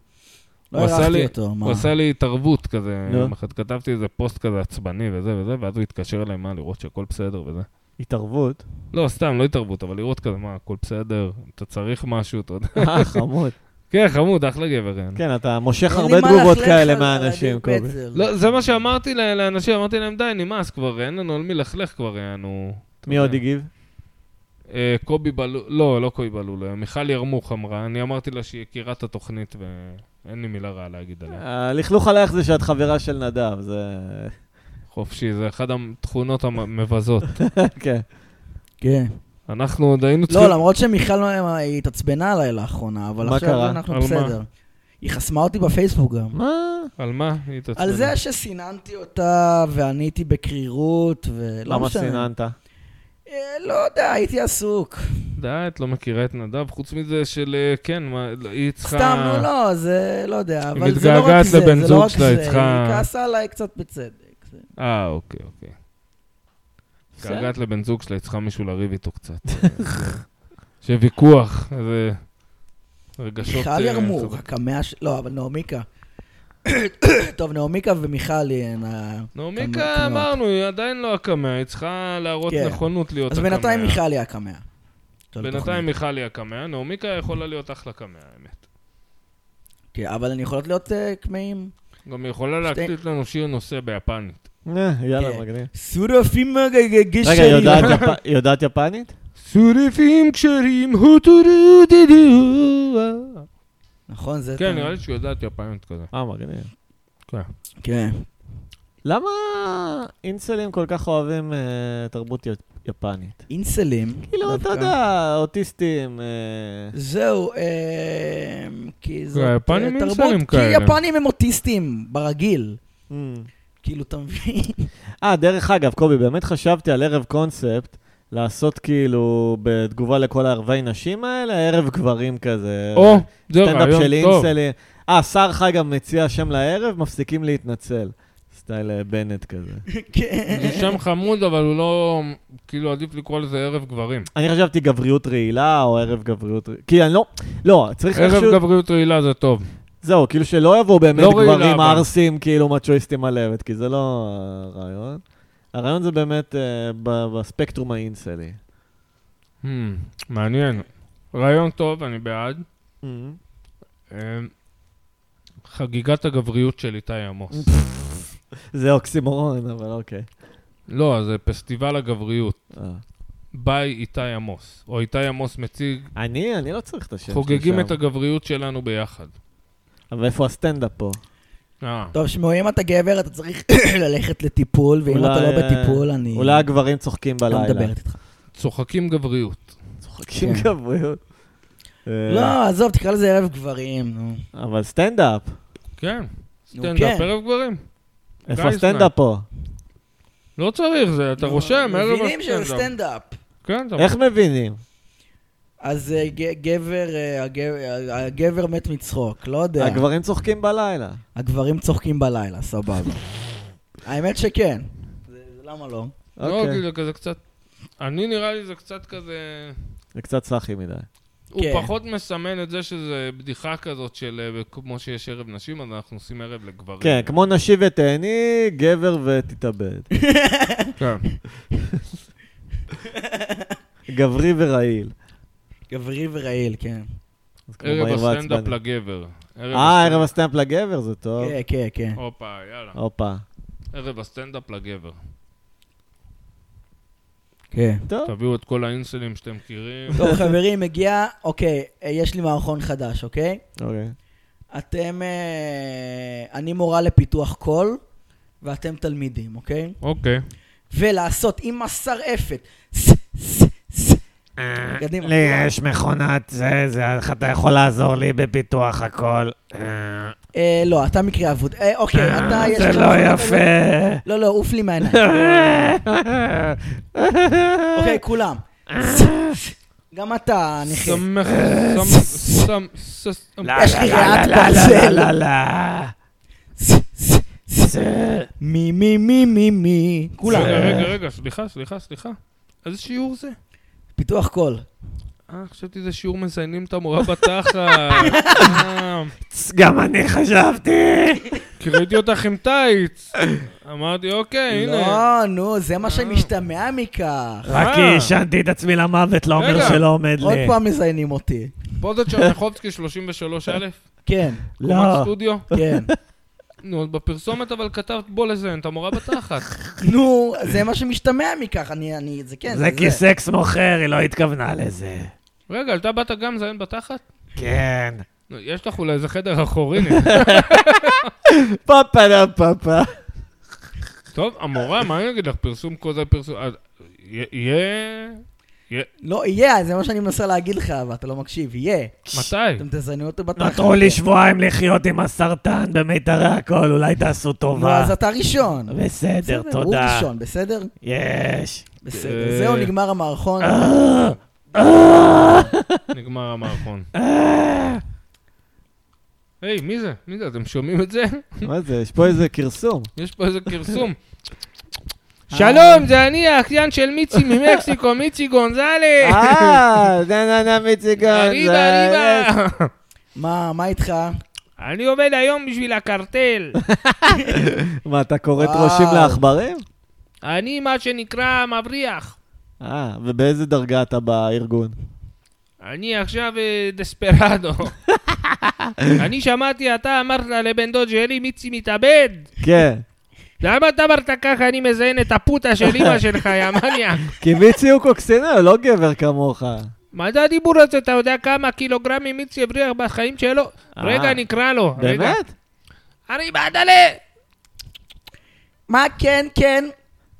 [SPEAKER 3] לא
[SPEAKER 1] הוא עשה
[SPEAKER 3] הערכתי
[SPEAKER 1] לי-
[SPEAKER 3] אותו, מה?
[SPEAKER 1] הוא עשה לי התערבות כזה,
[SPEAKER 2] נו.
[SPEAKER 1] יום אחד כתבתי איזה פוסט כזה עצבני וזה וזה, ואז הוא התקשר אליי, מה, לראות שהכל בסדר וזה.
[SPEAKER 2] התערבות.
[SPEAKER 1] לא, סתם, לא התערבות, אבל לראות כזה, מה, הכל בסדר, אתה צריך משהו, אתה יודע.
[SPEAKER 2] [LAUGHS] אה, חמוד.
[SPEAKER 1] כן, חמוד, אחלה גבר. יענו.
[SPEAKER 2] כן, אתה מושך
[SPEAKER 3] אין לי
[SPEAKER 2] הרבה
[SPEAKER 3] מה
[SPEAKER 2] תגובות
[SPEAKER 3] ללכלך
[SPEAKER 2] כאלה
[SPEAKER 3] על
[SPEAKER 2] מהאנשים,
[SPEAKER 3] אדיר
[SPEAKER 2] קובי.
[SPEAKER 3] פטל.
[SPEAKER 1] לא, זה מה שאמרתי ל- לאנשים, אמרתי להם, די, נמאס כבר, אין לנו על מי לכלך כבר, יענו. אתה
[SPEAKER 2] מי
[SPEAKER 1] יודע.
[SPEAKER 2] עוד הגיב?
[SPEAKER 1] אה, קובי בלול, לא, לא קובי בלול, אה, מיכל ירמוך אמרה, אני אמרתי לה שהיא יקירה את התוכנית ואין לי מילה רעה להגיד עליה.
[SPEAKER 2] הלכלוך עלייך זה שאת חברה של נדב, זה... [LAUGHS]
[SPEAKER 1] חופשי, זה אחת התכונות המבזות. [LAUGHS]
[SPEAKER 2] כן.
[SPEAKER 3] כן.
[SPEAKER 1] אנחנו עוד היינו צריכים...
[SPEAKER 3] לא, למרות שמיכל אה, היא התעצבנה עליי לאחרונה, אבל
[SPEAKER 2] מה
[SPEAKER 3] עכשיו
[SPEAKER 2] קרה?
[SPEAKER 3] אנחנו
[SPEAKER 1] על מה?
[SPEAKER 3] בסדר. היא חסמה אותי בפייסבוק גם.
[SPEAKER 2] מה?
[SPEAKER 1] על מה היא התעצבנה?
[SPEAKER 3] על זה שסיננתי אותה ועניתי בקרירות, ולא
[SPEAKER 2] למה
[SPEAKER 3] לא משנה.
[SPEAKER 2] סיננת?
[SPEAKER 3] אה, לא יודע, הייתי עסוק.
[SPEAKER 1] די, את לא מכירה את נדב, חוץ מזה של... אה, כן, מה, לא, היא צריכה...
[SPEAKER 3] סתם, נו, לא, זה לא יודע,
[SPEAKER 1] היא
[SPEAKER 3] אבל זה לא רק
[SPEAKER 1] מתגעגעת
[SPEAKER 3] זה,
[SPEAKER 1] לבן
[SPEAKER 3] זה
[SPEAKER 1] זוג
[SPEAKER 3] לא רק
[SPEAKER 1] שלה,
[SPEAKER 3] זה.
[SPEAKER 1] היא
[SPEAKER 3] היא
[SPEAKER 1] צריכה-
[SPEAKER 3] כעסה עליי קצת בצדק. זה-
[SPEAKER 1] אה, אוקיי, אוקיי. התגעגעת לבן זוג שלה, היא צריכה מישהו לריב איתו קצת. [LAUGHS] שוויכוח, איזה... רגשות...
[SPEAKER 3] מיכל
[SPEAKER 1] אה,
[SPEAKER 3] ירמור,
[SPEAKER 1] חזק.
[SPEAKER 3] הקמע של... לא, אבל נעמיקה. [COUGHS] טוב, נעמיקה ומיכל הן ה...
[SPEAKER 1] נעמיקה,
[SPEAKER 3] קמע-
[SPEAKER 1] אמרנו, היא עדיין לא הקמע, היא צריכה להראות
[SPEAKER 3] כן.
[SPEAKER 1] נכונות להיות
[SPEAKER 3] אז
[SPEAKER 1] הקמע.
[SPEAKER 3] בינתיים מיכל היא לא הקמע. של
[SPEAKER 1] בינתיים
[SPEAKER 3] התוכנית.
[SPEAKER 1] מיכל היא הקמע, נעמיקה יכולה להיות אחלה קמע, האמת.
[SPEAKER 3] כן, אבל הן יכולות להיות אה, קמעים.
[SPEAKER 1] גם היא יכולה
[SPEAKER 3] שתי-
[SPEAKER 1] להקליט לנו שיר נושא ביפנית.
[SPEAKER 2] אה, יאללה,
[SPEAKER 3] כן.
[SPEAKER 2] מגניב.
[SPEAKER 3] סורפים אה,
[SPEAKER 2] רגע,
[SPEAKER 3] גשרים.
[SPEAKER 2] היא יודעת יפ- היא יודעת יפנית?
[SPEAKER 1] שורפים כשרים, הוטורו דדו.
[SPEAKER 3] נכון, זה...
[SPEAKER 1] כן,
[SPEAKER 3] אתה-
[SPEAKER 1] נראה לי שהיא יודעת יפנית כזה.
[SPEAKER 2] אה, מגניב.
[SPEAKER 1] כן.
[SPEAKER 3] כן.
[SPEAKER 2] למה אינסלים כל כך אוהבים אה, תרבות יפ- יפנית?
[SPEAKER 3] אינסלים.
[SPEAKER 2] כאילו, אתה
[SPEAKER 3] דווקא.
[SPEAKER 2] יודע, אוטיסטים... אה,
[SPEAKER 3] זהו, אה, כי זאת אה,
[SPEAKER 1] היפנים הם
[SPEAKER 3] תרבות,
[SPEAKER 1] אינסלים
[SPEAKER 3] כי
[SPEAKER 1] כאלה.
[SPEAKER 3] יפנים הם אוטיסטים, ברגיל.
[SPEAKER 2] אמ.
[SPEAKER 3] כאילו, אתה מבין? [LAUGHS]
[SPEAKER 2] אה, דרך אגב, קובי, באמת חשבתי על ערב קונספט, לעשות כאילו, בתגובה לכל הערבי נשים האלה, ערב גברים כזה.
[SPEAKER 1] או, זה
[SPEAKER 2] סטנדאפ
[SPEAKER 1] רעיון
[SPEAKER 2] של
[SPEAKER 1] טוב.
[SPEAKER 2] אינסלים. אה, סרחה גם מציע שם לערב, מפסיקים להתנצל. סטייל אה, בנט כזה.
[SPEAKER 3] כן.
[SPEAKER 1] זה שם חמוד, אבל הוא לא... כאילו, עדיף לקרוא לזה ערב גברים.
[SPEAKER 2] אני חשבתי גבריות רעילה, או ערב גבריות... רע- כי אני לא... לא, צריך
[SPEAKER 1] ערב
[SPEAKER 2] איכשהו...
[SPEAKER 1] גבריות רעילה זה טוב.
[SPEAKER 2] זהו, כאילו שלא יבואו באמת
[SPEAKER 1] לא רעילה,
[SPEAKER 2] גברים
[SPEAKER 1] אבל.
[SPEAKER 2] ערסים, כאילו מצ'ואיסטים על אבת, כי זה לא הרעיון. הרעיון זה באמת אה, ב- בספקטרום האינסלי.
[SPEAKER 1] Hmm, מעניין. רעיון טוב, אני בעד. אמ, חגיגת הגבריות של איתי עמוס.
[SPEAKER 2] זה אוקסימורון, אבל אוקיי.
[SPEAKER 1] לא, זה פסטיבל הגבריות.
[SPEAKER 2] אה,
[SPEAKER 1] ביי איתי עמוס, או איתי עמוס
[SPEAKER 3] כן,
[SPEAKER 1] מציג,
[SPEAKER 2] אני, אני לא צריך את השם שלי שם.
[SPEAKER 1] חוגגים את הגבריות שלנו ביחד.
[SPEAKER 2] אבל איפה הסטנדאפ פה?
[SPEAKER 1] אה,
[SPEAKER 3] טוב, שמעו, אם אתה גבר, אתה צריך [COUGHS] ללכת לטיפול, ואם אתה
[SPEAKER 2] אולי,
[SPEAKER 3] לא
[SPEAKER 2] אה,
[SPEAKER 3] בטיפול, אני
[SPEAKER 2] אולי הגברים צוחקים
[SPEAKER 3] לא
[SPEAKER 2] בלילה.
[SPEAKER 3] מדברת איתך.
[SPEAKER 1] צוחקים גבריות.
[SPEAKER 2] צוחקים
[SPEAKER 3] כן.
[SPEAKER 2] גבריות. אה,
[SPEAKER 3] לא, עזוב, תקרא לזה ערב גברים, נו.
[SPEAKER 2] אבל סטנדאפ.
[SPEAKER 1] כן,
[SPEAKER 3] נו,
[SPEAKER 1] סטנדאפ
[SPEAKER 3] כן.
[SPEAKER 1] ערב גברים.
[SPEAKER 2] איפה
[SPEAKER 1] guys
[SPEAKER 2] הסטנדאפ פה?
[SPEAKER 1] לא צריך, זה, אתה רושם, ערב
[SPEAKER 3] מבינים שזה
[SPEAKER 1] הסטנדאפ.
[SPEAKER 3] סטנדאפ.
[SPEAKER 1] כן, אתה...
[SPEAKER 2] איך מבינים?
[SPEAKER 3] אז אה, ג- גבר, אה, הגבר- הגבר מת מצחוק, לא יודע.
[SPEAKER 2] הגברים צוחקים בלילה.
[SPEAKER 3] הגברים צוחקים בלילה, סבבה. האמת שכן. זה- זה למה לא?
[SPEAKER 1] לא,
[SPEAKER 2] אוקיי.
[SPEAKER 1] כאילו, כזה קצת... אני נראה לי זה קצת כזה...
[SPEAKER 2] זה קצת סאחי מדי.
[SPEAKER 1] הוא
[SPEAKER 3] כן.
[SPEAKER 1] פחות מסמן את זה שזה בדיחה כזאת של אה, כמו שיש ערב נשים, אז אנחנו עושים ערב לגברים.
[SPEAKER 2] כן, כמו נשי ותהני, גבר ותתאבד.
[SPEAKER 1] כן.
[SPEAKER 2] גברי ורעיל.
[SPEAKER 3] גברי ורעיל, כן.
[SPEAKER 2] אז כמו
[SPEAKER 1] ערב
[SPEAKER 2] מהיר
[SPEAKER 1] הסטנדאפ
[SPEAKER 2] ועצבני.
[SPEAKER 1] לגבר.
[SPEAKER 2] אה, ערב הסטנדאפ לגבר, זה טוב.
[SPEAKER 3] כן, כן, כן.
[SPEAKER 1] הופה, יאללה.
[SPEAKER 2] הופה.
[SPEAKER 1] ערב הסטנדאפ לגבר.
[SPEAKER 3] כן.
[SPEAKER 2] טוב.
[SPEAKER 1] תביאו את כל האינסלים שאתם מכירים.
[SPEAKER 3] טוב, חברים, הגיע, אוקיי, אה, יש לי מערכון חדש, אוקיי?
[SPEAKER 2] אוקיי.
[SPEAKER 3] אתם, אה, אני מורה לפיתוח קול, ואתם תלמידים, אוקיי?
[SPEAKER 1] אוקיי.
[SPEAKER 3] ולעשות עם מסרעפת, ס, ס, ס, קדימה.
[SPEAKER 4] לי יש מכונת זה, זה, איך אתה יכול לעזור לי בפיתוח הכל?
[SPEAKER 3] אה, לא, אתה מקרה אבוד. אה, אוקיי, אתה יש...
[SPEAKER 4] זה
[SPEAKER 3] לך-
[SPEAKER 4] לא יפה.
[SPEAKER 3] לא, לא, עוף לי מהעיניים.
[SPEAKER 4] [LAUGHS]
[SPEAKER 3] אוקיי, כולם.
[SPEAKER 4] אה.
[SPEAKER 3] ס, ס. גם אתה, נכה.
[SPEAKER 1] סמך, סמ- סמ- סמ-
[SPEAKER 4] לא,
[SPEAKER 1] סמ-
[SPEAKER 3] אה? יש לי ריאת ברזל. ס, ס, ס. מי, מי, מי, מי, מי. כולם.
[SPEAKER 1] רגע, רגע, רגע, סליחה, סליחה, סליחה. איזה שיעור זה?
[SPEAKER 3] פיתוח קול.
[SPEAKER 1] אה, חשבתי זה שיעור מזיינים את המורה בתחת. אה,
[SPEAKER 4] גם אני חשבתי.
[SPEAKER 1] כי ראיתי אותך עם טייץ. אמרתי, אוקיי, הנה. אה,
[SPEAKER 3] לא, נו, זה מה שמשתמע מכך.
[SPEAKER 4] רק כי עישנתי את עצמי למוות, לא אומר
[SPEAKER 1] רגע.
[SPEAKER 4] שלא עומד
[SPEAKER 3] עוד
[SPEAKER 4] לי.
[SPEAKER 3] פעם מזיינים אותי.
[SPEAKER 1] פה זה צ'רניחובסקי 33א?
[SPEAKER 3] כן,
[SPEAKER 1] קומת
[SPEAKER 4] לא.
[SPEAKER 1] סטודיו?
[SPEAKER 3] כן.
[SPEAKER 1] נו, אז בפרסומת אבל כתבת בוא לזיין את המורה בתחת.
[SPEAKER 3] נו, זה מה שמשתמע מכך, אני, אני, זה כן,
[SPEAKER 4] זה כי סקס מוכר, היא לא התכוונה לזה.
[SPEAKER 1] רגע, אתה באת גם לזיין בתחת?
[SPEAKER 4] כן.
[SPEAKER 1] נו, יש לך אולי איזה חדר אחורי. הנה.
[SPEAKER 2] פאפה לה פאפה.
[SPEAKER 1] טוב, המורה, מה אני אגיד לך? פרסום כל זה פרסום... אז יהיה- יהיה... יהיה-
[SPEAKER 3] לא, יהיה, זה מה שאני מנסה להגיד לך, אבל אתה לא מקשיב, יהיה.
[SPEAKER 1] מתי?
[SPEAKER 3] אתם תזיינו אותו בתחת.
[SPEAKER 4] נותרו לי שבועיים לחיות עם הסרטן במיתרי הכל, אולי תעשו
[SPEAKER 3] נו,
[SPEAKER 4] טובה.
[SPEAKER 3] לא, אז אתה ראשון.
[SPEAKER 4] בסדר,
[SPEAKER 3] הוא
[SPEAKER 4] תודה.
[SPEAKER 3] ראשון, בסדר?
[SPEAKER 4] יש.
[SPEAKER 3] בסדר. זהו, נגמר המערכון.
[SPEAKER 1] נגמר המערכון.
[SPEAKER 4] אה.
[SPEAKER 1] היי, מי זה? מי זה? אתם שומעים את זה?
[SPEAKER 2] מה זה? יש פה איזה כרסום.
[SPEAKER 1] יש פה איזה
[SPEAKER 2] [LAUGHS]
[SPEAKER 1] כרסום.
[SPEAKER 2] אה.
[SPEAKER 1] שלום, זה אני האחיין של מיצי ממקסיקו,
[SPEAKER 2] [LAUGHS]
[SPEAKER 1] מיצי גונזלס.
[SPEAKER 2] אה, כן, נה נה נה מיציגון.
[SPEAKER 1] אריבה, אריבה.
[SPEAKER 3] מה, מה איתך?
[SPEAKER 1] [LAUGHS] אני עובד היום בשביל
[SPEAKER 2] [LAUGHS]
[SPEAKER 1] הקרטל.
[SPEAKER 2] מה, אתה כורת
[SPEAKER 3] וואו.
[SPEAKER 2] ראשים לעכברים?
[SPEAKER 1] אני מה שנקרא מבריח.
[SPEAKER 2] אה, ובאיזה דרגה אתה בארגון?
[SPEAKER 1] אני עכשיו אה,
[SPEAKER 2] [LAUGHS]
[SPEAKER 1] דספרדו. אני שמעתי, אתה אמרת לבן דוד שלי, מיצי מתאבד.
[SPEAKER 2] כן,
[SPEAKER 1] למה אתה אמרת ככה, אני מזיין את הפוטה של
[SPEAKER 2] [LAUGHS]
[SPEAKER 1] אמא שלך, יא מניאק?
[SPEAKER 2] כי מיצי הוא קוקסינל, לא גבר כמוך.
[SPEAKER 1] מה זה הדיבור הזה? אתה יודע כמה קילוגרמים מיצי הבריח בחיים שלו?
[SPEAKER 2] אה.
[SPEAKER 1] רגע, נקרא לו. רגע.
[SPEAKER 2] באמת?
[SPEAKER 1] אני בעדלה!
[SPEAKER 3] מה, כן, כן.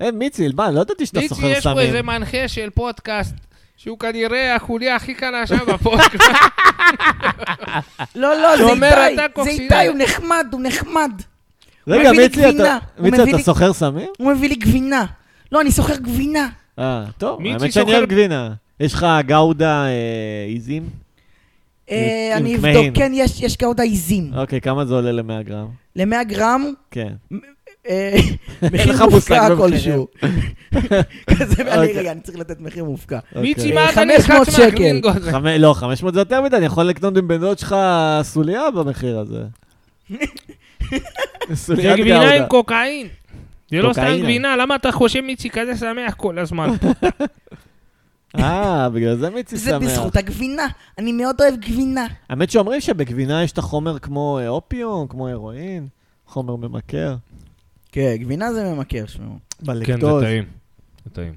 [SPEAKER 2] אה, מיצי, מה, לא ידעתי שאתה
[SPEAKER 1] מיצי,
[SPEAKER 2] סוחר
[SPEAKER 1] יש פה איזה
[SPEAKER 2] סמים.
[SPEAKER 1] מנחה של פודקאסט, שהוא כנראה החוליה הכי קלה שם בפודקאסט.
[SPEAKER 3] לא, לא, זה
[SPEAKER 1] שאומר,
[SPEAKER 3] איתי.
[SPEAKER 1] אתה
[SPEAKER 3] זה
[SPEAKER 1] קוקסינל.
[SPEAKER 3] איתי, הוא נחמד, הוא נחמד.
[SPEAKER 2] רגע,
[SPEAKER 3] מביא לי
[SPEAKER 2] מיצי, אתה-
[SPEAKER 3] גבינה, הוא
[SPEAKER 2] מיצי,
[SPEAKER 3] מביא
[SPEAKER 2] אתה
[SPEAKER 3] לי-
[SPEAKER 2] סוחר סמים?
[SPEAKER 3] הוא מביא לי גבינה. לא, אני סוחר גבינה.
[SPEAKER 2] אה, טוב,
[SPEAKER 1] מיצי
[SPEAKER 2] האמת שאני
[SPEAKER 1] סוחר-
[SPEAKER 2] אוהב גבינה. יש לך גאודה אה, עיזים?
[SPEAKER 3] אה,
[SPEAKER 2] עם-
[SPEAKER 3] אני
[SPEAKER 2] עם
[SPEAKER 3] אבדוק,
[SPEAKER 2] קמעין.
[SPEAKER 3] כן, יש יש כעוד העיזים.
[SPEAKER 2] אוקיי, כמה זה עולה ל-100 גרם?
[SPEAKER 3] ל-100 גרם,
[SPEAKER 2] כן.
[SPEAKER 3] אה,
[SPEAKER 2] [LAUGHS] אין לך מושג
[SPEAKER 3] מחיר מופקע
[SPEAKER 2] במחירים. [LAUGHS]
[SPEAKER 3] כלשהו. כזה, אני
[SPEAKER 2] אוקיי.
[SPEAKER 3] רגע, אני צריך לתת מחיר מופקע.
[SPEAKER 1] מיצי,
[SPEAKER 2] אוקיי.
[SPEAKER 1] מה אתה
[SPEAKER 3] 500
[SPEAKER 1] נלחץ
[SPEAKER 3] שקל.
[SPEAKER 1] מהגרינגו הזה?
[SPEAKER 2] חמ- לא, 500 זה יותר מדי, אני יכול לקנות עם בן דוד שלך סוליה במחיר הזה.
[SPEAKER 1] זה
[SPEAKER 2] סוליית
[SPEAKER 1] גבינה עם
[SPEAKER 2] גאודה.
[SPEAKER 1] קוקאין. זה לא סתם
[SPEAKER 2] קוקאינה.
[SPEAKER 1] גבינה, למה אתה חושב מיצי כזה שמח כל
[SPEAKER 2] [LAUGHS]
[SPEAKER 1] הזמן?
[SPEAKER 2] אה, בגלל זה מיצי
[SPEAKER 3] זה
[SPEAKER 2] שמח.
[SPEAKER 3] בזכות הגבינה, אני מאוד אוהב גבינה.
[SPEAKER 2] האמת שאומרים שבגבינה יש את החומר כמו אה, אופיום, כמו הרואין, חומר ממכר,
[SPEAKER 3] כן, גבינה זה ממכר, שמעו.
[SPEAKER 2] בלקטוז.
[SPEAKER 1] טעים. זה טעים.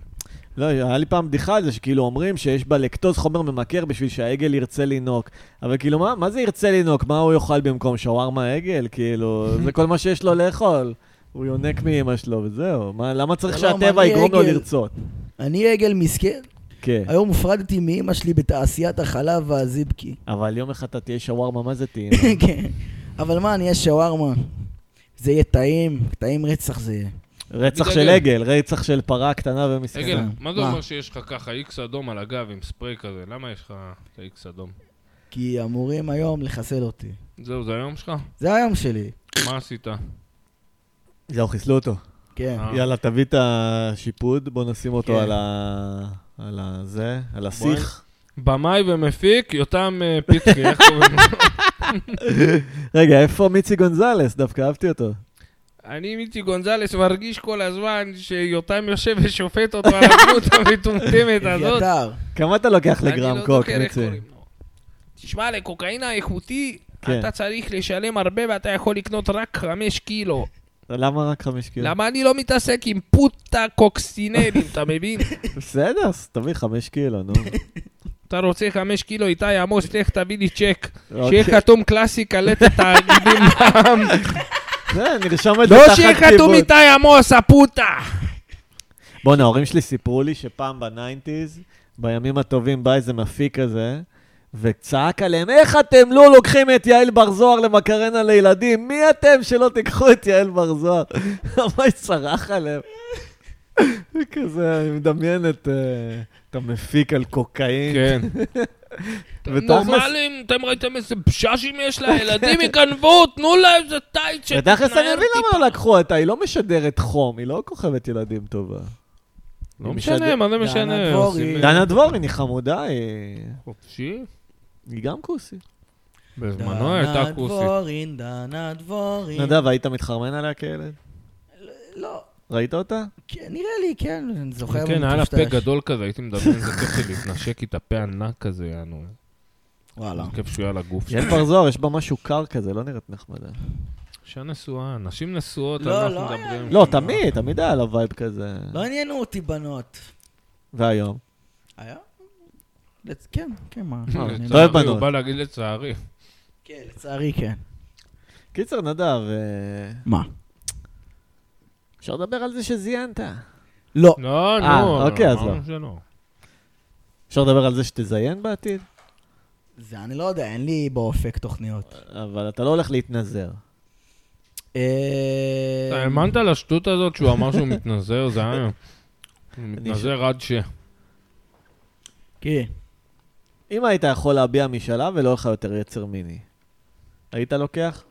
[SPEAKER 2] לא, היה לי פעם בדיחה על זה, שכאילו אומרים שיש בלקטוז חומר ממכר בשביל שהעגל ירצה לינוק. אבל כאילו, מה, מה זה ירצה לינוק? מה הוא יאכל במקום שווארמה עגל? כאילו, זה כל מה שיש לו לאכול. הוא יונק מאמא שלו וזהו. מה, למה צריך
[SPEAKER 3] לא, מה,
[SPEAKER 2] שהטבע
[SPEAKER 3] אני
[SPEAKER 2] יגרום לו
[SPEAKER 3] עגל.
[SPEAKER 2] לרצות?
[SPEAKER 3] אני עגל מסכן.
[SPEAKER 2] כן.
[SPEAKER 3] היום הופרדתי מאימא שלי בתעשיית החלב והזיבקי. [LAUGHS]
[SPEAKER 2] אבל יום אחד אתה תהיה שווארמה, מה זה תהיה?
[SPEAKER 3] כן. אבל מה, אני אהיה שווארמה. זה יהיה טעים, טעים רצח זה יהיה.
[SPEAKER 2] רצח
[SPEAKER 3] לא
[SPEAKER 1] תגיד,
[SPEAKER 2] של
[SPEAKER 1] עגל.
[SPEAKER 2] עגל, רצח של פרה קטנה
[SPEAKER 1] עגל,
[SPEAKER 2] ומסכנה.
[SPEAKER 1] מה זה
[SPEAKER 3] מה?
[SPEAKER 1] אומר שיש לך ככה איקס אדום על הגב עם ספרי כזה? למה יש לך את האיקס אדום?
[SPEAKER 3] כי אמורים היום לחסל אותי.
[SPEAKER 1] זהו, זה היום שלך?
[SPEAKER 3] זה היום שלי.
[SPEAKER 1] מה עשית?
[SPEAKER 2] זהו, חיסלו אותו.
[SPEAKER 3] כן.
[SPEAKER 1] אה.
[SPEAKER 2] יאללה, תביא את השיפוד, בוא נשים אותו
[SPEAKER 3] כן.
[SPEAKER 2] על ה... על הזה, על השיח.
[SPEAKER 1] במאי ומפיק, יותם אה, פיצחי, איך קוראים לו?
[SPEAKER 2] רגע, איפה מיצי גונזלס? דווקא אהבתי אותו.
[SPEAKER 1] אני מיצי גונזלס מרגיש כל הזמן שיותם יושב ושופט אותו על
[SPEAKER 2] [LAUGHS]
[SPEAKER 1] הדמות המטומטמת הזאת.
[SPEAKER 3] אביתר.
[SPEAKER 2] כמה אתה לוקח
[SPEAKER 1] אני
[SPEAKER 2] לגרם
[SPEAKER 1] לא
[SPEAKER 2] קוק,
[SPEAKER 1] זוכר איך
[SPEAKER 2] מיצי?
[SPEAKER 1] קוראים לו. תשמע, לקוקאינה איכותי,
[SPEAKER 2] כן.
[SPEAKER 1] אתה צריך לשלם הרבה ואתה יכול לקנות רק חמש קילו.
[SPEAKER 2] למה רק חמש קילו?
[SPEAKER 1] למה אני לא מתעסק עם פוטה קוקסינלים, אתה
[SPEAKER 2] [LAUGHS]
[SPEAKER 1] מבין?
[SPEAKER 2] בסדר, אז תביא חמש
[SPEAKER 1] [LAUGHS]
[SPEAKER 2] קילו, נו.
[SPEAKER 1] אתה רוצה חמש קילו, איתי עמוס, לך תביא לי צ'ק.
[SPEAKER 2] אוקיי. לא
[SPEAKER 1] שיהיה כתוב קלאסי קלטת
[SPEAKER 2] [LAUGHS]
[SPEAKER 1] תאגידים לעם.
[SPEAKER 2] זה, נרשום את זה
[SPEAKER 1] לא שיהיה
[SPEAKER 2] תחת
[SPEAKER 1] כתוב
[SPEAKER 2] כיבוד.
[SPEAKER 1] איתי עמוס, הפוטה.
[SPEAKER 2] בואנה, ההורים שלי סיפרו לי שפעם בניינטיז, בימים הטובים בא איזה מפיק כזה, וצעק עליהם, איך אתם לא לוקחים את יעל בר זוהר למקרנה לילדים? מי אתם שלא תיקחו את יעל בר זוהר? [LAUGHS] ממש צרח עליהם. וכזה, אני מדמיין את, אה, את המפיק על קוקאין.
[SPEAKER 1] [LAUGHS] כן.
[SPEAKER 2] ותכלס-
[SPEAKER 1] נורמלים, אתם ראיתם איזה פששים יש לילדים, יגנבו, תנו לה איזה טייט
[SPEAKER 2] ותכלס אני מבין למה לא לקחו אותה, היא לא משדרת חום, היא לא כוכבת ילדים טובה.
[SPEAKER 1] לא
[SPEAKER 2] היא
[SPEAKER 1] משנה,
[SPEAKER 2] משדר-
[SPEAKER 1] מה זה
[SPEAKER 3] דנה
[SPEAKER 1] משנה?
[SPEAKER 3] דבורי.
[SPEAKER 1] עושים-
[SPEAKER 2] דנה דבורין היא לא חמודה, היא...
[SPEAKER 1] חופשי?
[SPEAKER 2] היא גם כוסית.
[SPEAKER 1] בזמנו הייתה כוסית.
[SPEAKER 3] דנה דבורין, דנה דבורין.
[SPEAKER 2] נדב, היית מתחרמן עליה כילד?
[SPEAKER 3] לא,
[SPEAKER 2] ראית אותה?
[SPEAKER 3] כן, נראה לי, כן, אני זוכר.
[SPEAKER 1] כן, היה לה
[SPEAKER 3] מטושטש.
[SPEAKER 1] פה גדול כזה, הייתי מדבר על זה כיף לי להתנשק איתה, פה ענק כזה, יענו.
[SPEAKER 3] וואלה.
[SPEAKER 1] כיף שהוא היה על הגוף שלה.
[SPEAKER 2] יעל בר זוהר, יש בה משהו קר כזה, לא נראית נחמדה.
[SPEAKER 1] אישה נשואה, נשים נשואות,
[SPEAKER 3] לא,
[SPEAKER 1] על מה אנחנו
[SPEAKER 3] לא היה.
[SPEAKER 1] מדברים.
[SPEAKER 2] לא, תמיד, תמיד היה לה וייב כזה.
[SPEAKER 3] לא עניינו אותי בנות.
[SPEAKER 2] והיום.
[SPEAKER 3] היה? לצ- כן, כן, מה.
[SPEAKER 1] לצערי,
[SPEAKER 3] אני-
[SPEAKER 2] לא הבנתי.
[SPEAKER 1] הוא בא להגיד לצערי.
[SPEAKER 2] אה,
[SPEAKER 3] כן, לצערי כן.
[SPEAKER 2] קיצר, נדב, אה,
[SPEAKER 3] מה?
[SPEAKER 2] אפשר לדבר על זה שזיינת.
[SPEAKER 3] לא.
[SPEAKER 1] לא,
[SPEAKER 2] אה,
[SPEAKER 1] נו.
[SPEAKER 2] אוקיי, אז לא.
[SPEAKER 1] אמרנו שלא.
[SPEAKER 2] אפשר לדבר על זה שתזיין בעתיד,
[SPEAKER 3] זה אני לא יודע, אין לי באופק תוכניות.
[SPEAKER 2] אבל אתה לא הולך להתנזר.
[SPEAKER 3] אה,
[SPEAKER 1] אתה האמנת לשטות הזאת שהוא אמר שהוא מתנזר? זה היה... הוא מתנזר עד ש...
[SPEAKER 3] כן.
[SPEAKER 2] אם היית יכול להביע משאלה ולא לך יותר יצר מיני, היית לוקח?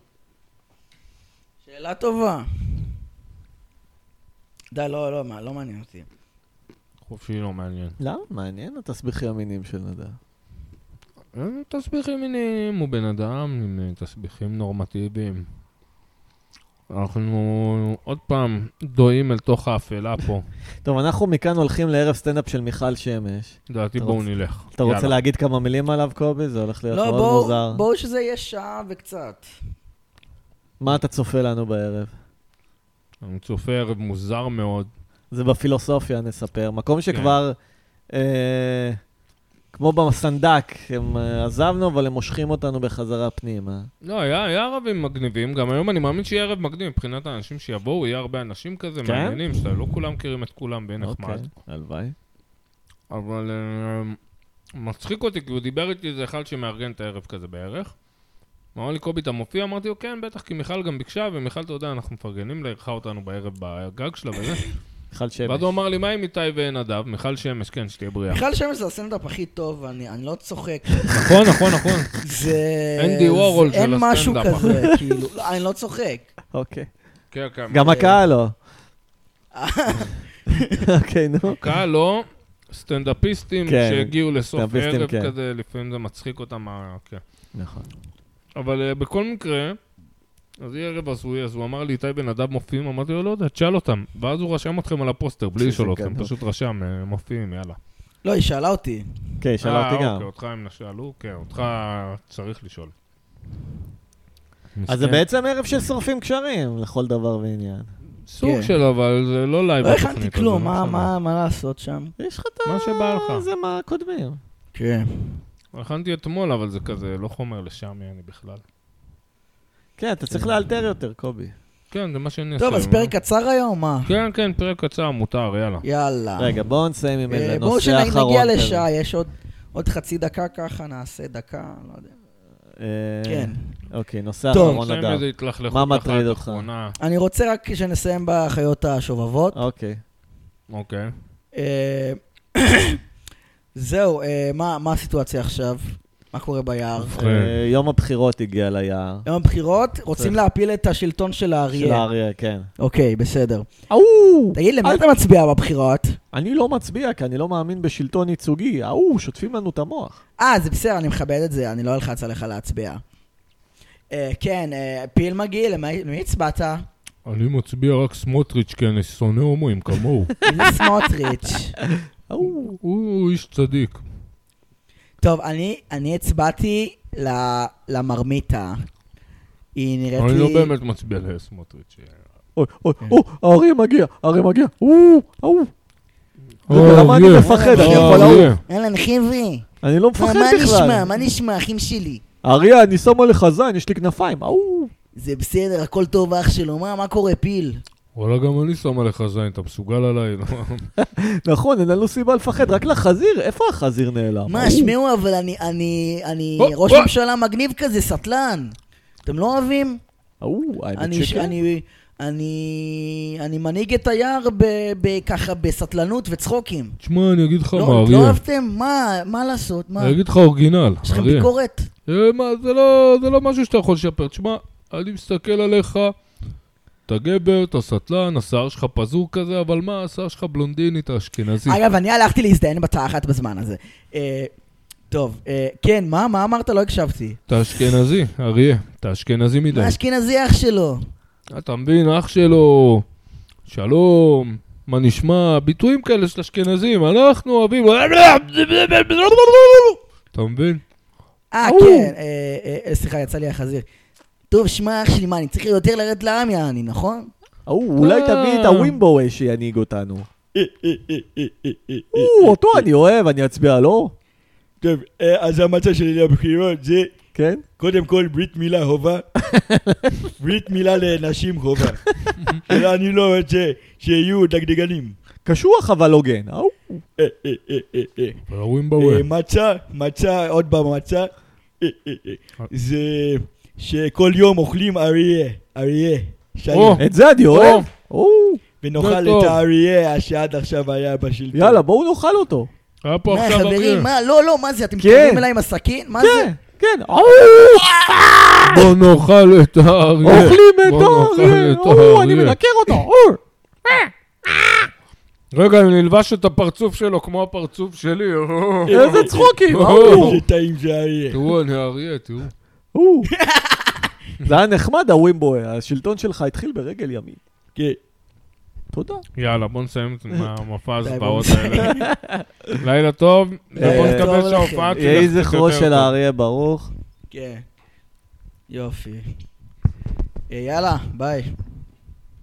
[SPEAKER 3] שאלה טובה. די, לא, לא, מה, לא מעניין אותי.
[SPEAKER 1] חופשי לא מעניין.
[SPEAKER 2] למה? מעניין התסביכי המינים של נדב.
[SPEAKER 1] אה, תסביכים מיניים, הוא בן אדם עם אה, תסביכים נורמטיביים. אנחנו עוד פעם דועים אל תוך האפלה פה.
[SPEAKER 2] טוב, אנחנו מכאן הולכים לערב סטנדאפ של מיכל שמש.
[SPEAKER 1] לדעתי
[SPEAKER 2] אתה
[SPEAKER 1] בואו
[SPEAKER 2] רוצה-
[SPEAKER 1] נלך.
[SPEAKER 2] אתה רוצה
[SPEAKER 1] יאללה.
[SPEAKER 2] להגיד כמה מילים עליו, קובי? זה הולך להיות
[SPEAKER 3] לא,
[SPEAKER 2] מאוד
[SPEAKER 3] בואו
[SPEAKER 2] מוזר.
[SPEAKER 3] בואו שזה יהיה שעה וקצת.
[SPEAKER 2] מה אתה צופה לנו בערב?
[SPEAKER 1] אני צופה ערב מוזר מאוד.
[SPEAKER 2] זה בפילוסופיה, נספר.
[SPEAKER 1] כן.
[SPEAKER 2] מקום שכבר, אה, כמו בסנדק, הם אה, עזבנו, אבל הם מושכים אותנו בחזרה פנימה.
[SPEAKER 1] לא, היה היה ערבים מגניבים, גם היום אני מאמין שיהיה ערב מגניב מבחינת האנשים שיבואו, יהיה הרבה אנשים כזה
[SPEAKER 2] כן?
[SPEAKER 1] מעניינים, שאתה לא כולם מכירים את כולם, ויהיה נחמד.
[SPEAKER 2] אוקיי, הלוואי.
[SPEAKER 1] אבל אה, מצחיק אותי, כי הוא דיבר איתי איזה אחד שמארגן את הערב כזה בערך. אמר לי, קובי, אתה מופיע? אמרתי לו, כן, בטח, כי מיכל גם ביקשה, ומיכל, אתה יודע, אנחנו מפרגנים לה, אירחה אותנו בערב בגג שלה וזה.
[SPEAKER 2] מיכל שמש.
[SPEAKER 1] ואז הוא אמר לי, מה עם איתי ונדב? מיכל שמש, כן, שתהיה בריאה.
[SPEAKER 3] מיכל שמש זה הסטנדאפ הכי טוב, אני אני לא צוחק.
[SPEAKER 1] נכון, נכון, נכון.
[SPEAKER 3] זה...
[SPEAKER 1] אנדי וורול
[SPEAKER 3] זה-
[SPEAKER 1] של
[SPEAKER 3] אין משהו
[SPEAKER 1] הסטנדאפ.
[SPEAKER 3] כזה, [LAUGHS] כאילו, לא, אני לא צוחק.
[SPEAKER 2] אוקיי.
[SPEAKER 1] כן, כן.
[SPEAKER 2] גם הקהל
[SPEAKER 3] [LAUGHS]
[SPEAKER 2] לא. אוקיי, נו.
[SPEAKER 1] קהל לא, סטנדאפיסטים
[SPEAKER 2] כן,
[SPEAKER 1] שהגיעו לסוף
[SPEAKER 2] סטנדאפיסטים,
[SPEAKER 1] ערב
[SPEAKER 2] כן.
[SPEAKER 1] כזה, לפעמים זה מצחיק אותם, ה- כן.
[SPEAKER 2] נכון.
[SPEAKER 1] אבל אה, בכל מקרה, אז יהיה ערב הזוי, אז הוא אמר לי, איתי בן אדם מופיעים, אמרתי לו, לא יודע, תשאל אותם. ואז הוא רשם אתכם על הפוסטר, בלי
[SPEAKER 2] שזה
[SPEAKER 1] לשאול אתכם,
[SPEAKER 2] גדול.
[SPEAKER 1] פשוט רשם, אה, מופיעים, יאללה.
[SPEAKER 3] לא, היא שאלה אותי.
[SPEAKER 2] אוקיי, שאלה אותי
[SPEAKER 1] אה,
[SPEAKER 2] גם.
[SPEAKER 1] אוקיי, אותך הם שאלו, כן, אותך צריך לשאול.
[SPEAKER 2] אז
[SPEAKER 1] מסכן.
[SPEAKER 2] זה
[SPEAKER 1] אוקיי. כן.
[SPEAKER 2] בעצם ערב של שורפים קשרים, לכל דבר ועניין.
[SPEAKER 1] סוג
[SPEAKER 3] כן.
[SPEAKER 1] של, אבל זה לא לייב
[SPEAKER 3] לא הכנתי
[SPEAKER 1] התוכנית
[SPEAKER 3] כלום,
[SPEAKER 1] הזאת,
[SPEAKER 3] מה-
[SPEAKER 1] משנה.
[SPEAKER 3] מה- מה לעשות שם?
[SPEAKER 2] יש לך את
[SPEAKER 1] מה שבא לך.
[SPEAKER 2] זה מה קודמים.
[SPEAKER 3] כן.
[SPEAKER 1] הכנתי אתמול, אבל זה כזה לא חומר לשם, יעני בכלל.
[SPEAKER 2] כן, אתה צריך לאלתר יותר, קובי.
[SPEAKER 1] כן, זה מה שאני אעשה.
[SPEAKER 3] טוב, אז פרק קצר היום, מה?
[SPEAKER 1] כן, כן, פרק קצר, מותר, יאללה.
[SPEAKER 3] יאללה.
[SPEAKER 2] רגע, בואו נסיים עם
[SPEAKER 3] אה,
[SPEAKER 2] איזה
[SPEAKER 3] בואו
[SPEAKER 2] נושא אחרון.
[SPEAKER 3] שנגיע
[SPEAKER 2] כזה.
[SPEAKER 3] לשעה, יש עוד- עוד חצי דקה ככה, נעשה דקה, לא יודע.
[SPEAKER 2] אה,
[SPEAKER 3] כן.
[SPEAKER 2] אוקיי, נושא
[SPEAKER 3] טוב.
[SPEAKER 2] אחרון
[SPEAKER 1] נסיים
[SPEAKER 2] לדף.
[SPEAKER 1] איזה התלכלכות
[SPEAKER 2] מה
[SPEAKER 1] אחת
[SPEAKER 2] מטריד אותך?
[SPEAKER 1] אחרונה.
[SPEAKER 3] אני רוצה רק שנסיים בחיות השובבות.
[SPEAKER 2] אוקיי.
[SPEAKER 1] אוקיי.
[SPEAKER 3] אה, [COUGHS] זהו, אה, מה מה הסיטואציה עכשיו? מה קורה ביער?
[SPEAKER 1] ובכן.
[SPEAKER 2] אה, יום הבחירות הגיע ליער.
[SPEAKER 3] יום הבחירות, רוצים להפיל את השלטון של
[SPEAKER 2] של
[SPEAKER 3] האריה.
[SPEAKER 2] האריה, כן.
[SPEAKER 3] אוקיי, בסדר.
[SPEAKER 2] ההוא!
[SPEAKER 3] תגיד, למי
[SPEAKER 2] אל-
[SPEAKER 3] אתה מצביע בבחירות?
[SPEAKER 2] אני לא מצביע, כי אני לא מאמין בשלטון ייצוגי. ההוא, שוטפים לנו את המוח.
[SPEAKER 3] אה, זה בסדר, אני מכבד את זה, אני לא אלחץ עליך להצביע. אה, כן, אה, פיל מגעיל, למי למי הצבעת?
[SPEAKER 1] אני מצביע רק סמוטריץ', כי אני שונא הומואים
[SPEAKER 3] [LAUGHS]
[SPEAKER 1] כמוהו.
[SPEAKER 3] זה סמוטריץ'.
[SPEAKER 2] ההוא.
[SPEAKER 1] הוא איש צדיק.
[SPEAKER 3] טוב, אני אני הצבעתי ל- למרמיתה. היא נראית לי...
[SPEAKER 1] אני לא באמת מצביע לסמוטריץ'.
[SPEAKER 2] אוי, אוי,
[SPEAKER 3] כן.
[SPEAKER 2] אוי, האריה מגיע, האריה מגיע. ההוא, ההוא.
[SPEAKER 3] לא,
[SPEAKER 2] למה אני
[SPEAKER 1] אריה.
[SPEAKER 2] מפחד? אני יכול
[SPEAKER 1] אריה.
[SPEAKER 2] לעוף.
[SPEAKER 3] אהלן, חבר'ה.
[SPEAKER 2] אני לא
[SPEAKER 3] מה
[SPEAKER 2] מפחד
[SPEAKER 3] מה נשמע?
[SPEAKER 2] בכלל.
[SPEAKER 3] מה נשמע, אחים שלי?
[SPEAKER 2] אריה, אני שם עליך זין, יש לי כנפיים. ההוא.
[SPEAKER 3] זה בסדר, הכל טוב אח שלו, מה, מה קורה פיל?
[SPEAKER 1] וואלה, גם אני שם עליך זין, אתה מסוגל עליי.
[SPEAKER 3] [LAUGHS]
[SPEAKER 1] לא?
[SPEAKER 2] נכון, אין לנו סיבה לפחד, רק לחזיר, איפה החזיר נעלם?
[SPEAKER 3] מה,
[SPEAKER 2] ההוא.
[SPEAKER 3] שמעו, אבל אני, אני, אני
[SPEAKER 1] או,
[SPEAKER 3] ראש
[SPEAKER 1] או.
[SPEAKER 3] ממשלה מגניב כזה, סטלן. אתם לא אוהבים?
[SPEAKER 2] ההוא, האמת
[SPEAKER 3] אני,
[SPEAKER 2] שכן.
[SPEAKER 3] אני, אני, אני מנהיג את היער ב, ב, ככה בסטלנות וצחוקים.
[SPEAKER 1] תשמע, אני אגיד לך מה,
[SPEAKER 3] לא, לא
[SPEAKER 1] אריה.
[SPEAKER 3] אהבתם? מה, מה לעשות? מה?
[SPEAKER 1] אני אגיד לך אורגינל,
[SPEAKER 3] יש לכם
[SPEAKER 1] אריה.
[SPEAKER 3] ביקורת?
[SPEAKER 1] אה, מה, זה לא, זה לא משהו שאתה יכול לשפר. תשמע, אני מסתכל עליך, אתה גבר, אתה סטלן, השיער שלך פזור כזה, אבל מה, השיער שלך בלונדיני, אתה אשכנזי.
[SPEAKER 3] אגב, אני הלכתי להזדיין בצלחת בזמן הזה. אה, טוב, אה, כן, מה, מה אמרת? לא הקשבתי.
[SPEAKER 1] אתה אשכנזי, אריה, אתה אשכנזי מדי.
[SPEAKER 3] מה אשכנזי אח שלו?
[SPEAKER 1] אתה מבין, אח שלו, שלום, מה נשמע, ביטויים כאלה של אשכנזים, אנחנו אוהבים... אתה מבין?
[SPEAKER 3] אה,
[SPEAKER 2] ההוא.
[SPEAKER 3] כן, אה, אה, אה, סליחה, יצא לי החזיר. טוב, שמע, אח שלי, מה, אני צריך יותר לרדת לעם, יעני, נכון?
[SPEAKER 2] ההוא, אולי
[SPEAKER 1] אה.
[SPEAKER 2] תביא את הווימבווי שינהיג אותנו.
[SPEAKER 5] Eh,
[SPEAKER 1] אה,
[SPEAKER 2] או, אותו אני אוהב, אני אצביע לו,
[SPEAKER 5] טוב, אה, אז המצע שלי לבחירות זה
[SPEAKER 2] כן?
[SPEAKER 5] קודם כל ברית מילה הובה, ברית מילה לנשים הובה. אלא אני לא רוצה שיהיו דגדגנים.
[SPEAKER 2] קשוח אבל הוגן. ההוא.
[SPEAKER 5] אה, אה, אה, אה, אה.
[SPEAKER 1] אבל הווימבואה.
[SPEAKER 5] אה, מצה, מצה, עוד פעם מצה, אה, אה, אה. זה שכל יום אוכלים אריה, אריה,
[SPEAKER 1] או.
[SPEAKER 5] שלם,
[SPEAKER 2] את זה אני אוהב. או,
[SPEAKER 5] ונאכל
[SPEAKER 1] זה טוב.
[SPEAKER 5] את האריה שעד עכשיו היה בשלטון.
[SPEAKER 2] יאללה, בואו נאכל אותו.
[SPEAKER 1] היה פה
[SPEAKER 3] מה,
[SPEAKER 1] עכשיו אריה.
[SPEAKER 3] חברים, מה, לא, לא, מה זה, אתם
[SPEAKER 2] כן.
[SPEAKER 3] מתקרבים אליי עם הסכין? מה זה?
[SPEAKER 2] כן, כן.
[SPEAKER 1] אה,
[SPEAKER 2] או,
[SPEAKER 1] בוא נאכל את האריה.
[SPEAKER 2] אוכלים את
[SPEAKER 1] בוא נאכל
[SPEAKER 2] האריה.
[SPEAKER 1] את
[SPEAKER 2] או, אני
[SPEAKER 1] האריה.
[SPEAKER 2] מנקר אותו. או.
[SPEAKER 1] רגע, אני נלבש את הפרצוף שלו כמו הפרצוף שלי.
[SPEAKER 3] [LAUGHS]
[SPEAKER 2] איזה צחוקים.
[SPEAKER 1] [LAUGHS]
[SPEAKER 2] ההוא.
[SPEAKER 5] איזה טעים זה אריה.
[SPEAKER 1] תראו, אני אריה, תראו.
[SPEAKER 2] או. זה היה נחמד הווימבווי, השלטון שלך התחיל ברגל ימין.
[SPEAKER 5] כן.
[SPEAKER 2] תודה.
[SPEAKER 1] יאללה, בוא נסיים את
[SPEAKER 3] [LAUGHS]
[SPEAKER 1] המופע
[SPEAKER 3] די,
[SPEAKER 1] הזוועות האלה. לילה טוב, ובוא
[SPEAKER 2] אה,
[SPEAKER 1] נקווה
[SPEAKER 3] טוב
[SPEAKER 1] שההופעה
[SPEAKER 3] לכם.
[SPEAKER 1] תלך
[SPEAKER 2] יהי
[SPEAKER 1] קצת
[SPEAKER 2] זכרו
[SPEAKER 1] יותר
[SPEAKER 2] של
[SPEAKER 1] טוב.
[SPEAKER 2] האריה ברוך.
[SPEAKER 3] é? Eh, כן. יופי. אה, יאללה, ביי.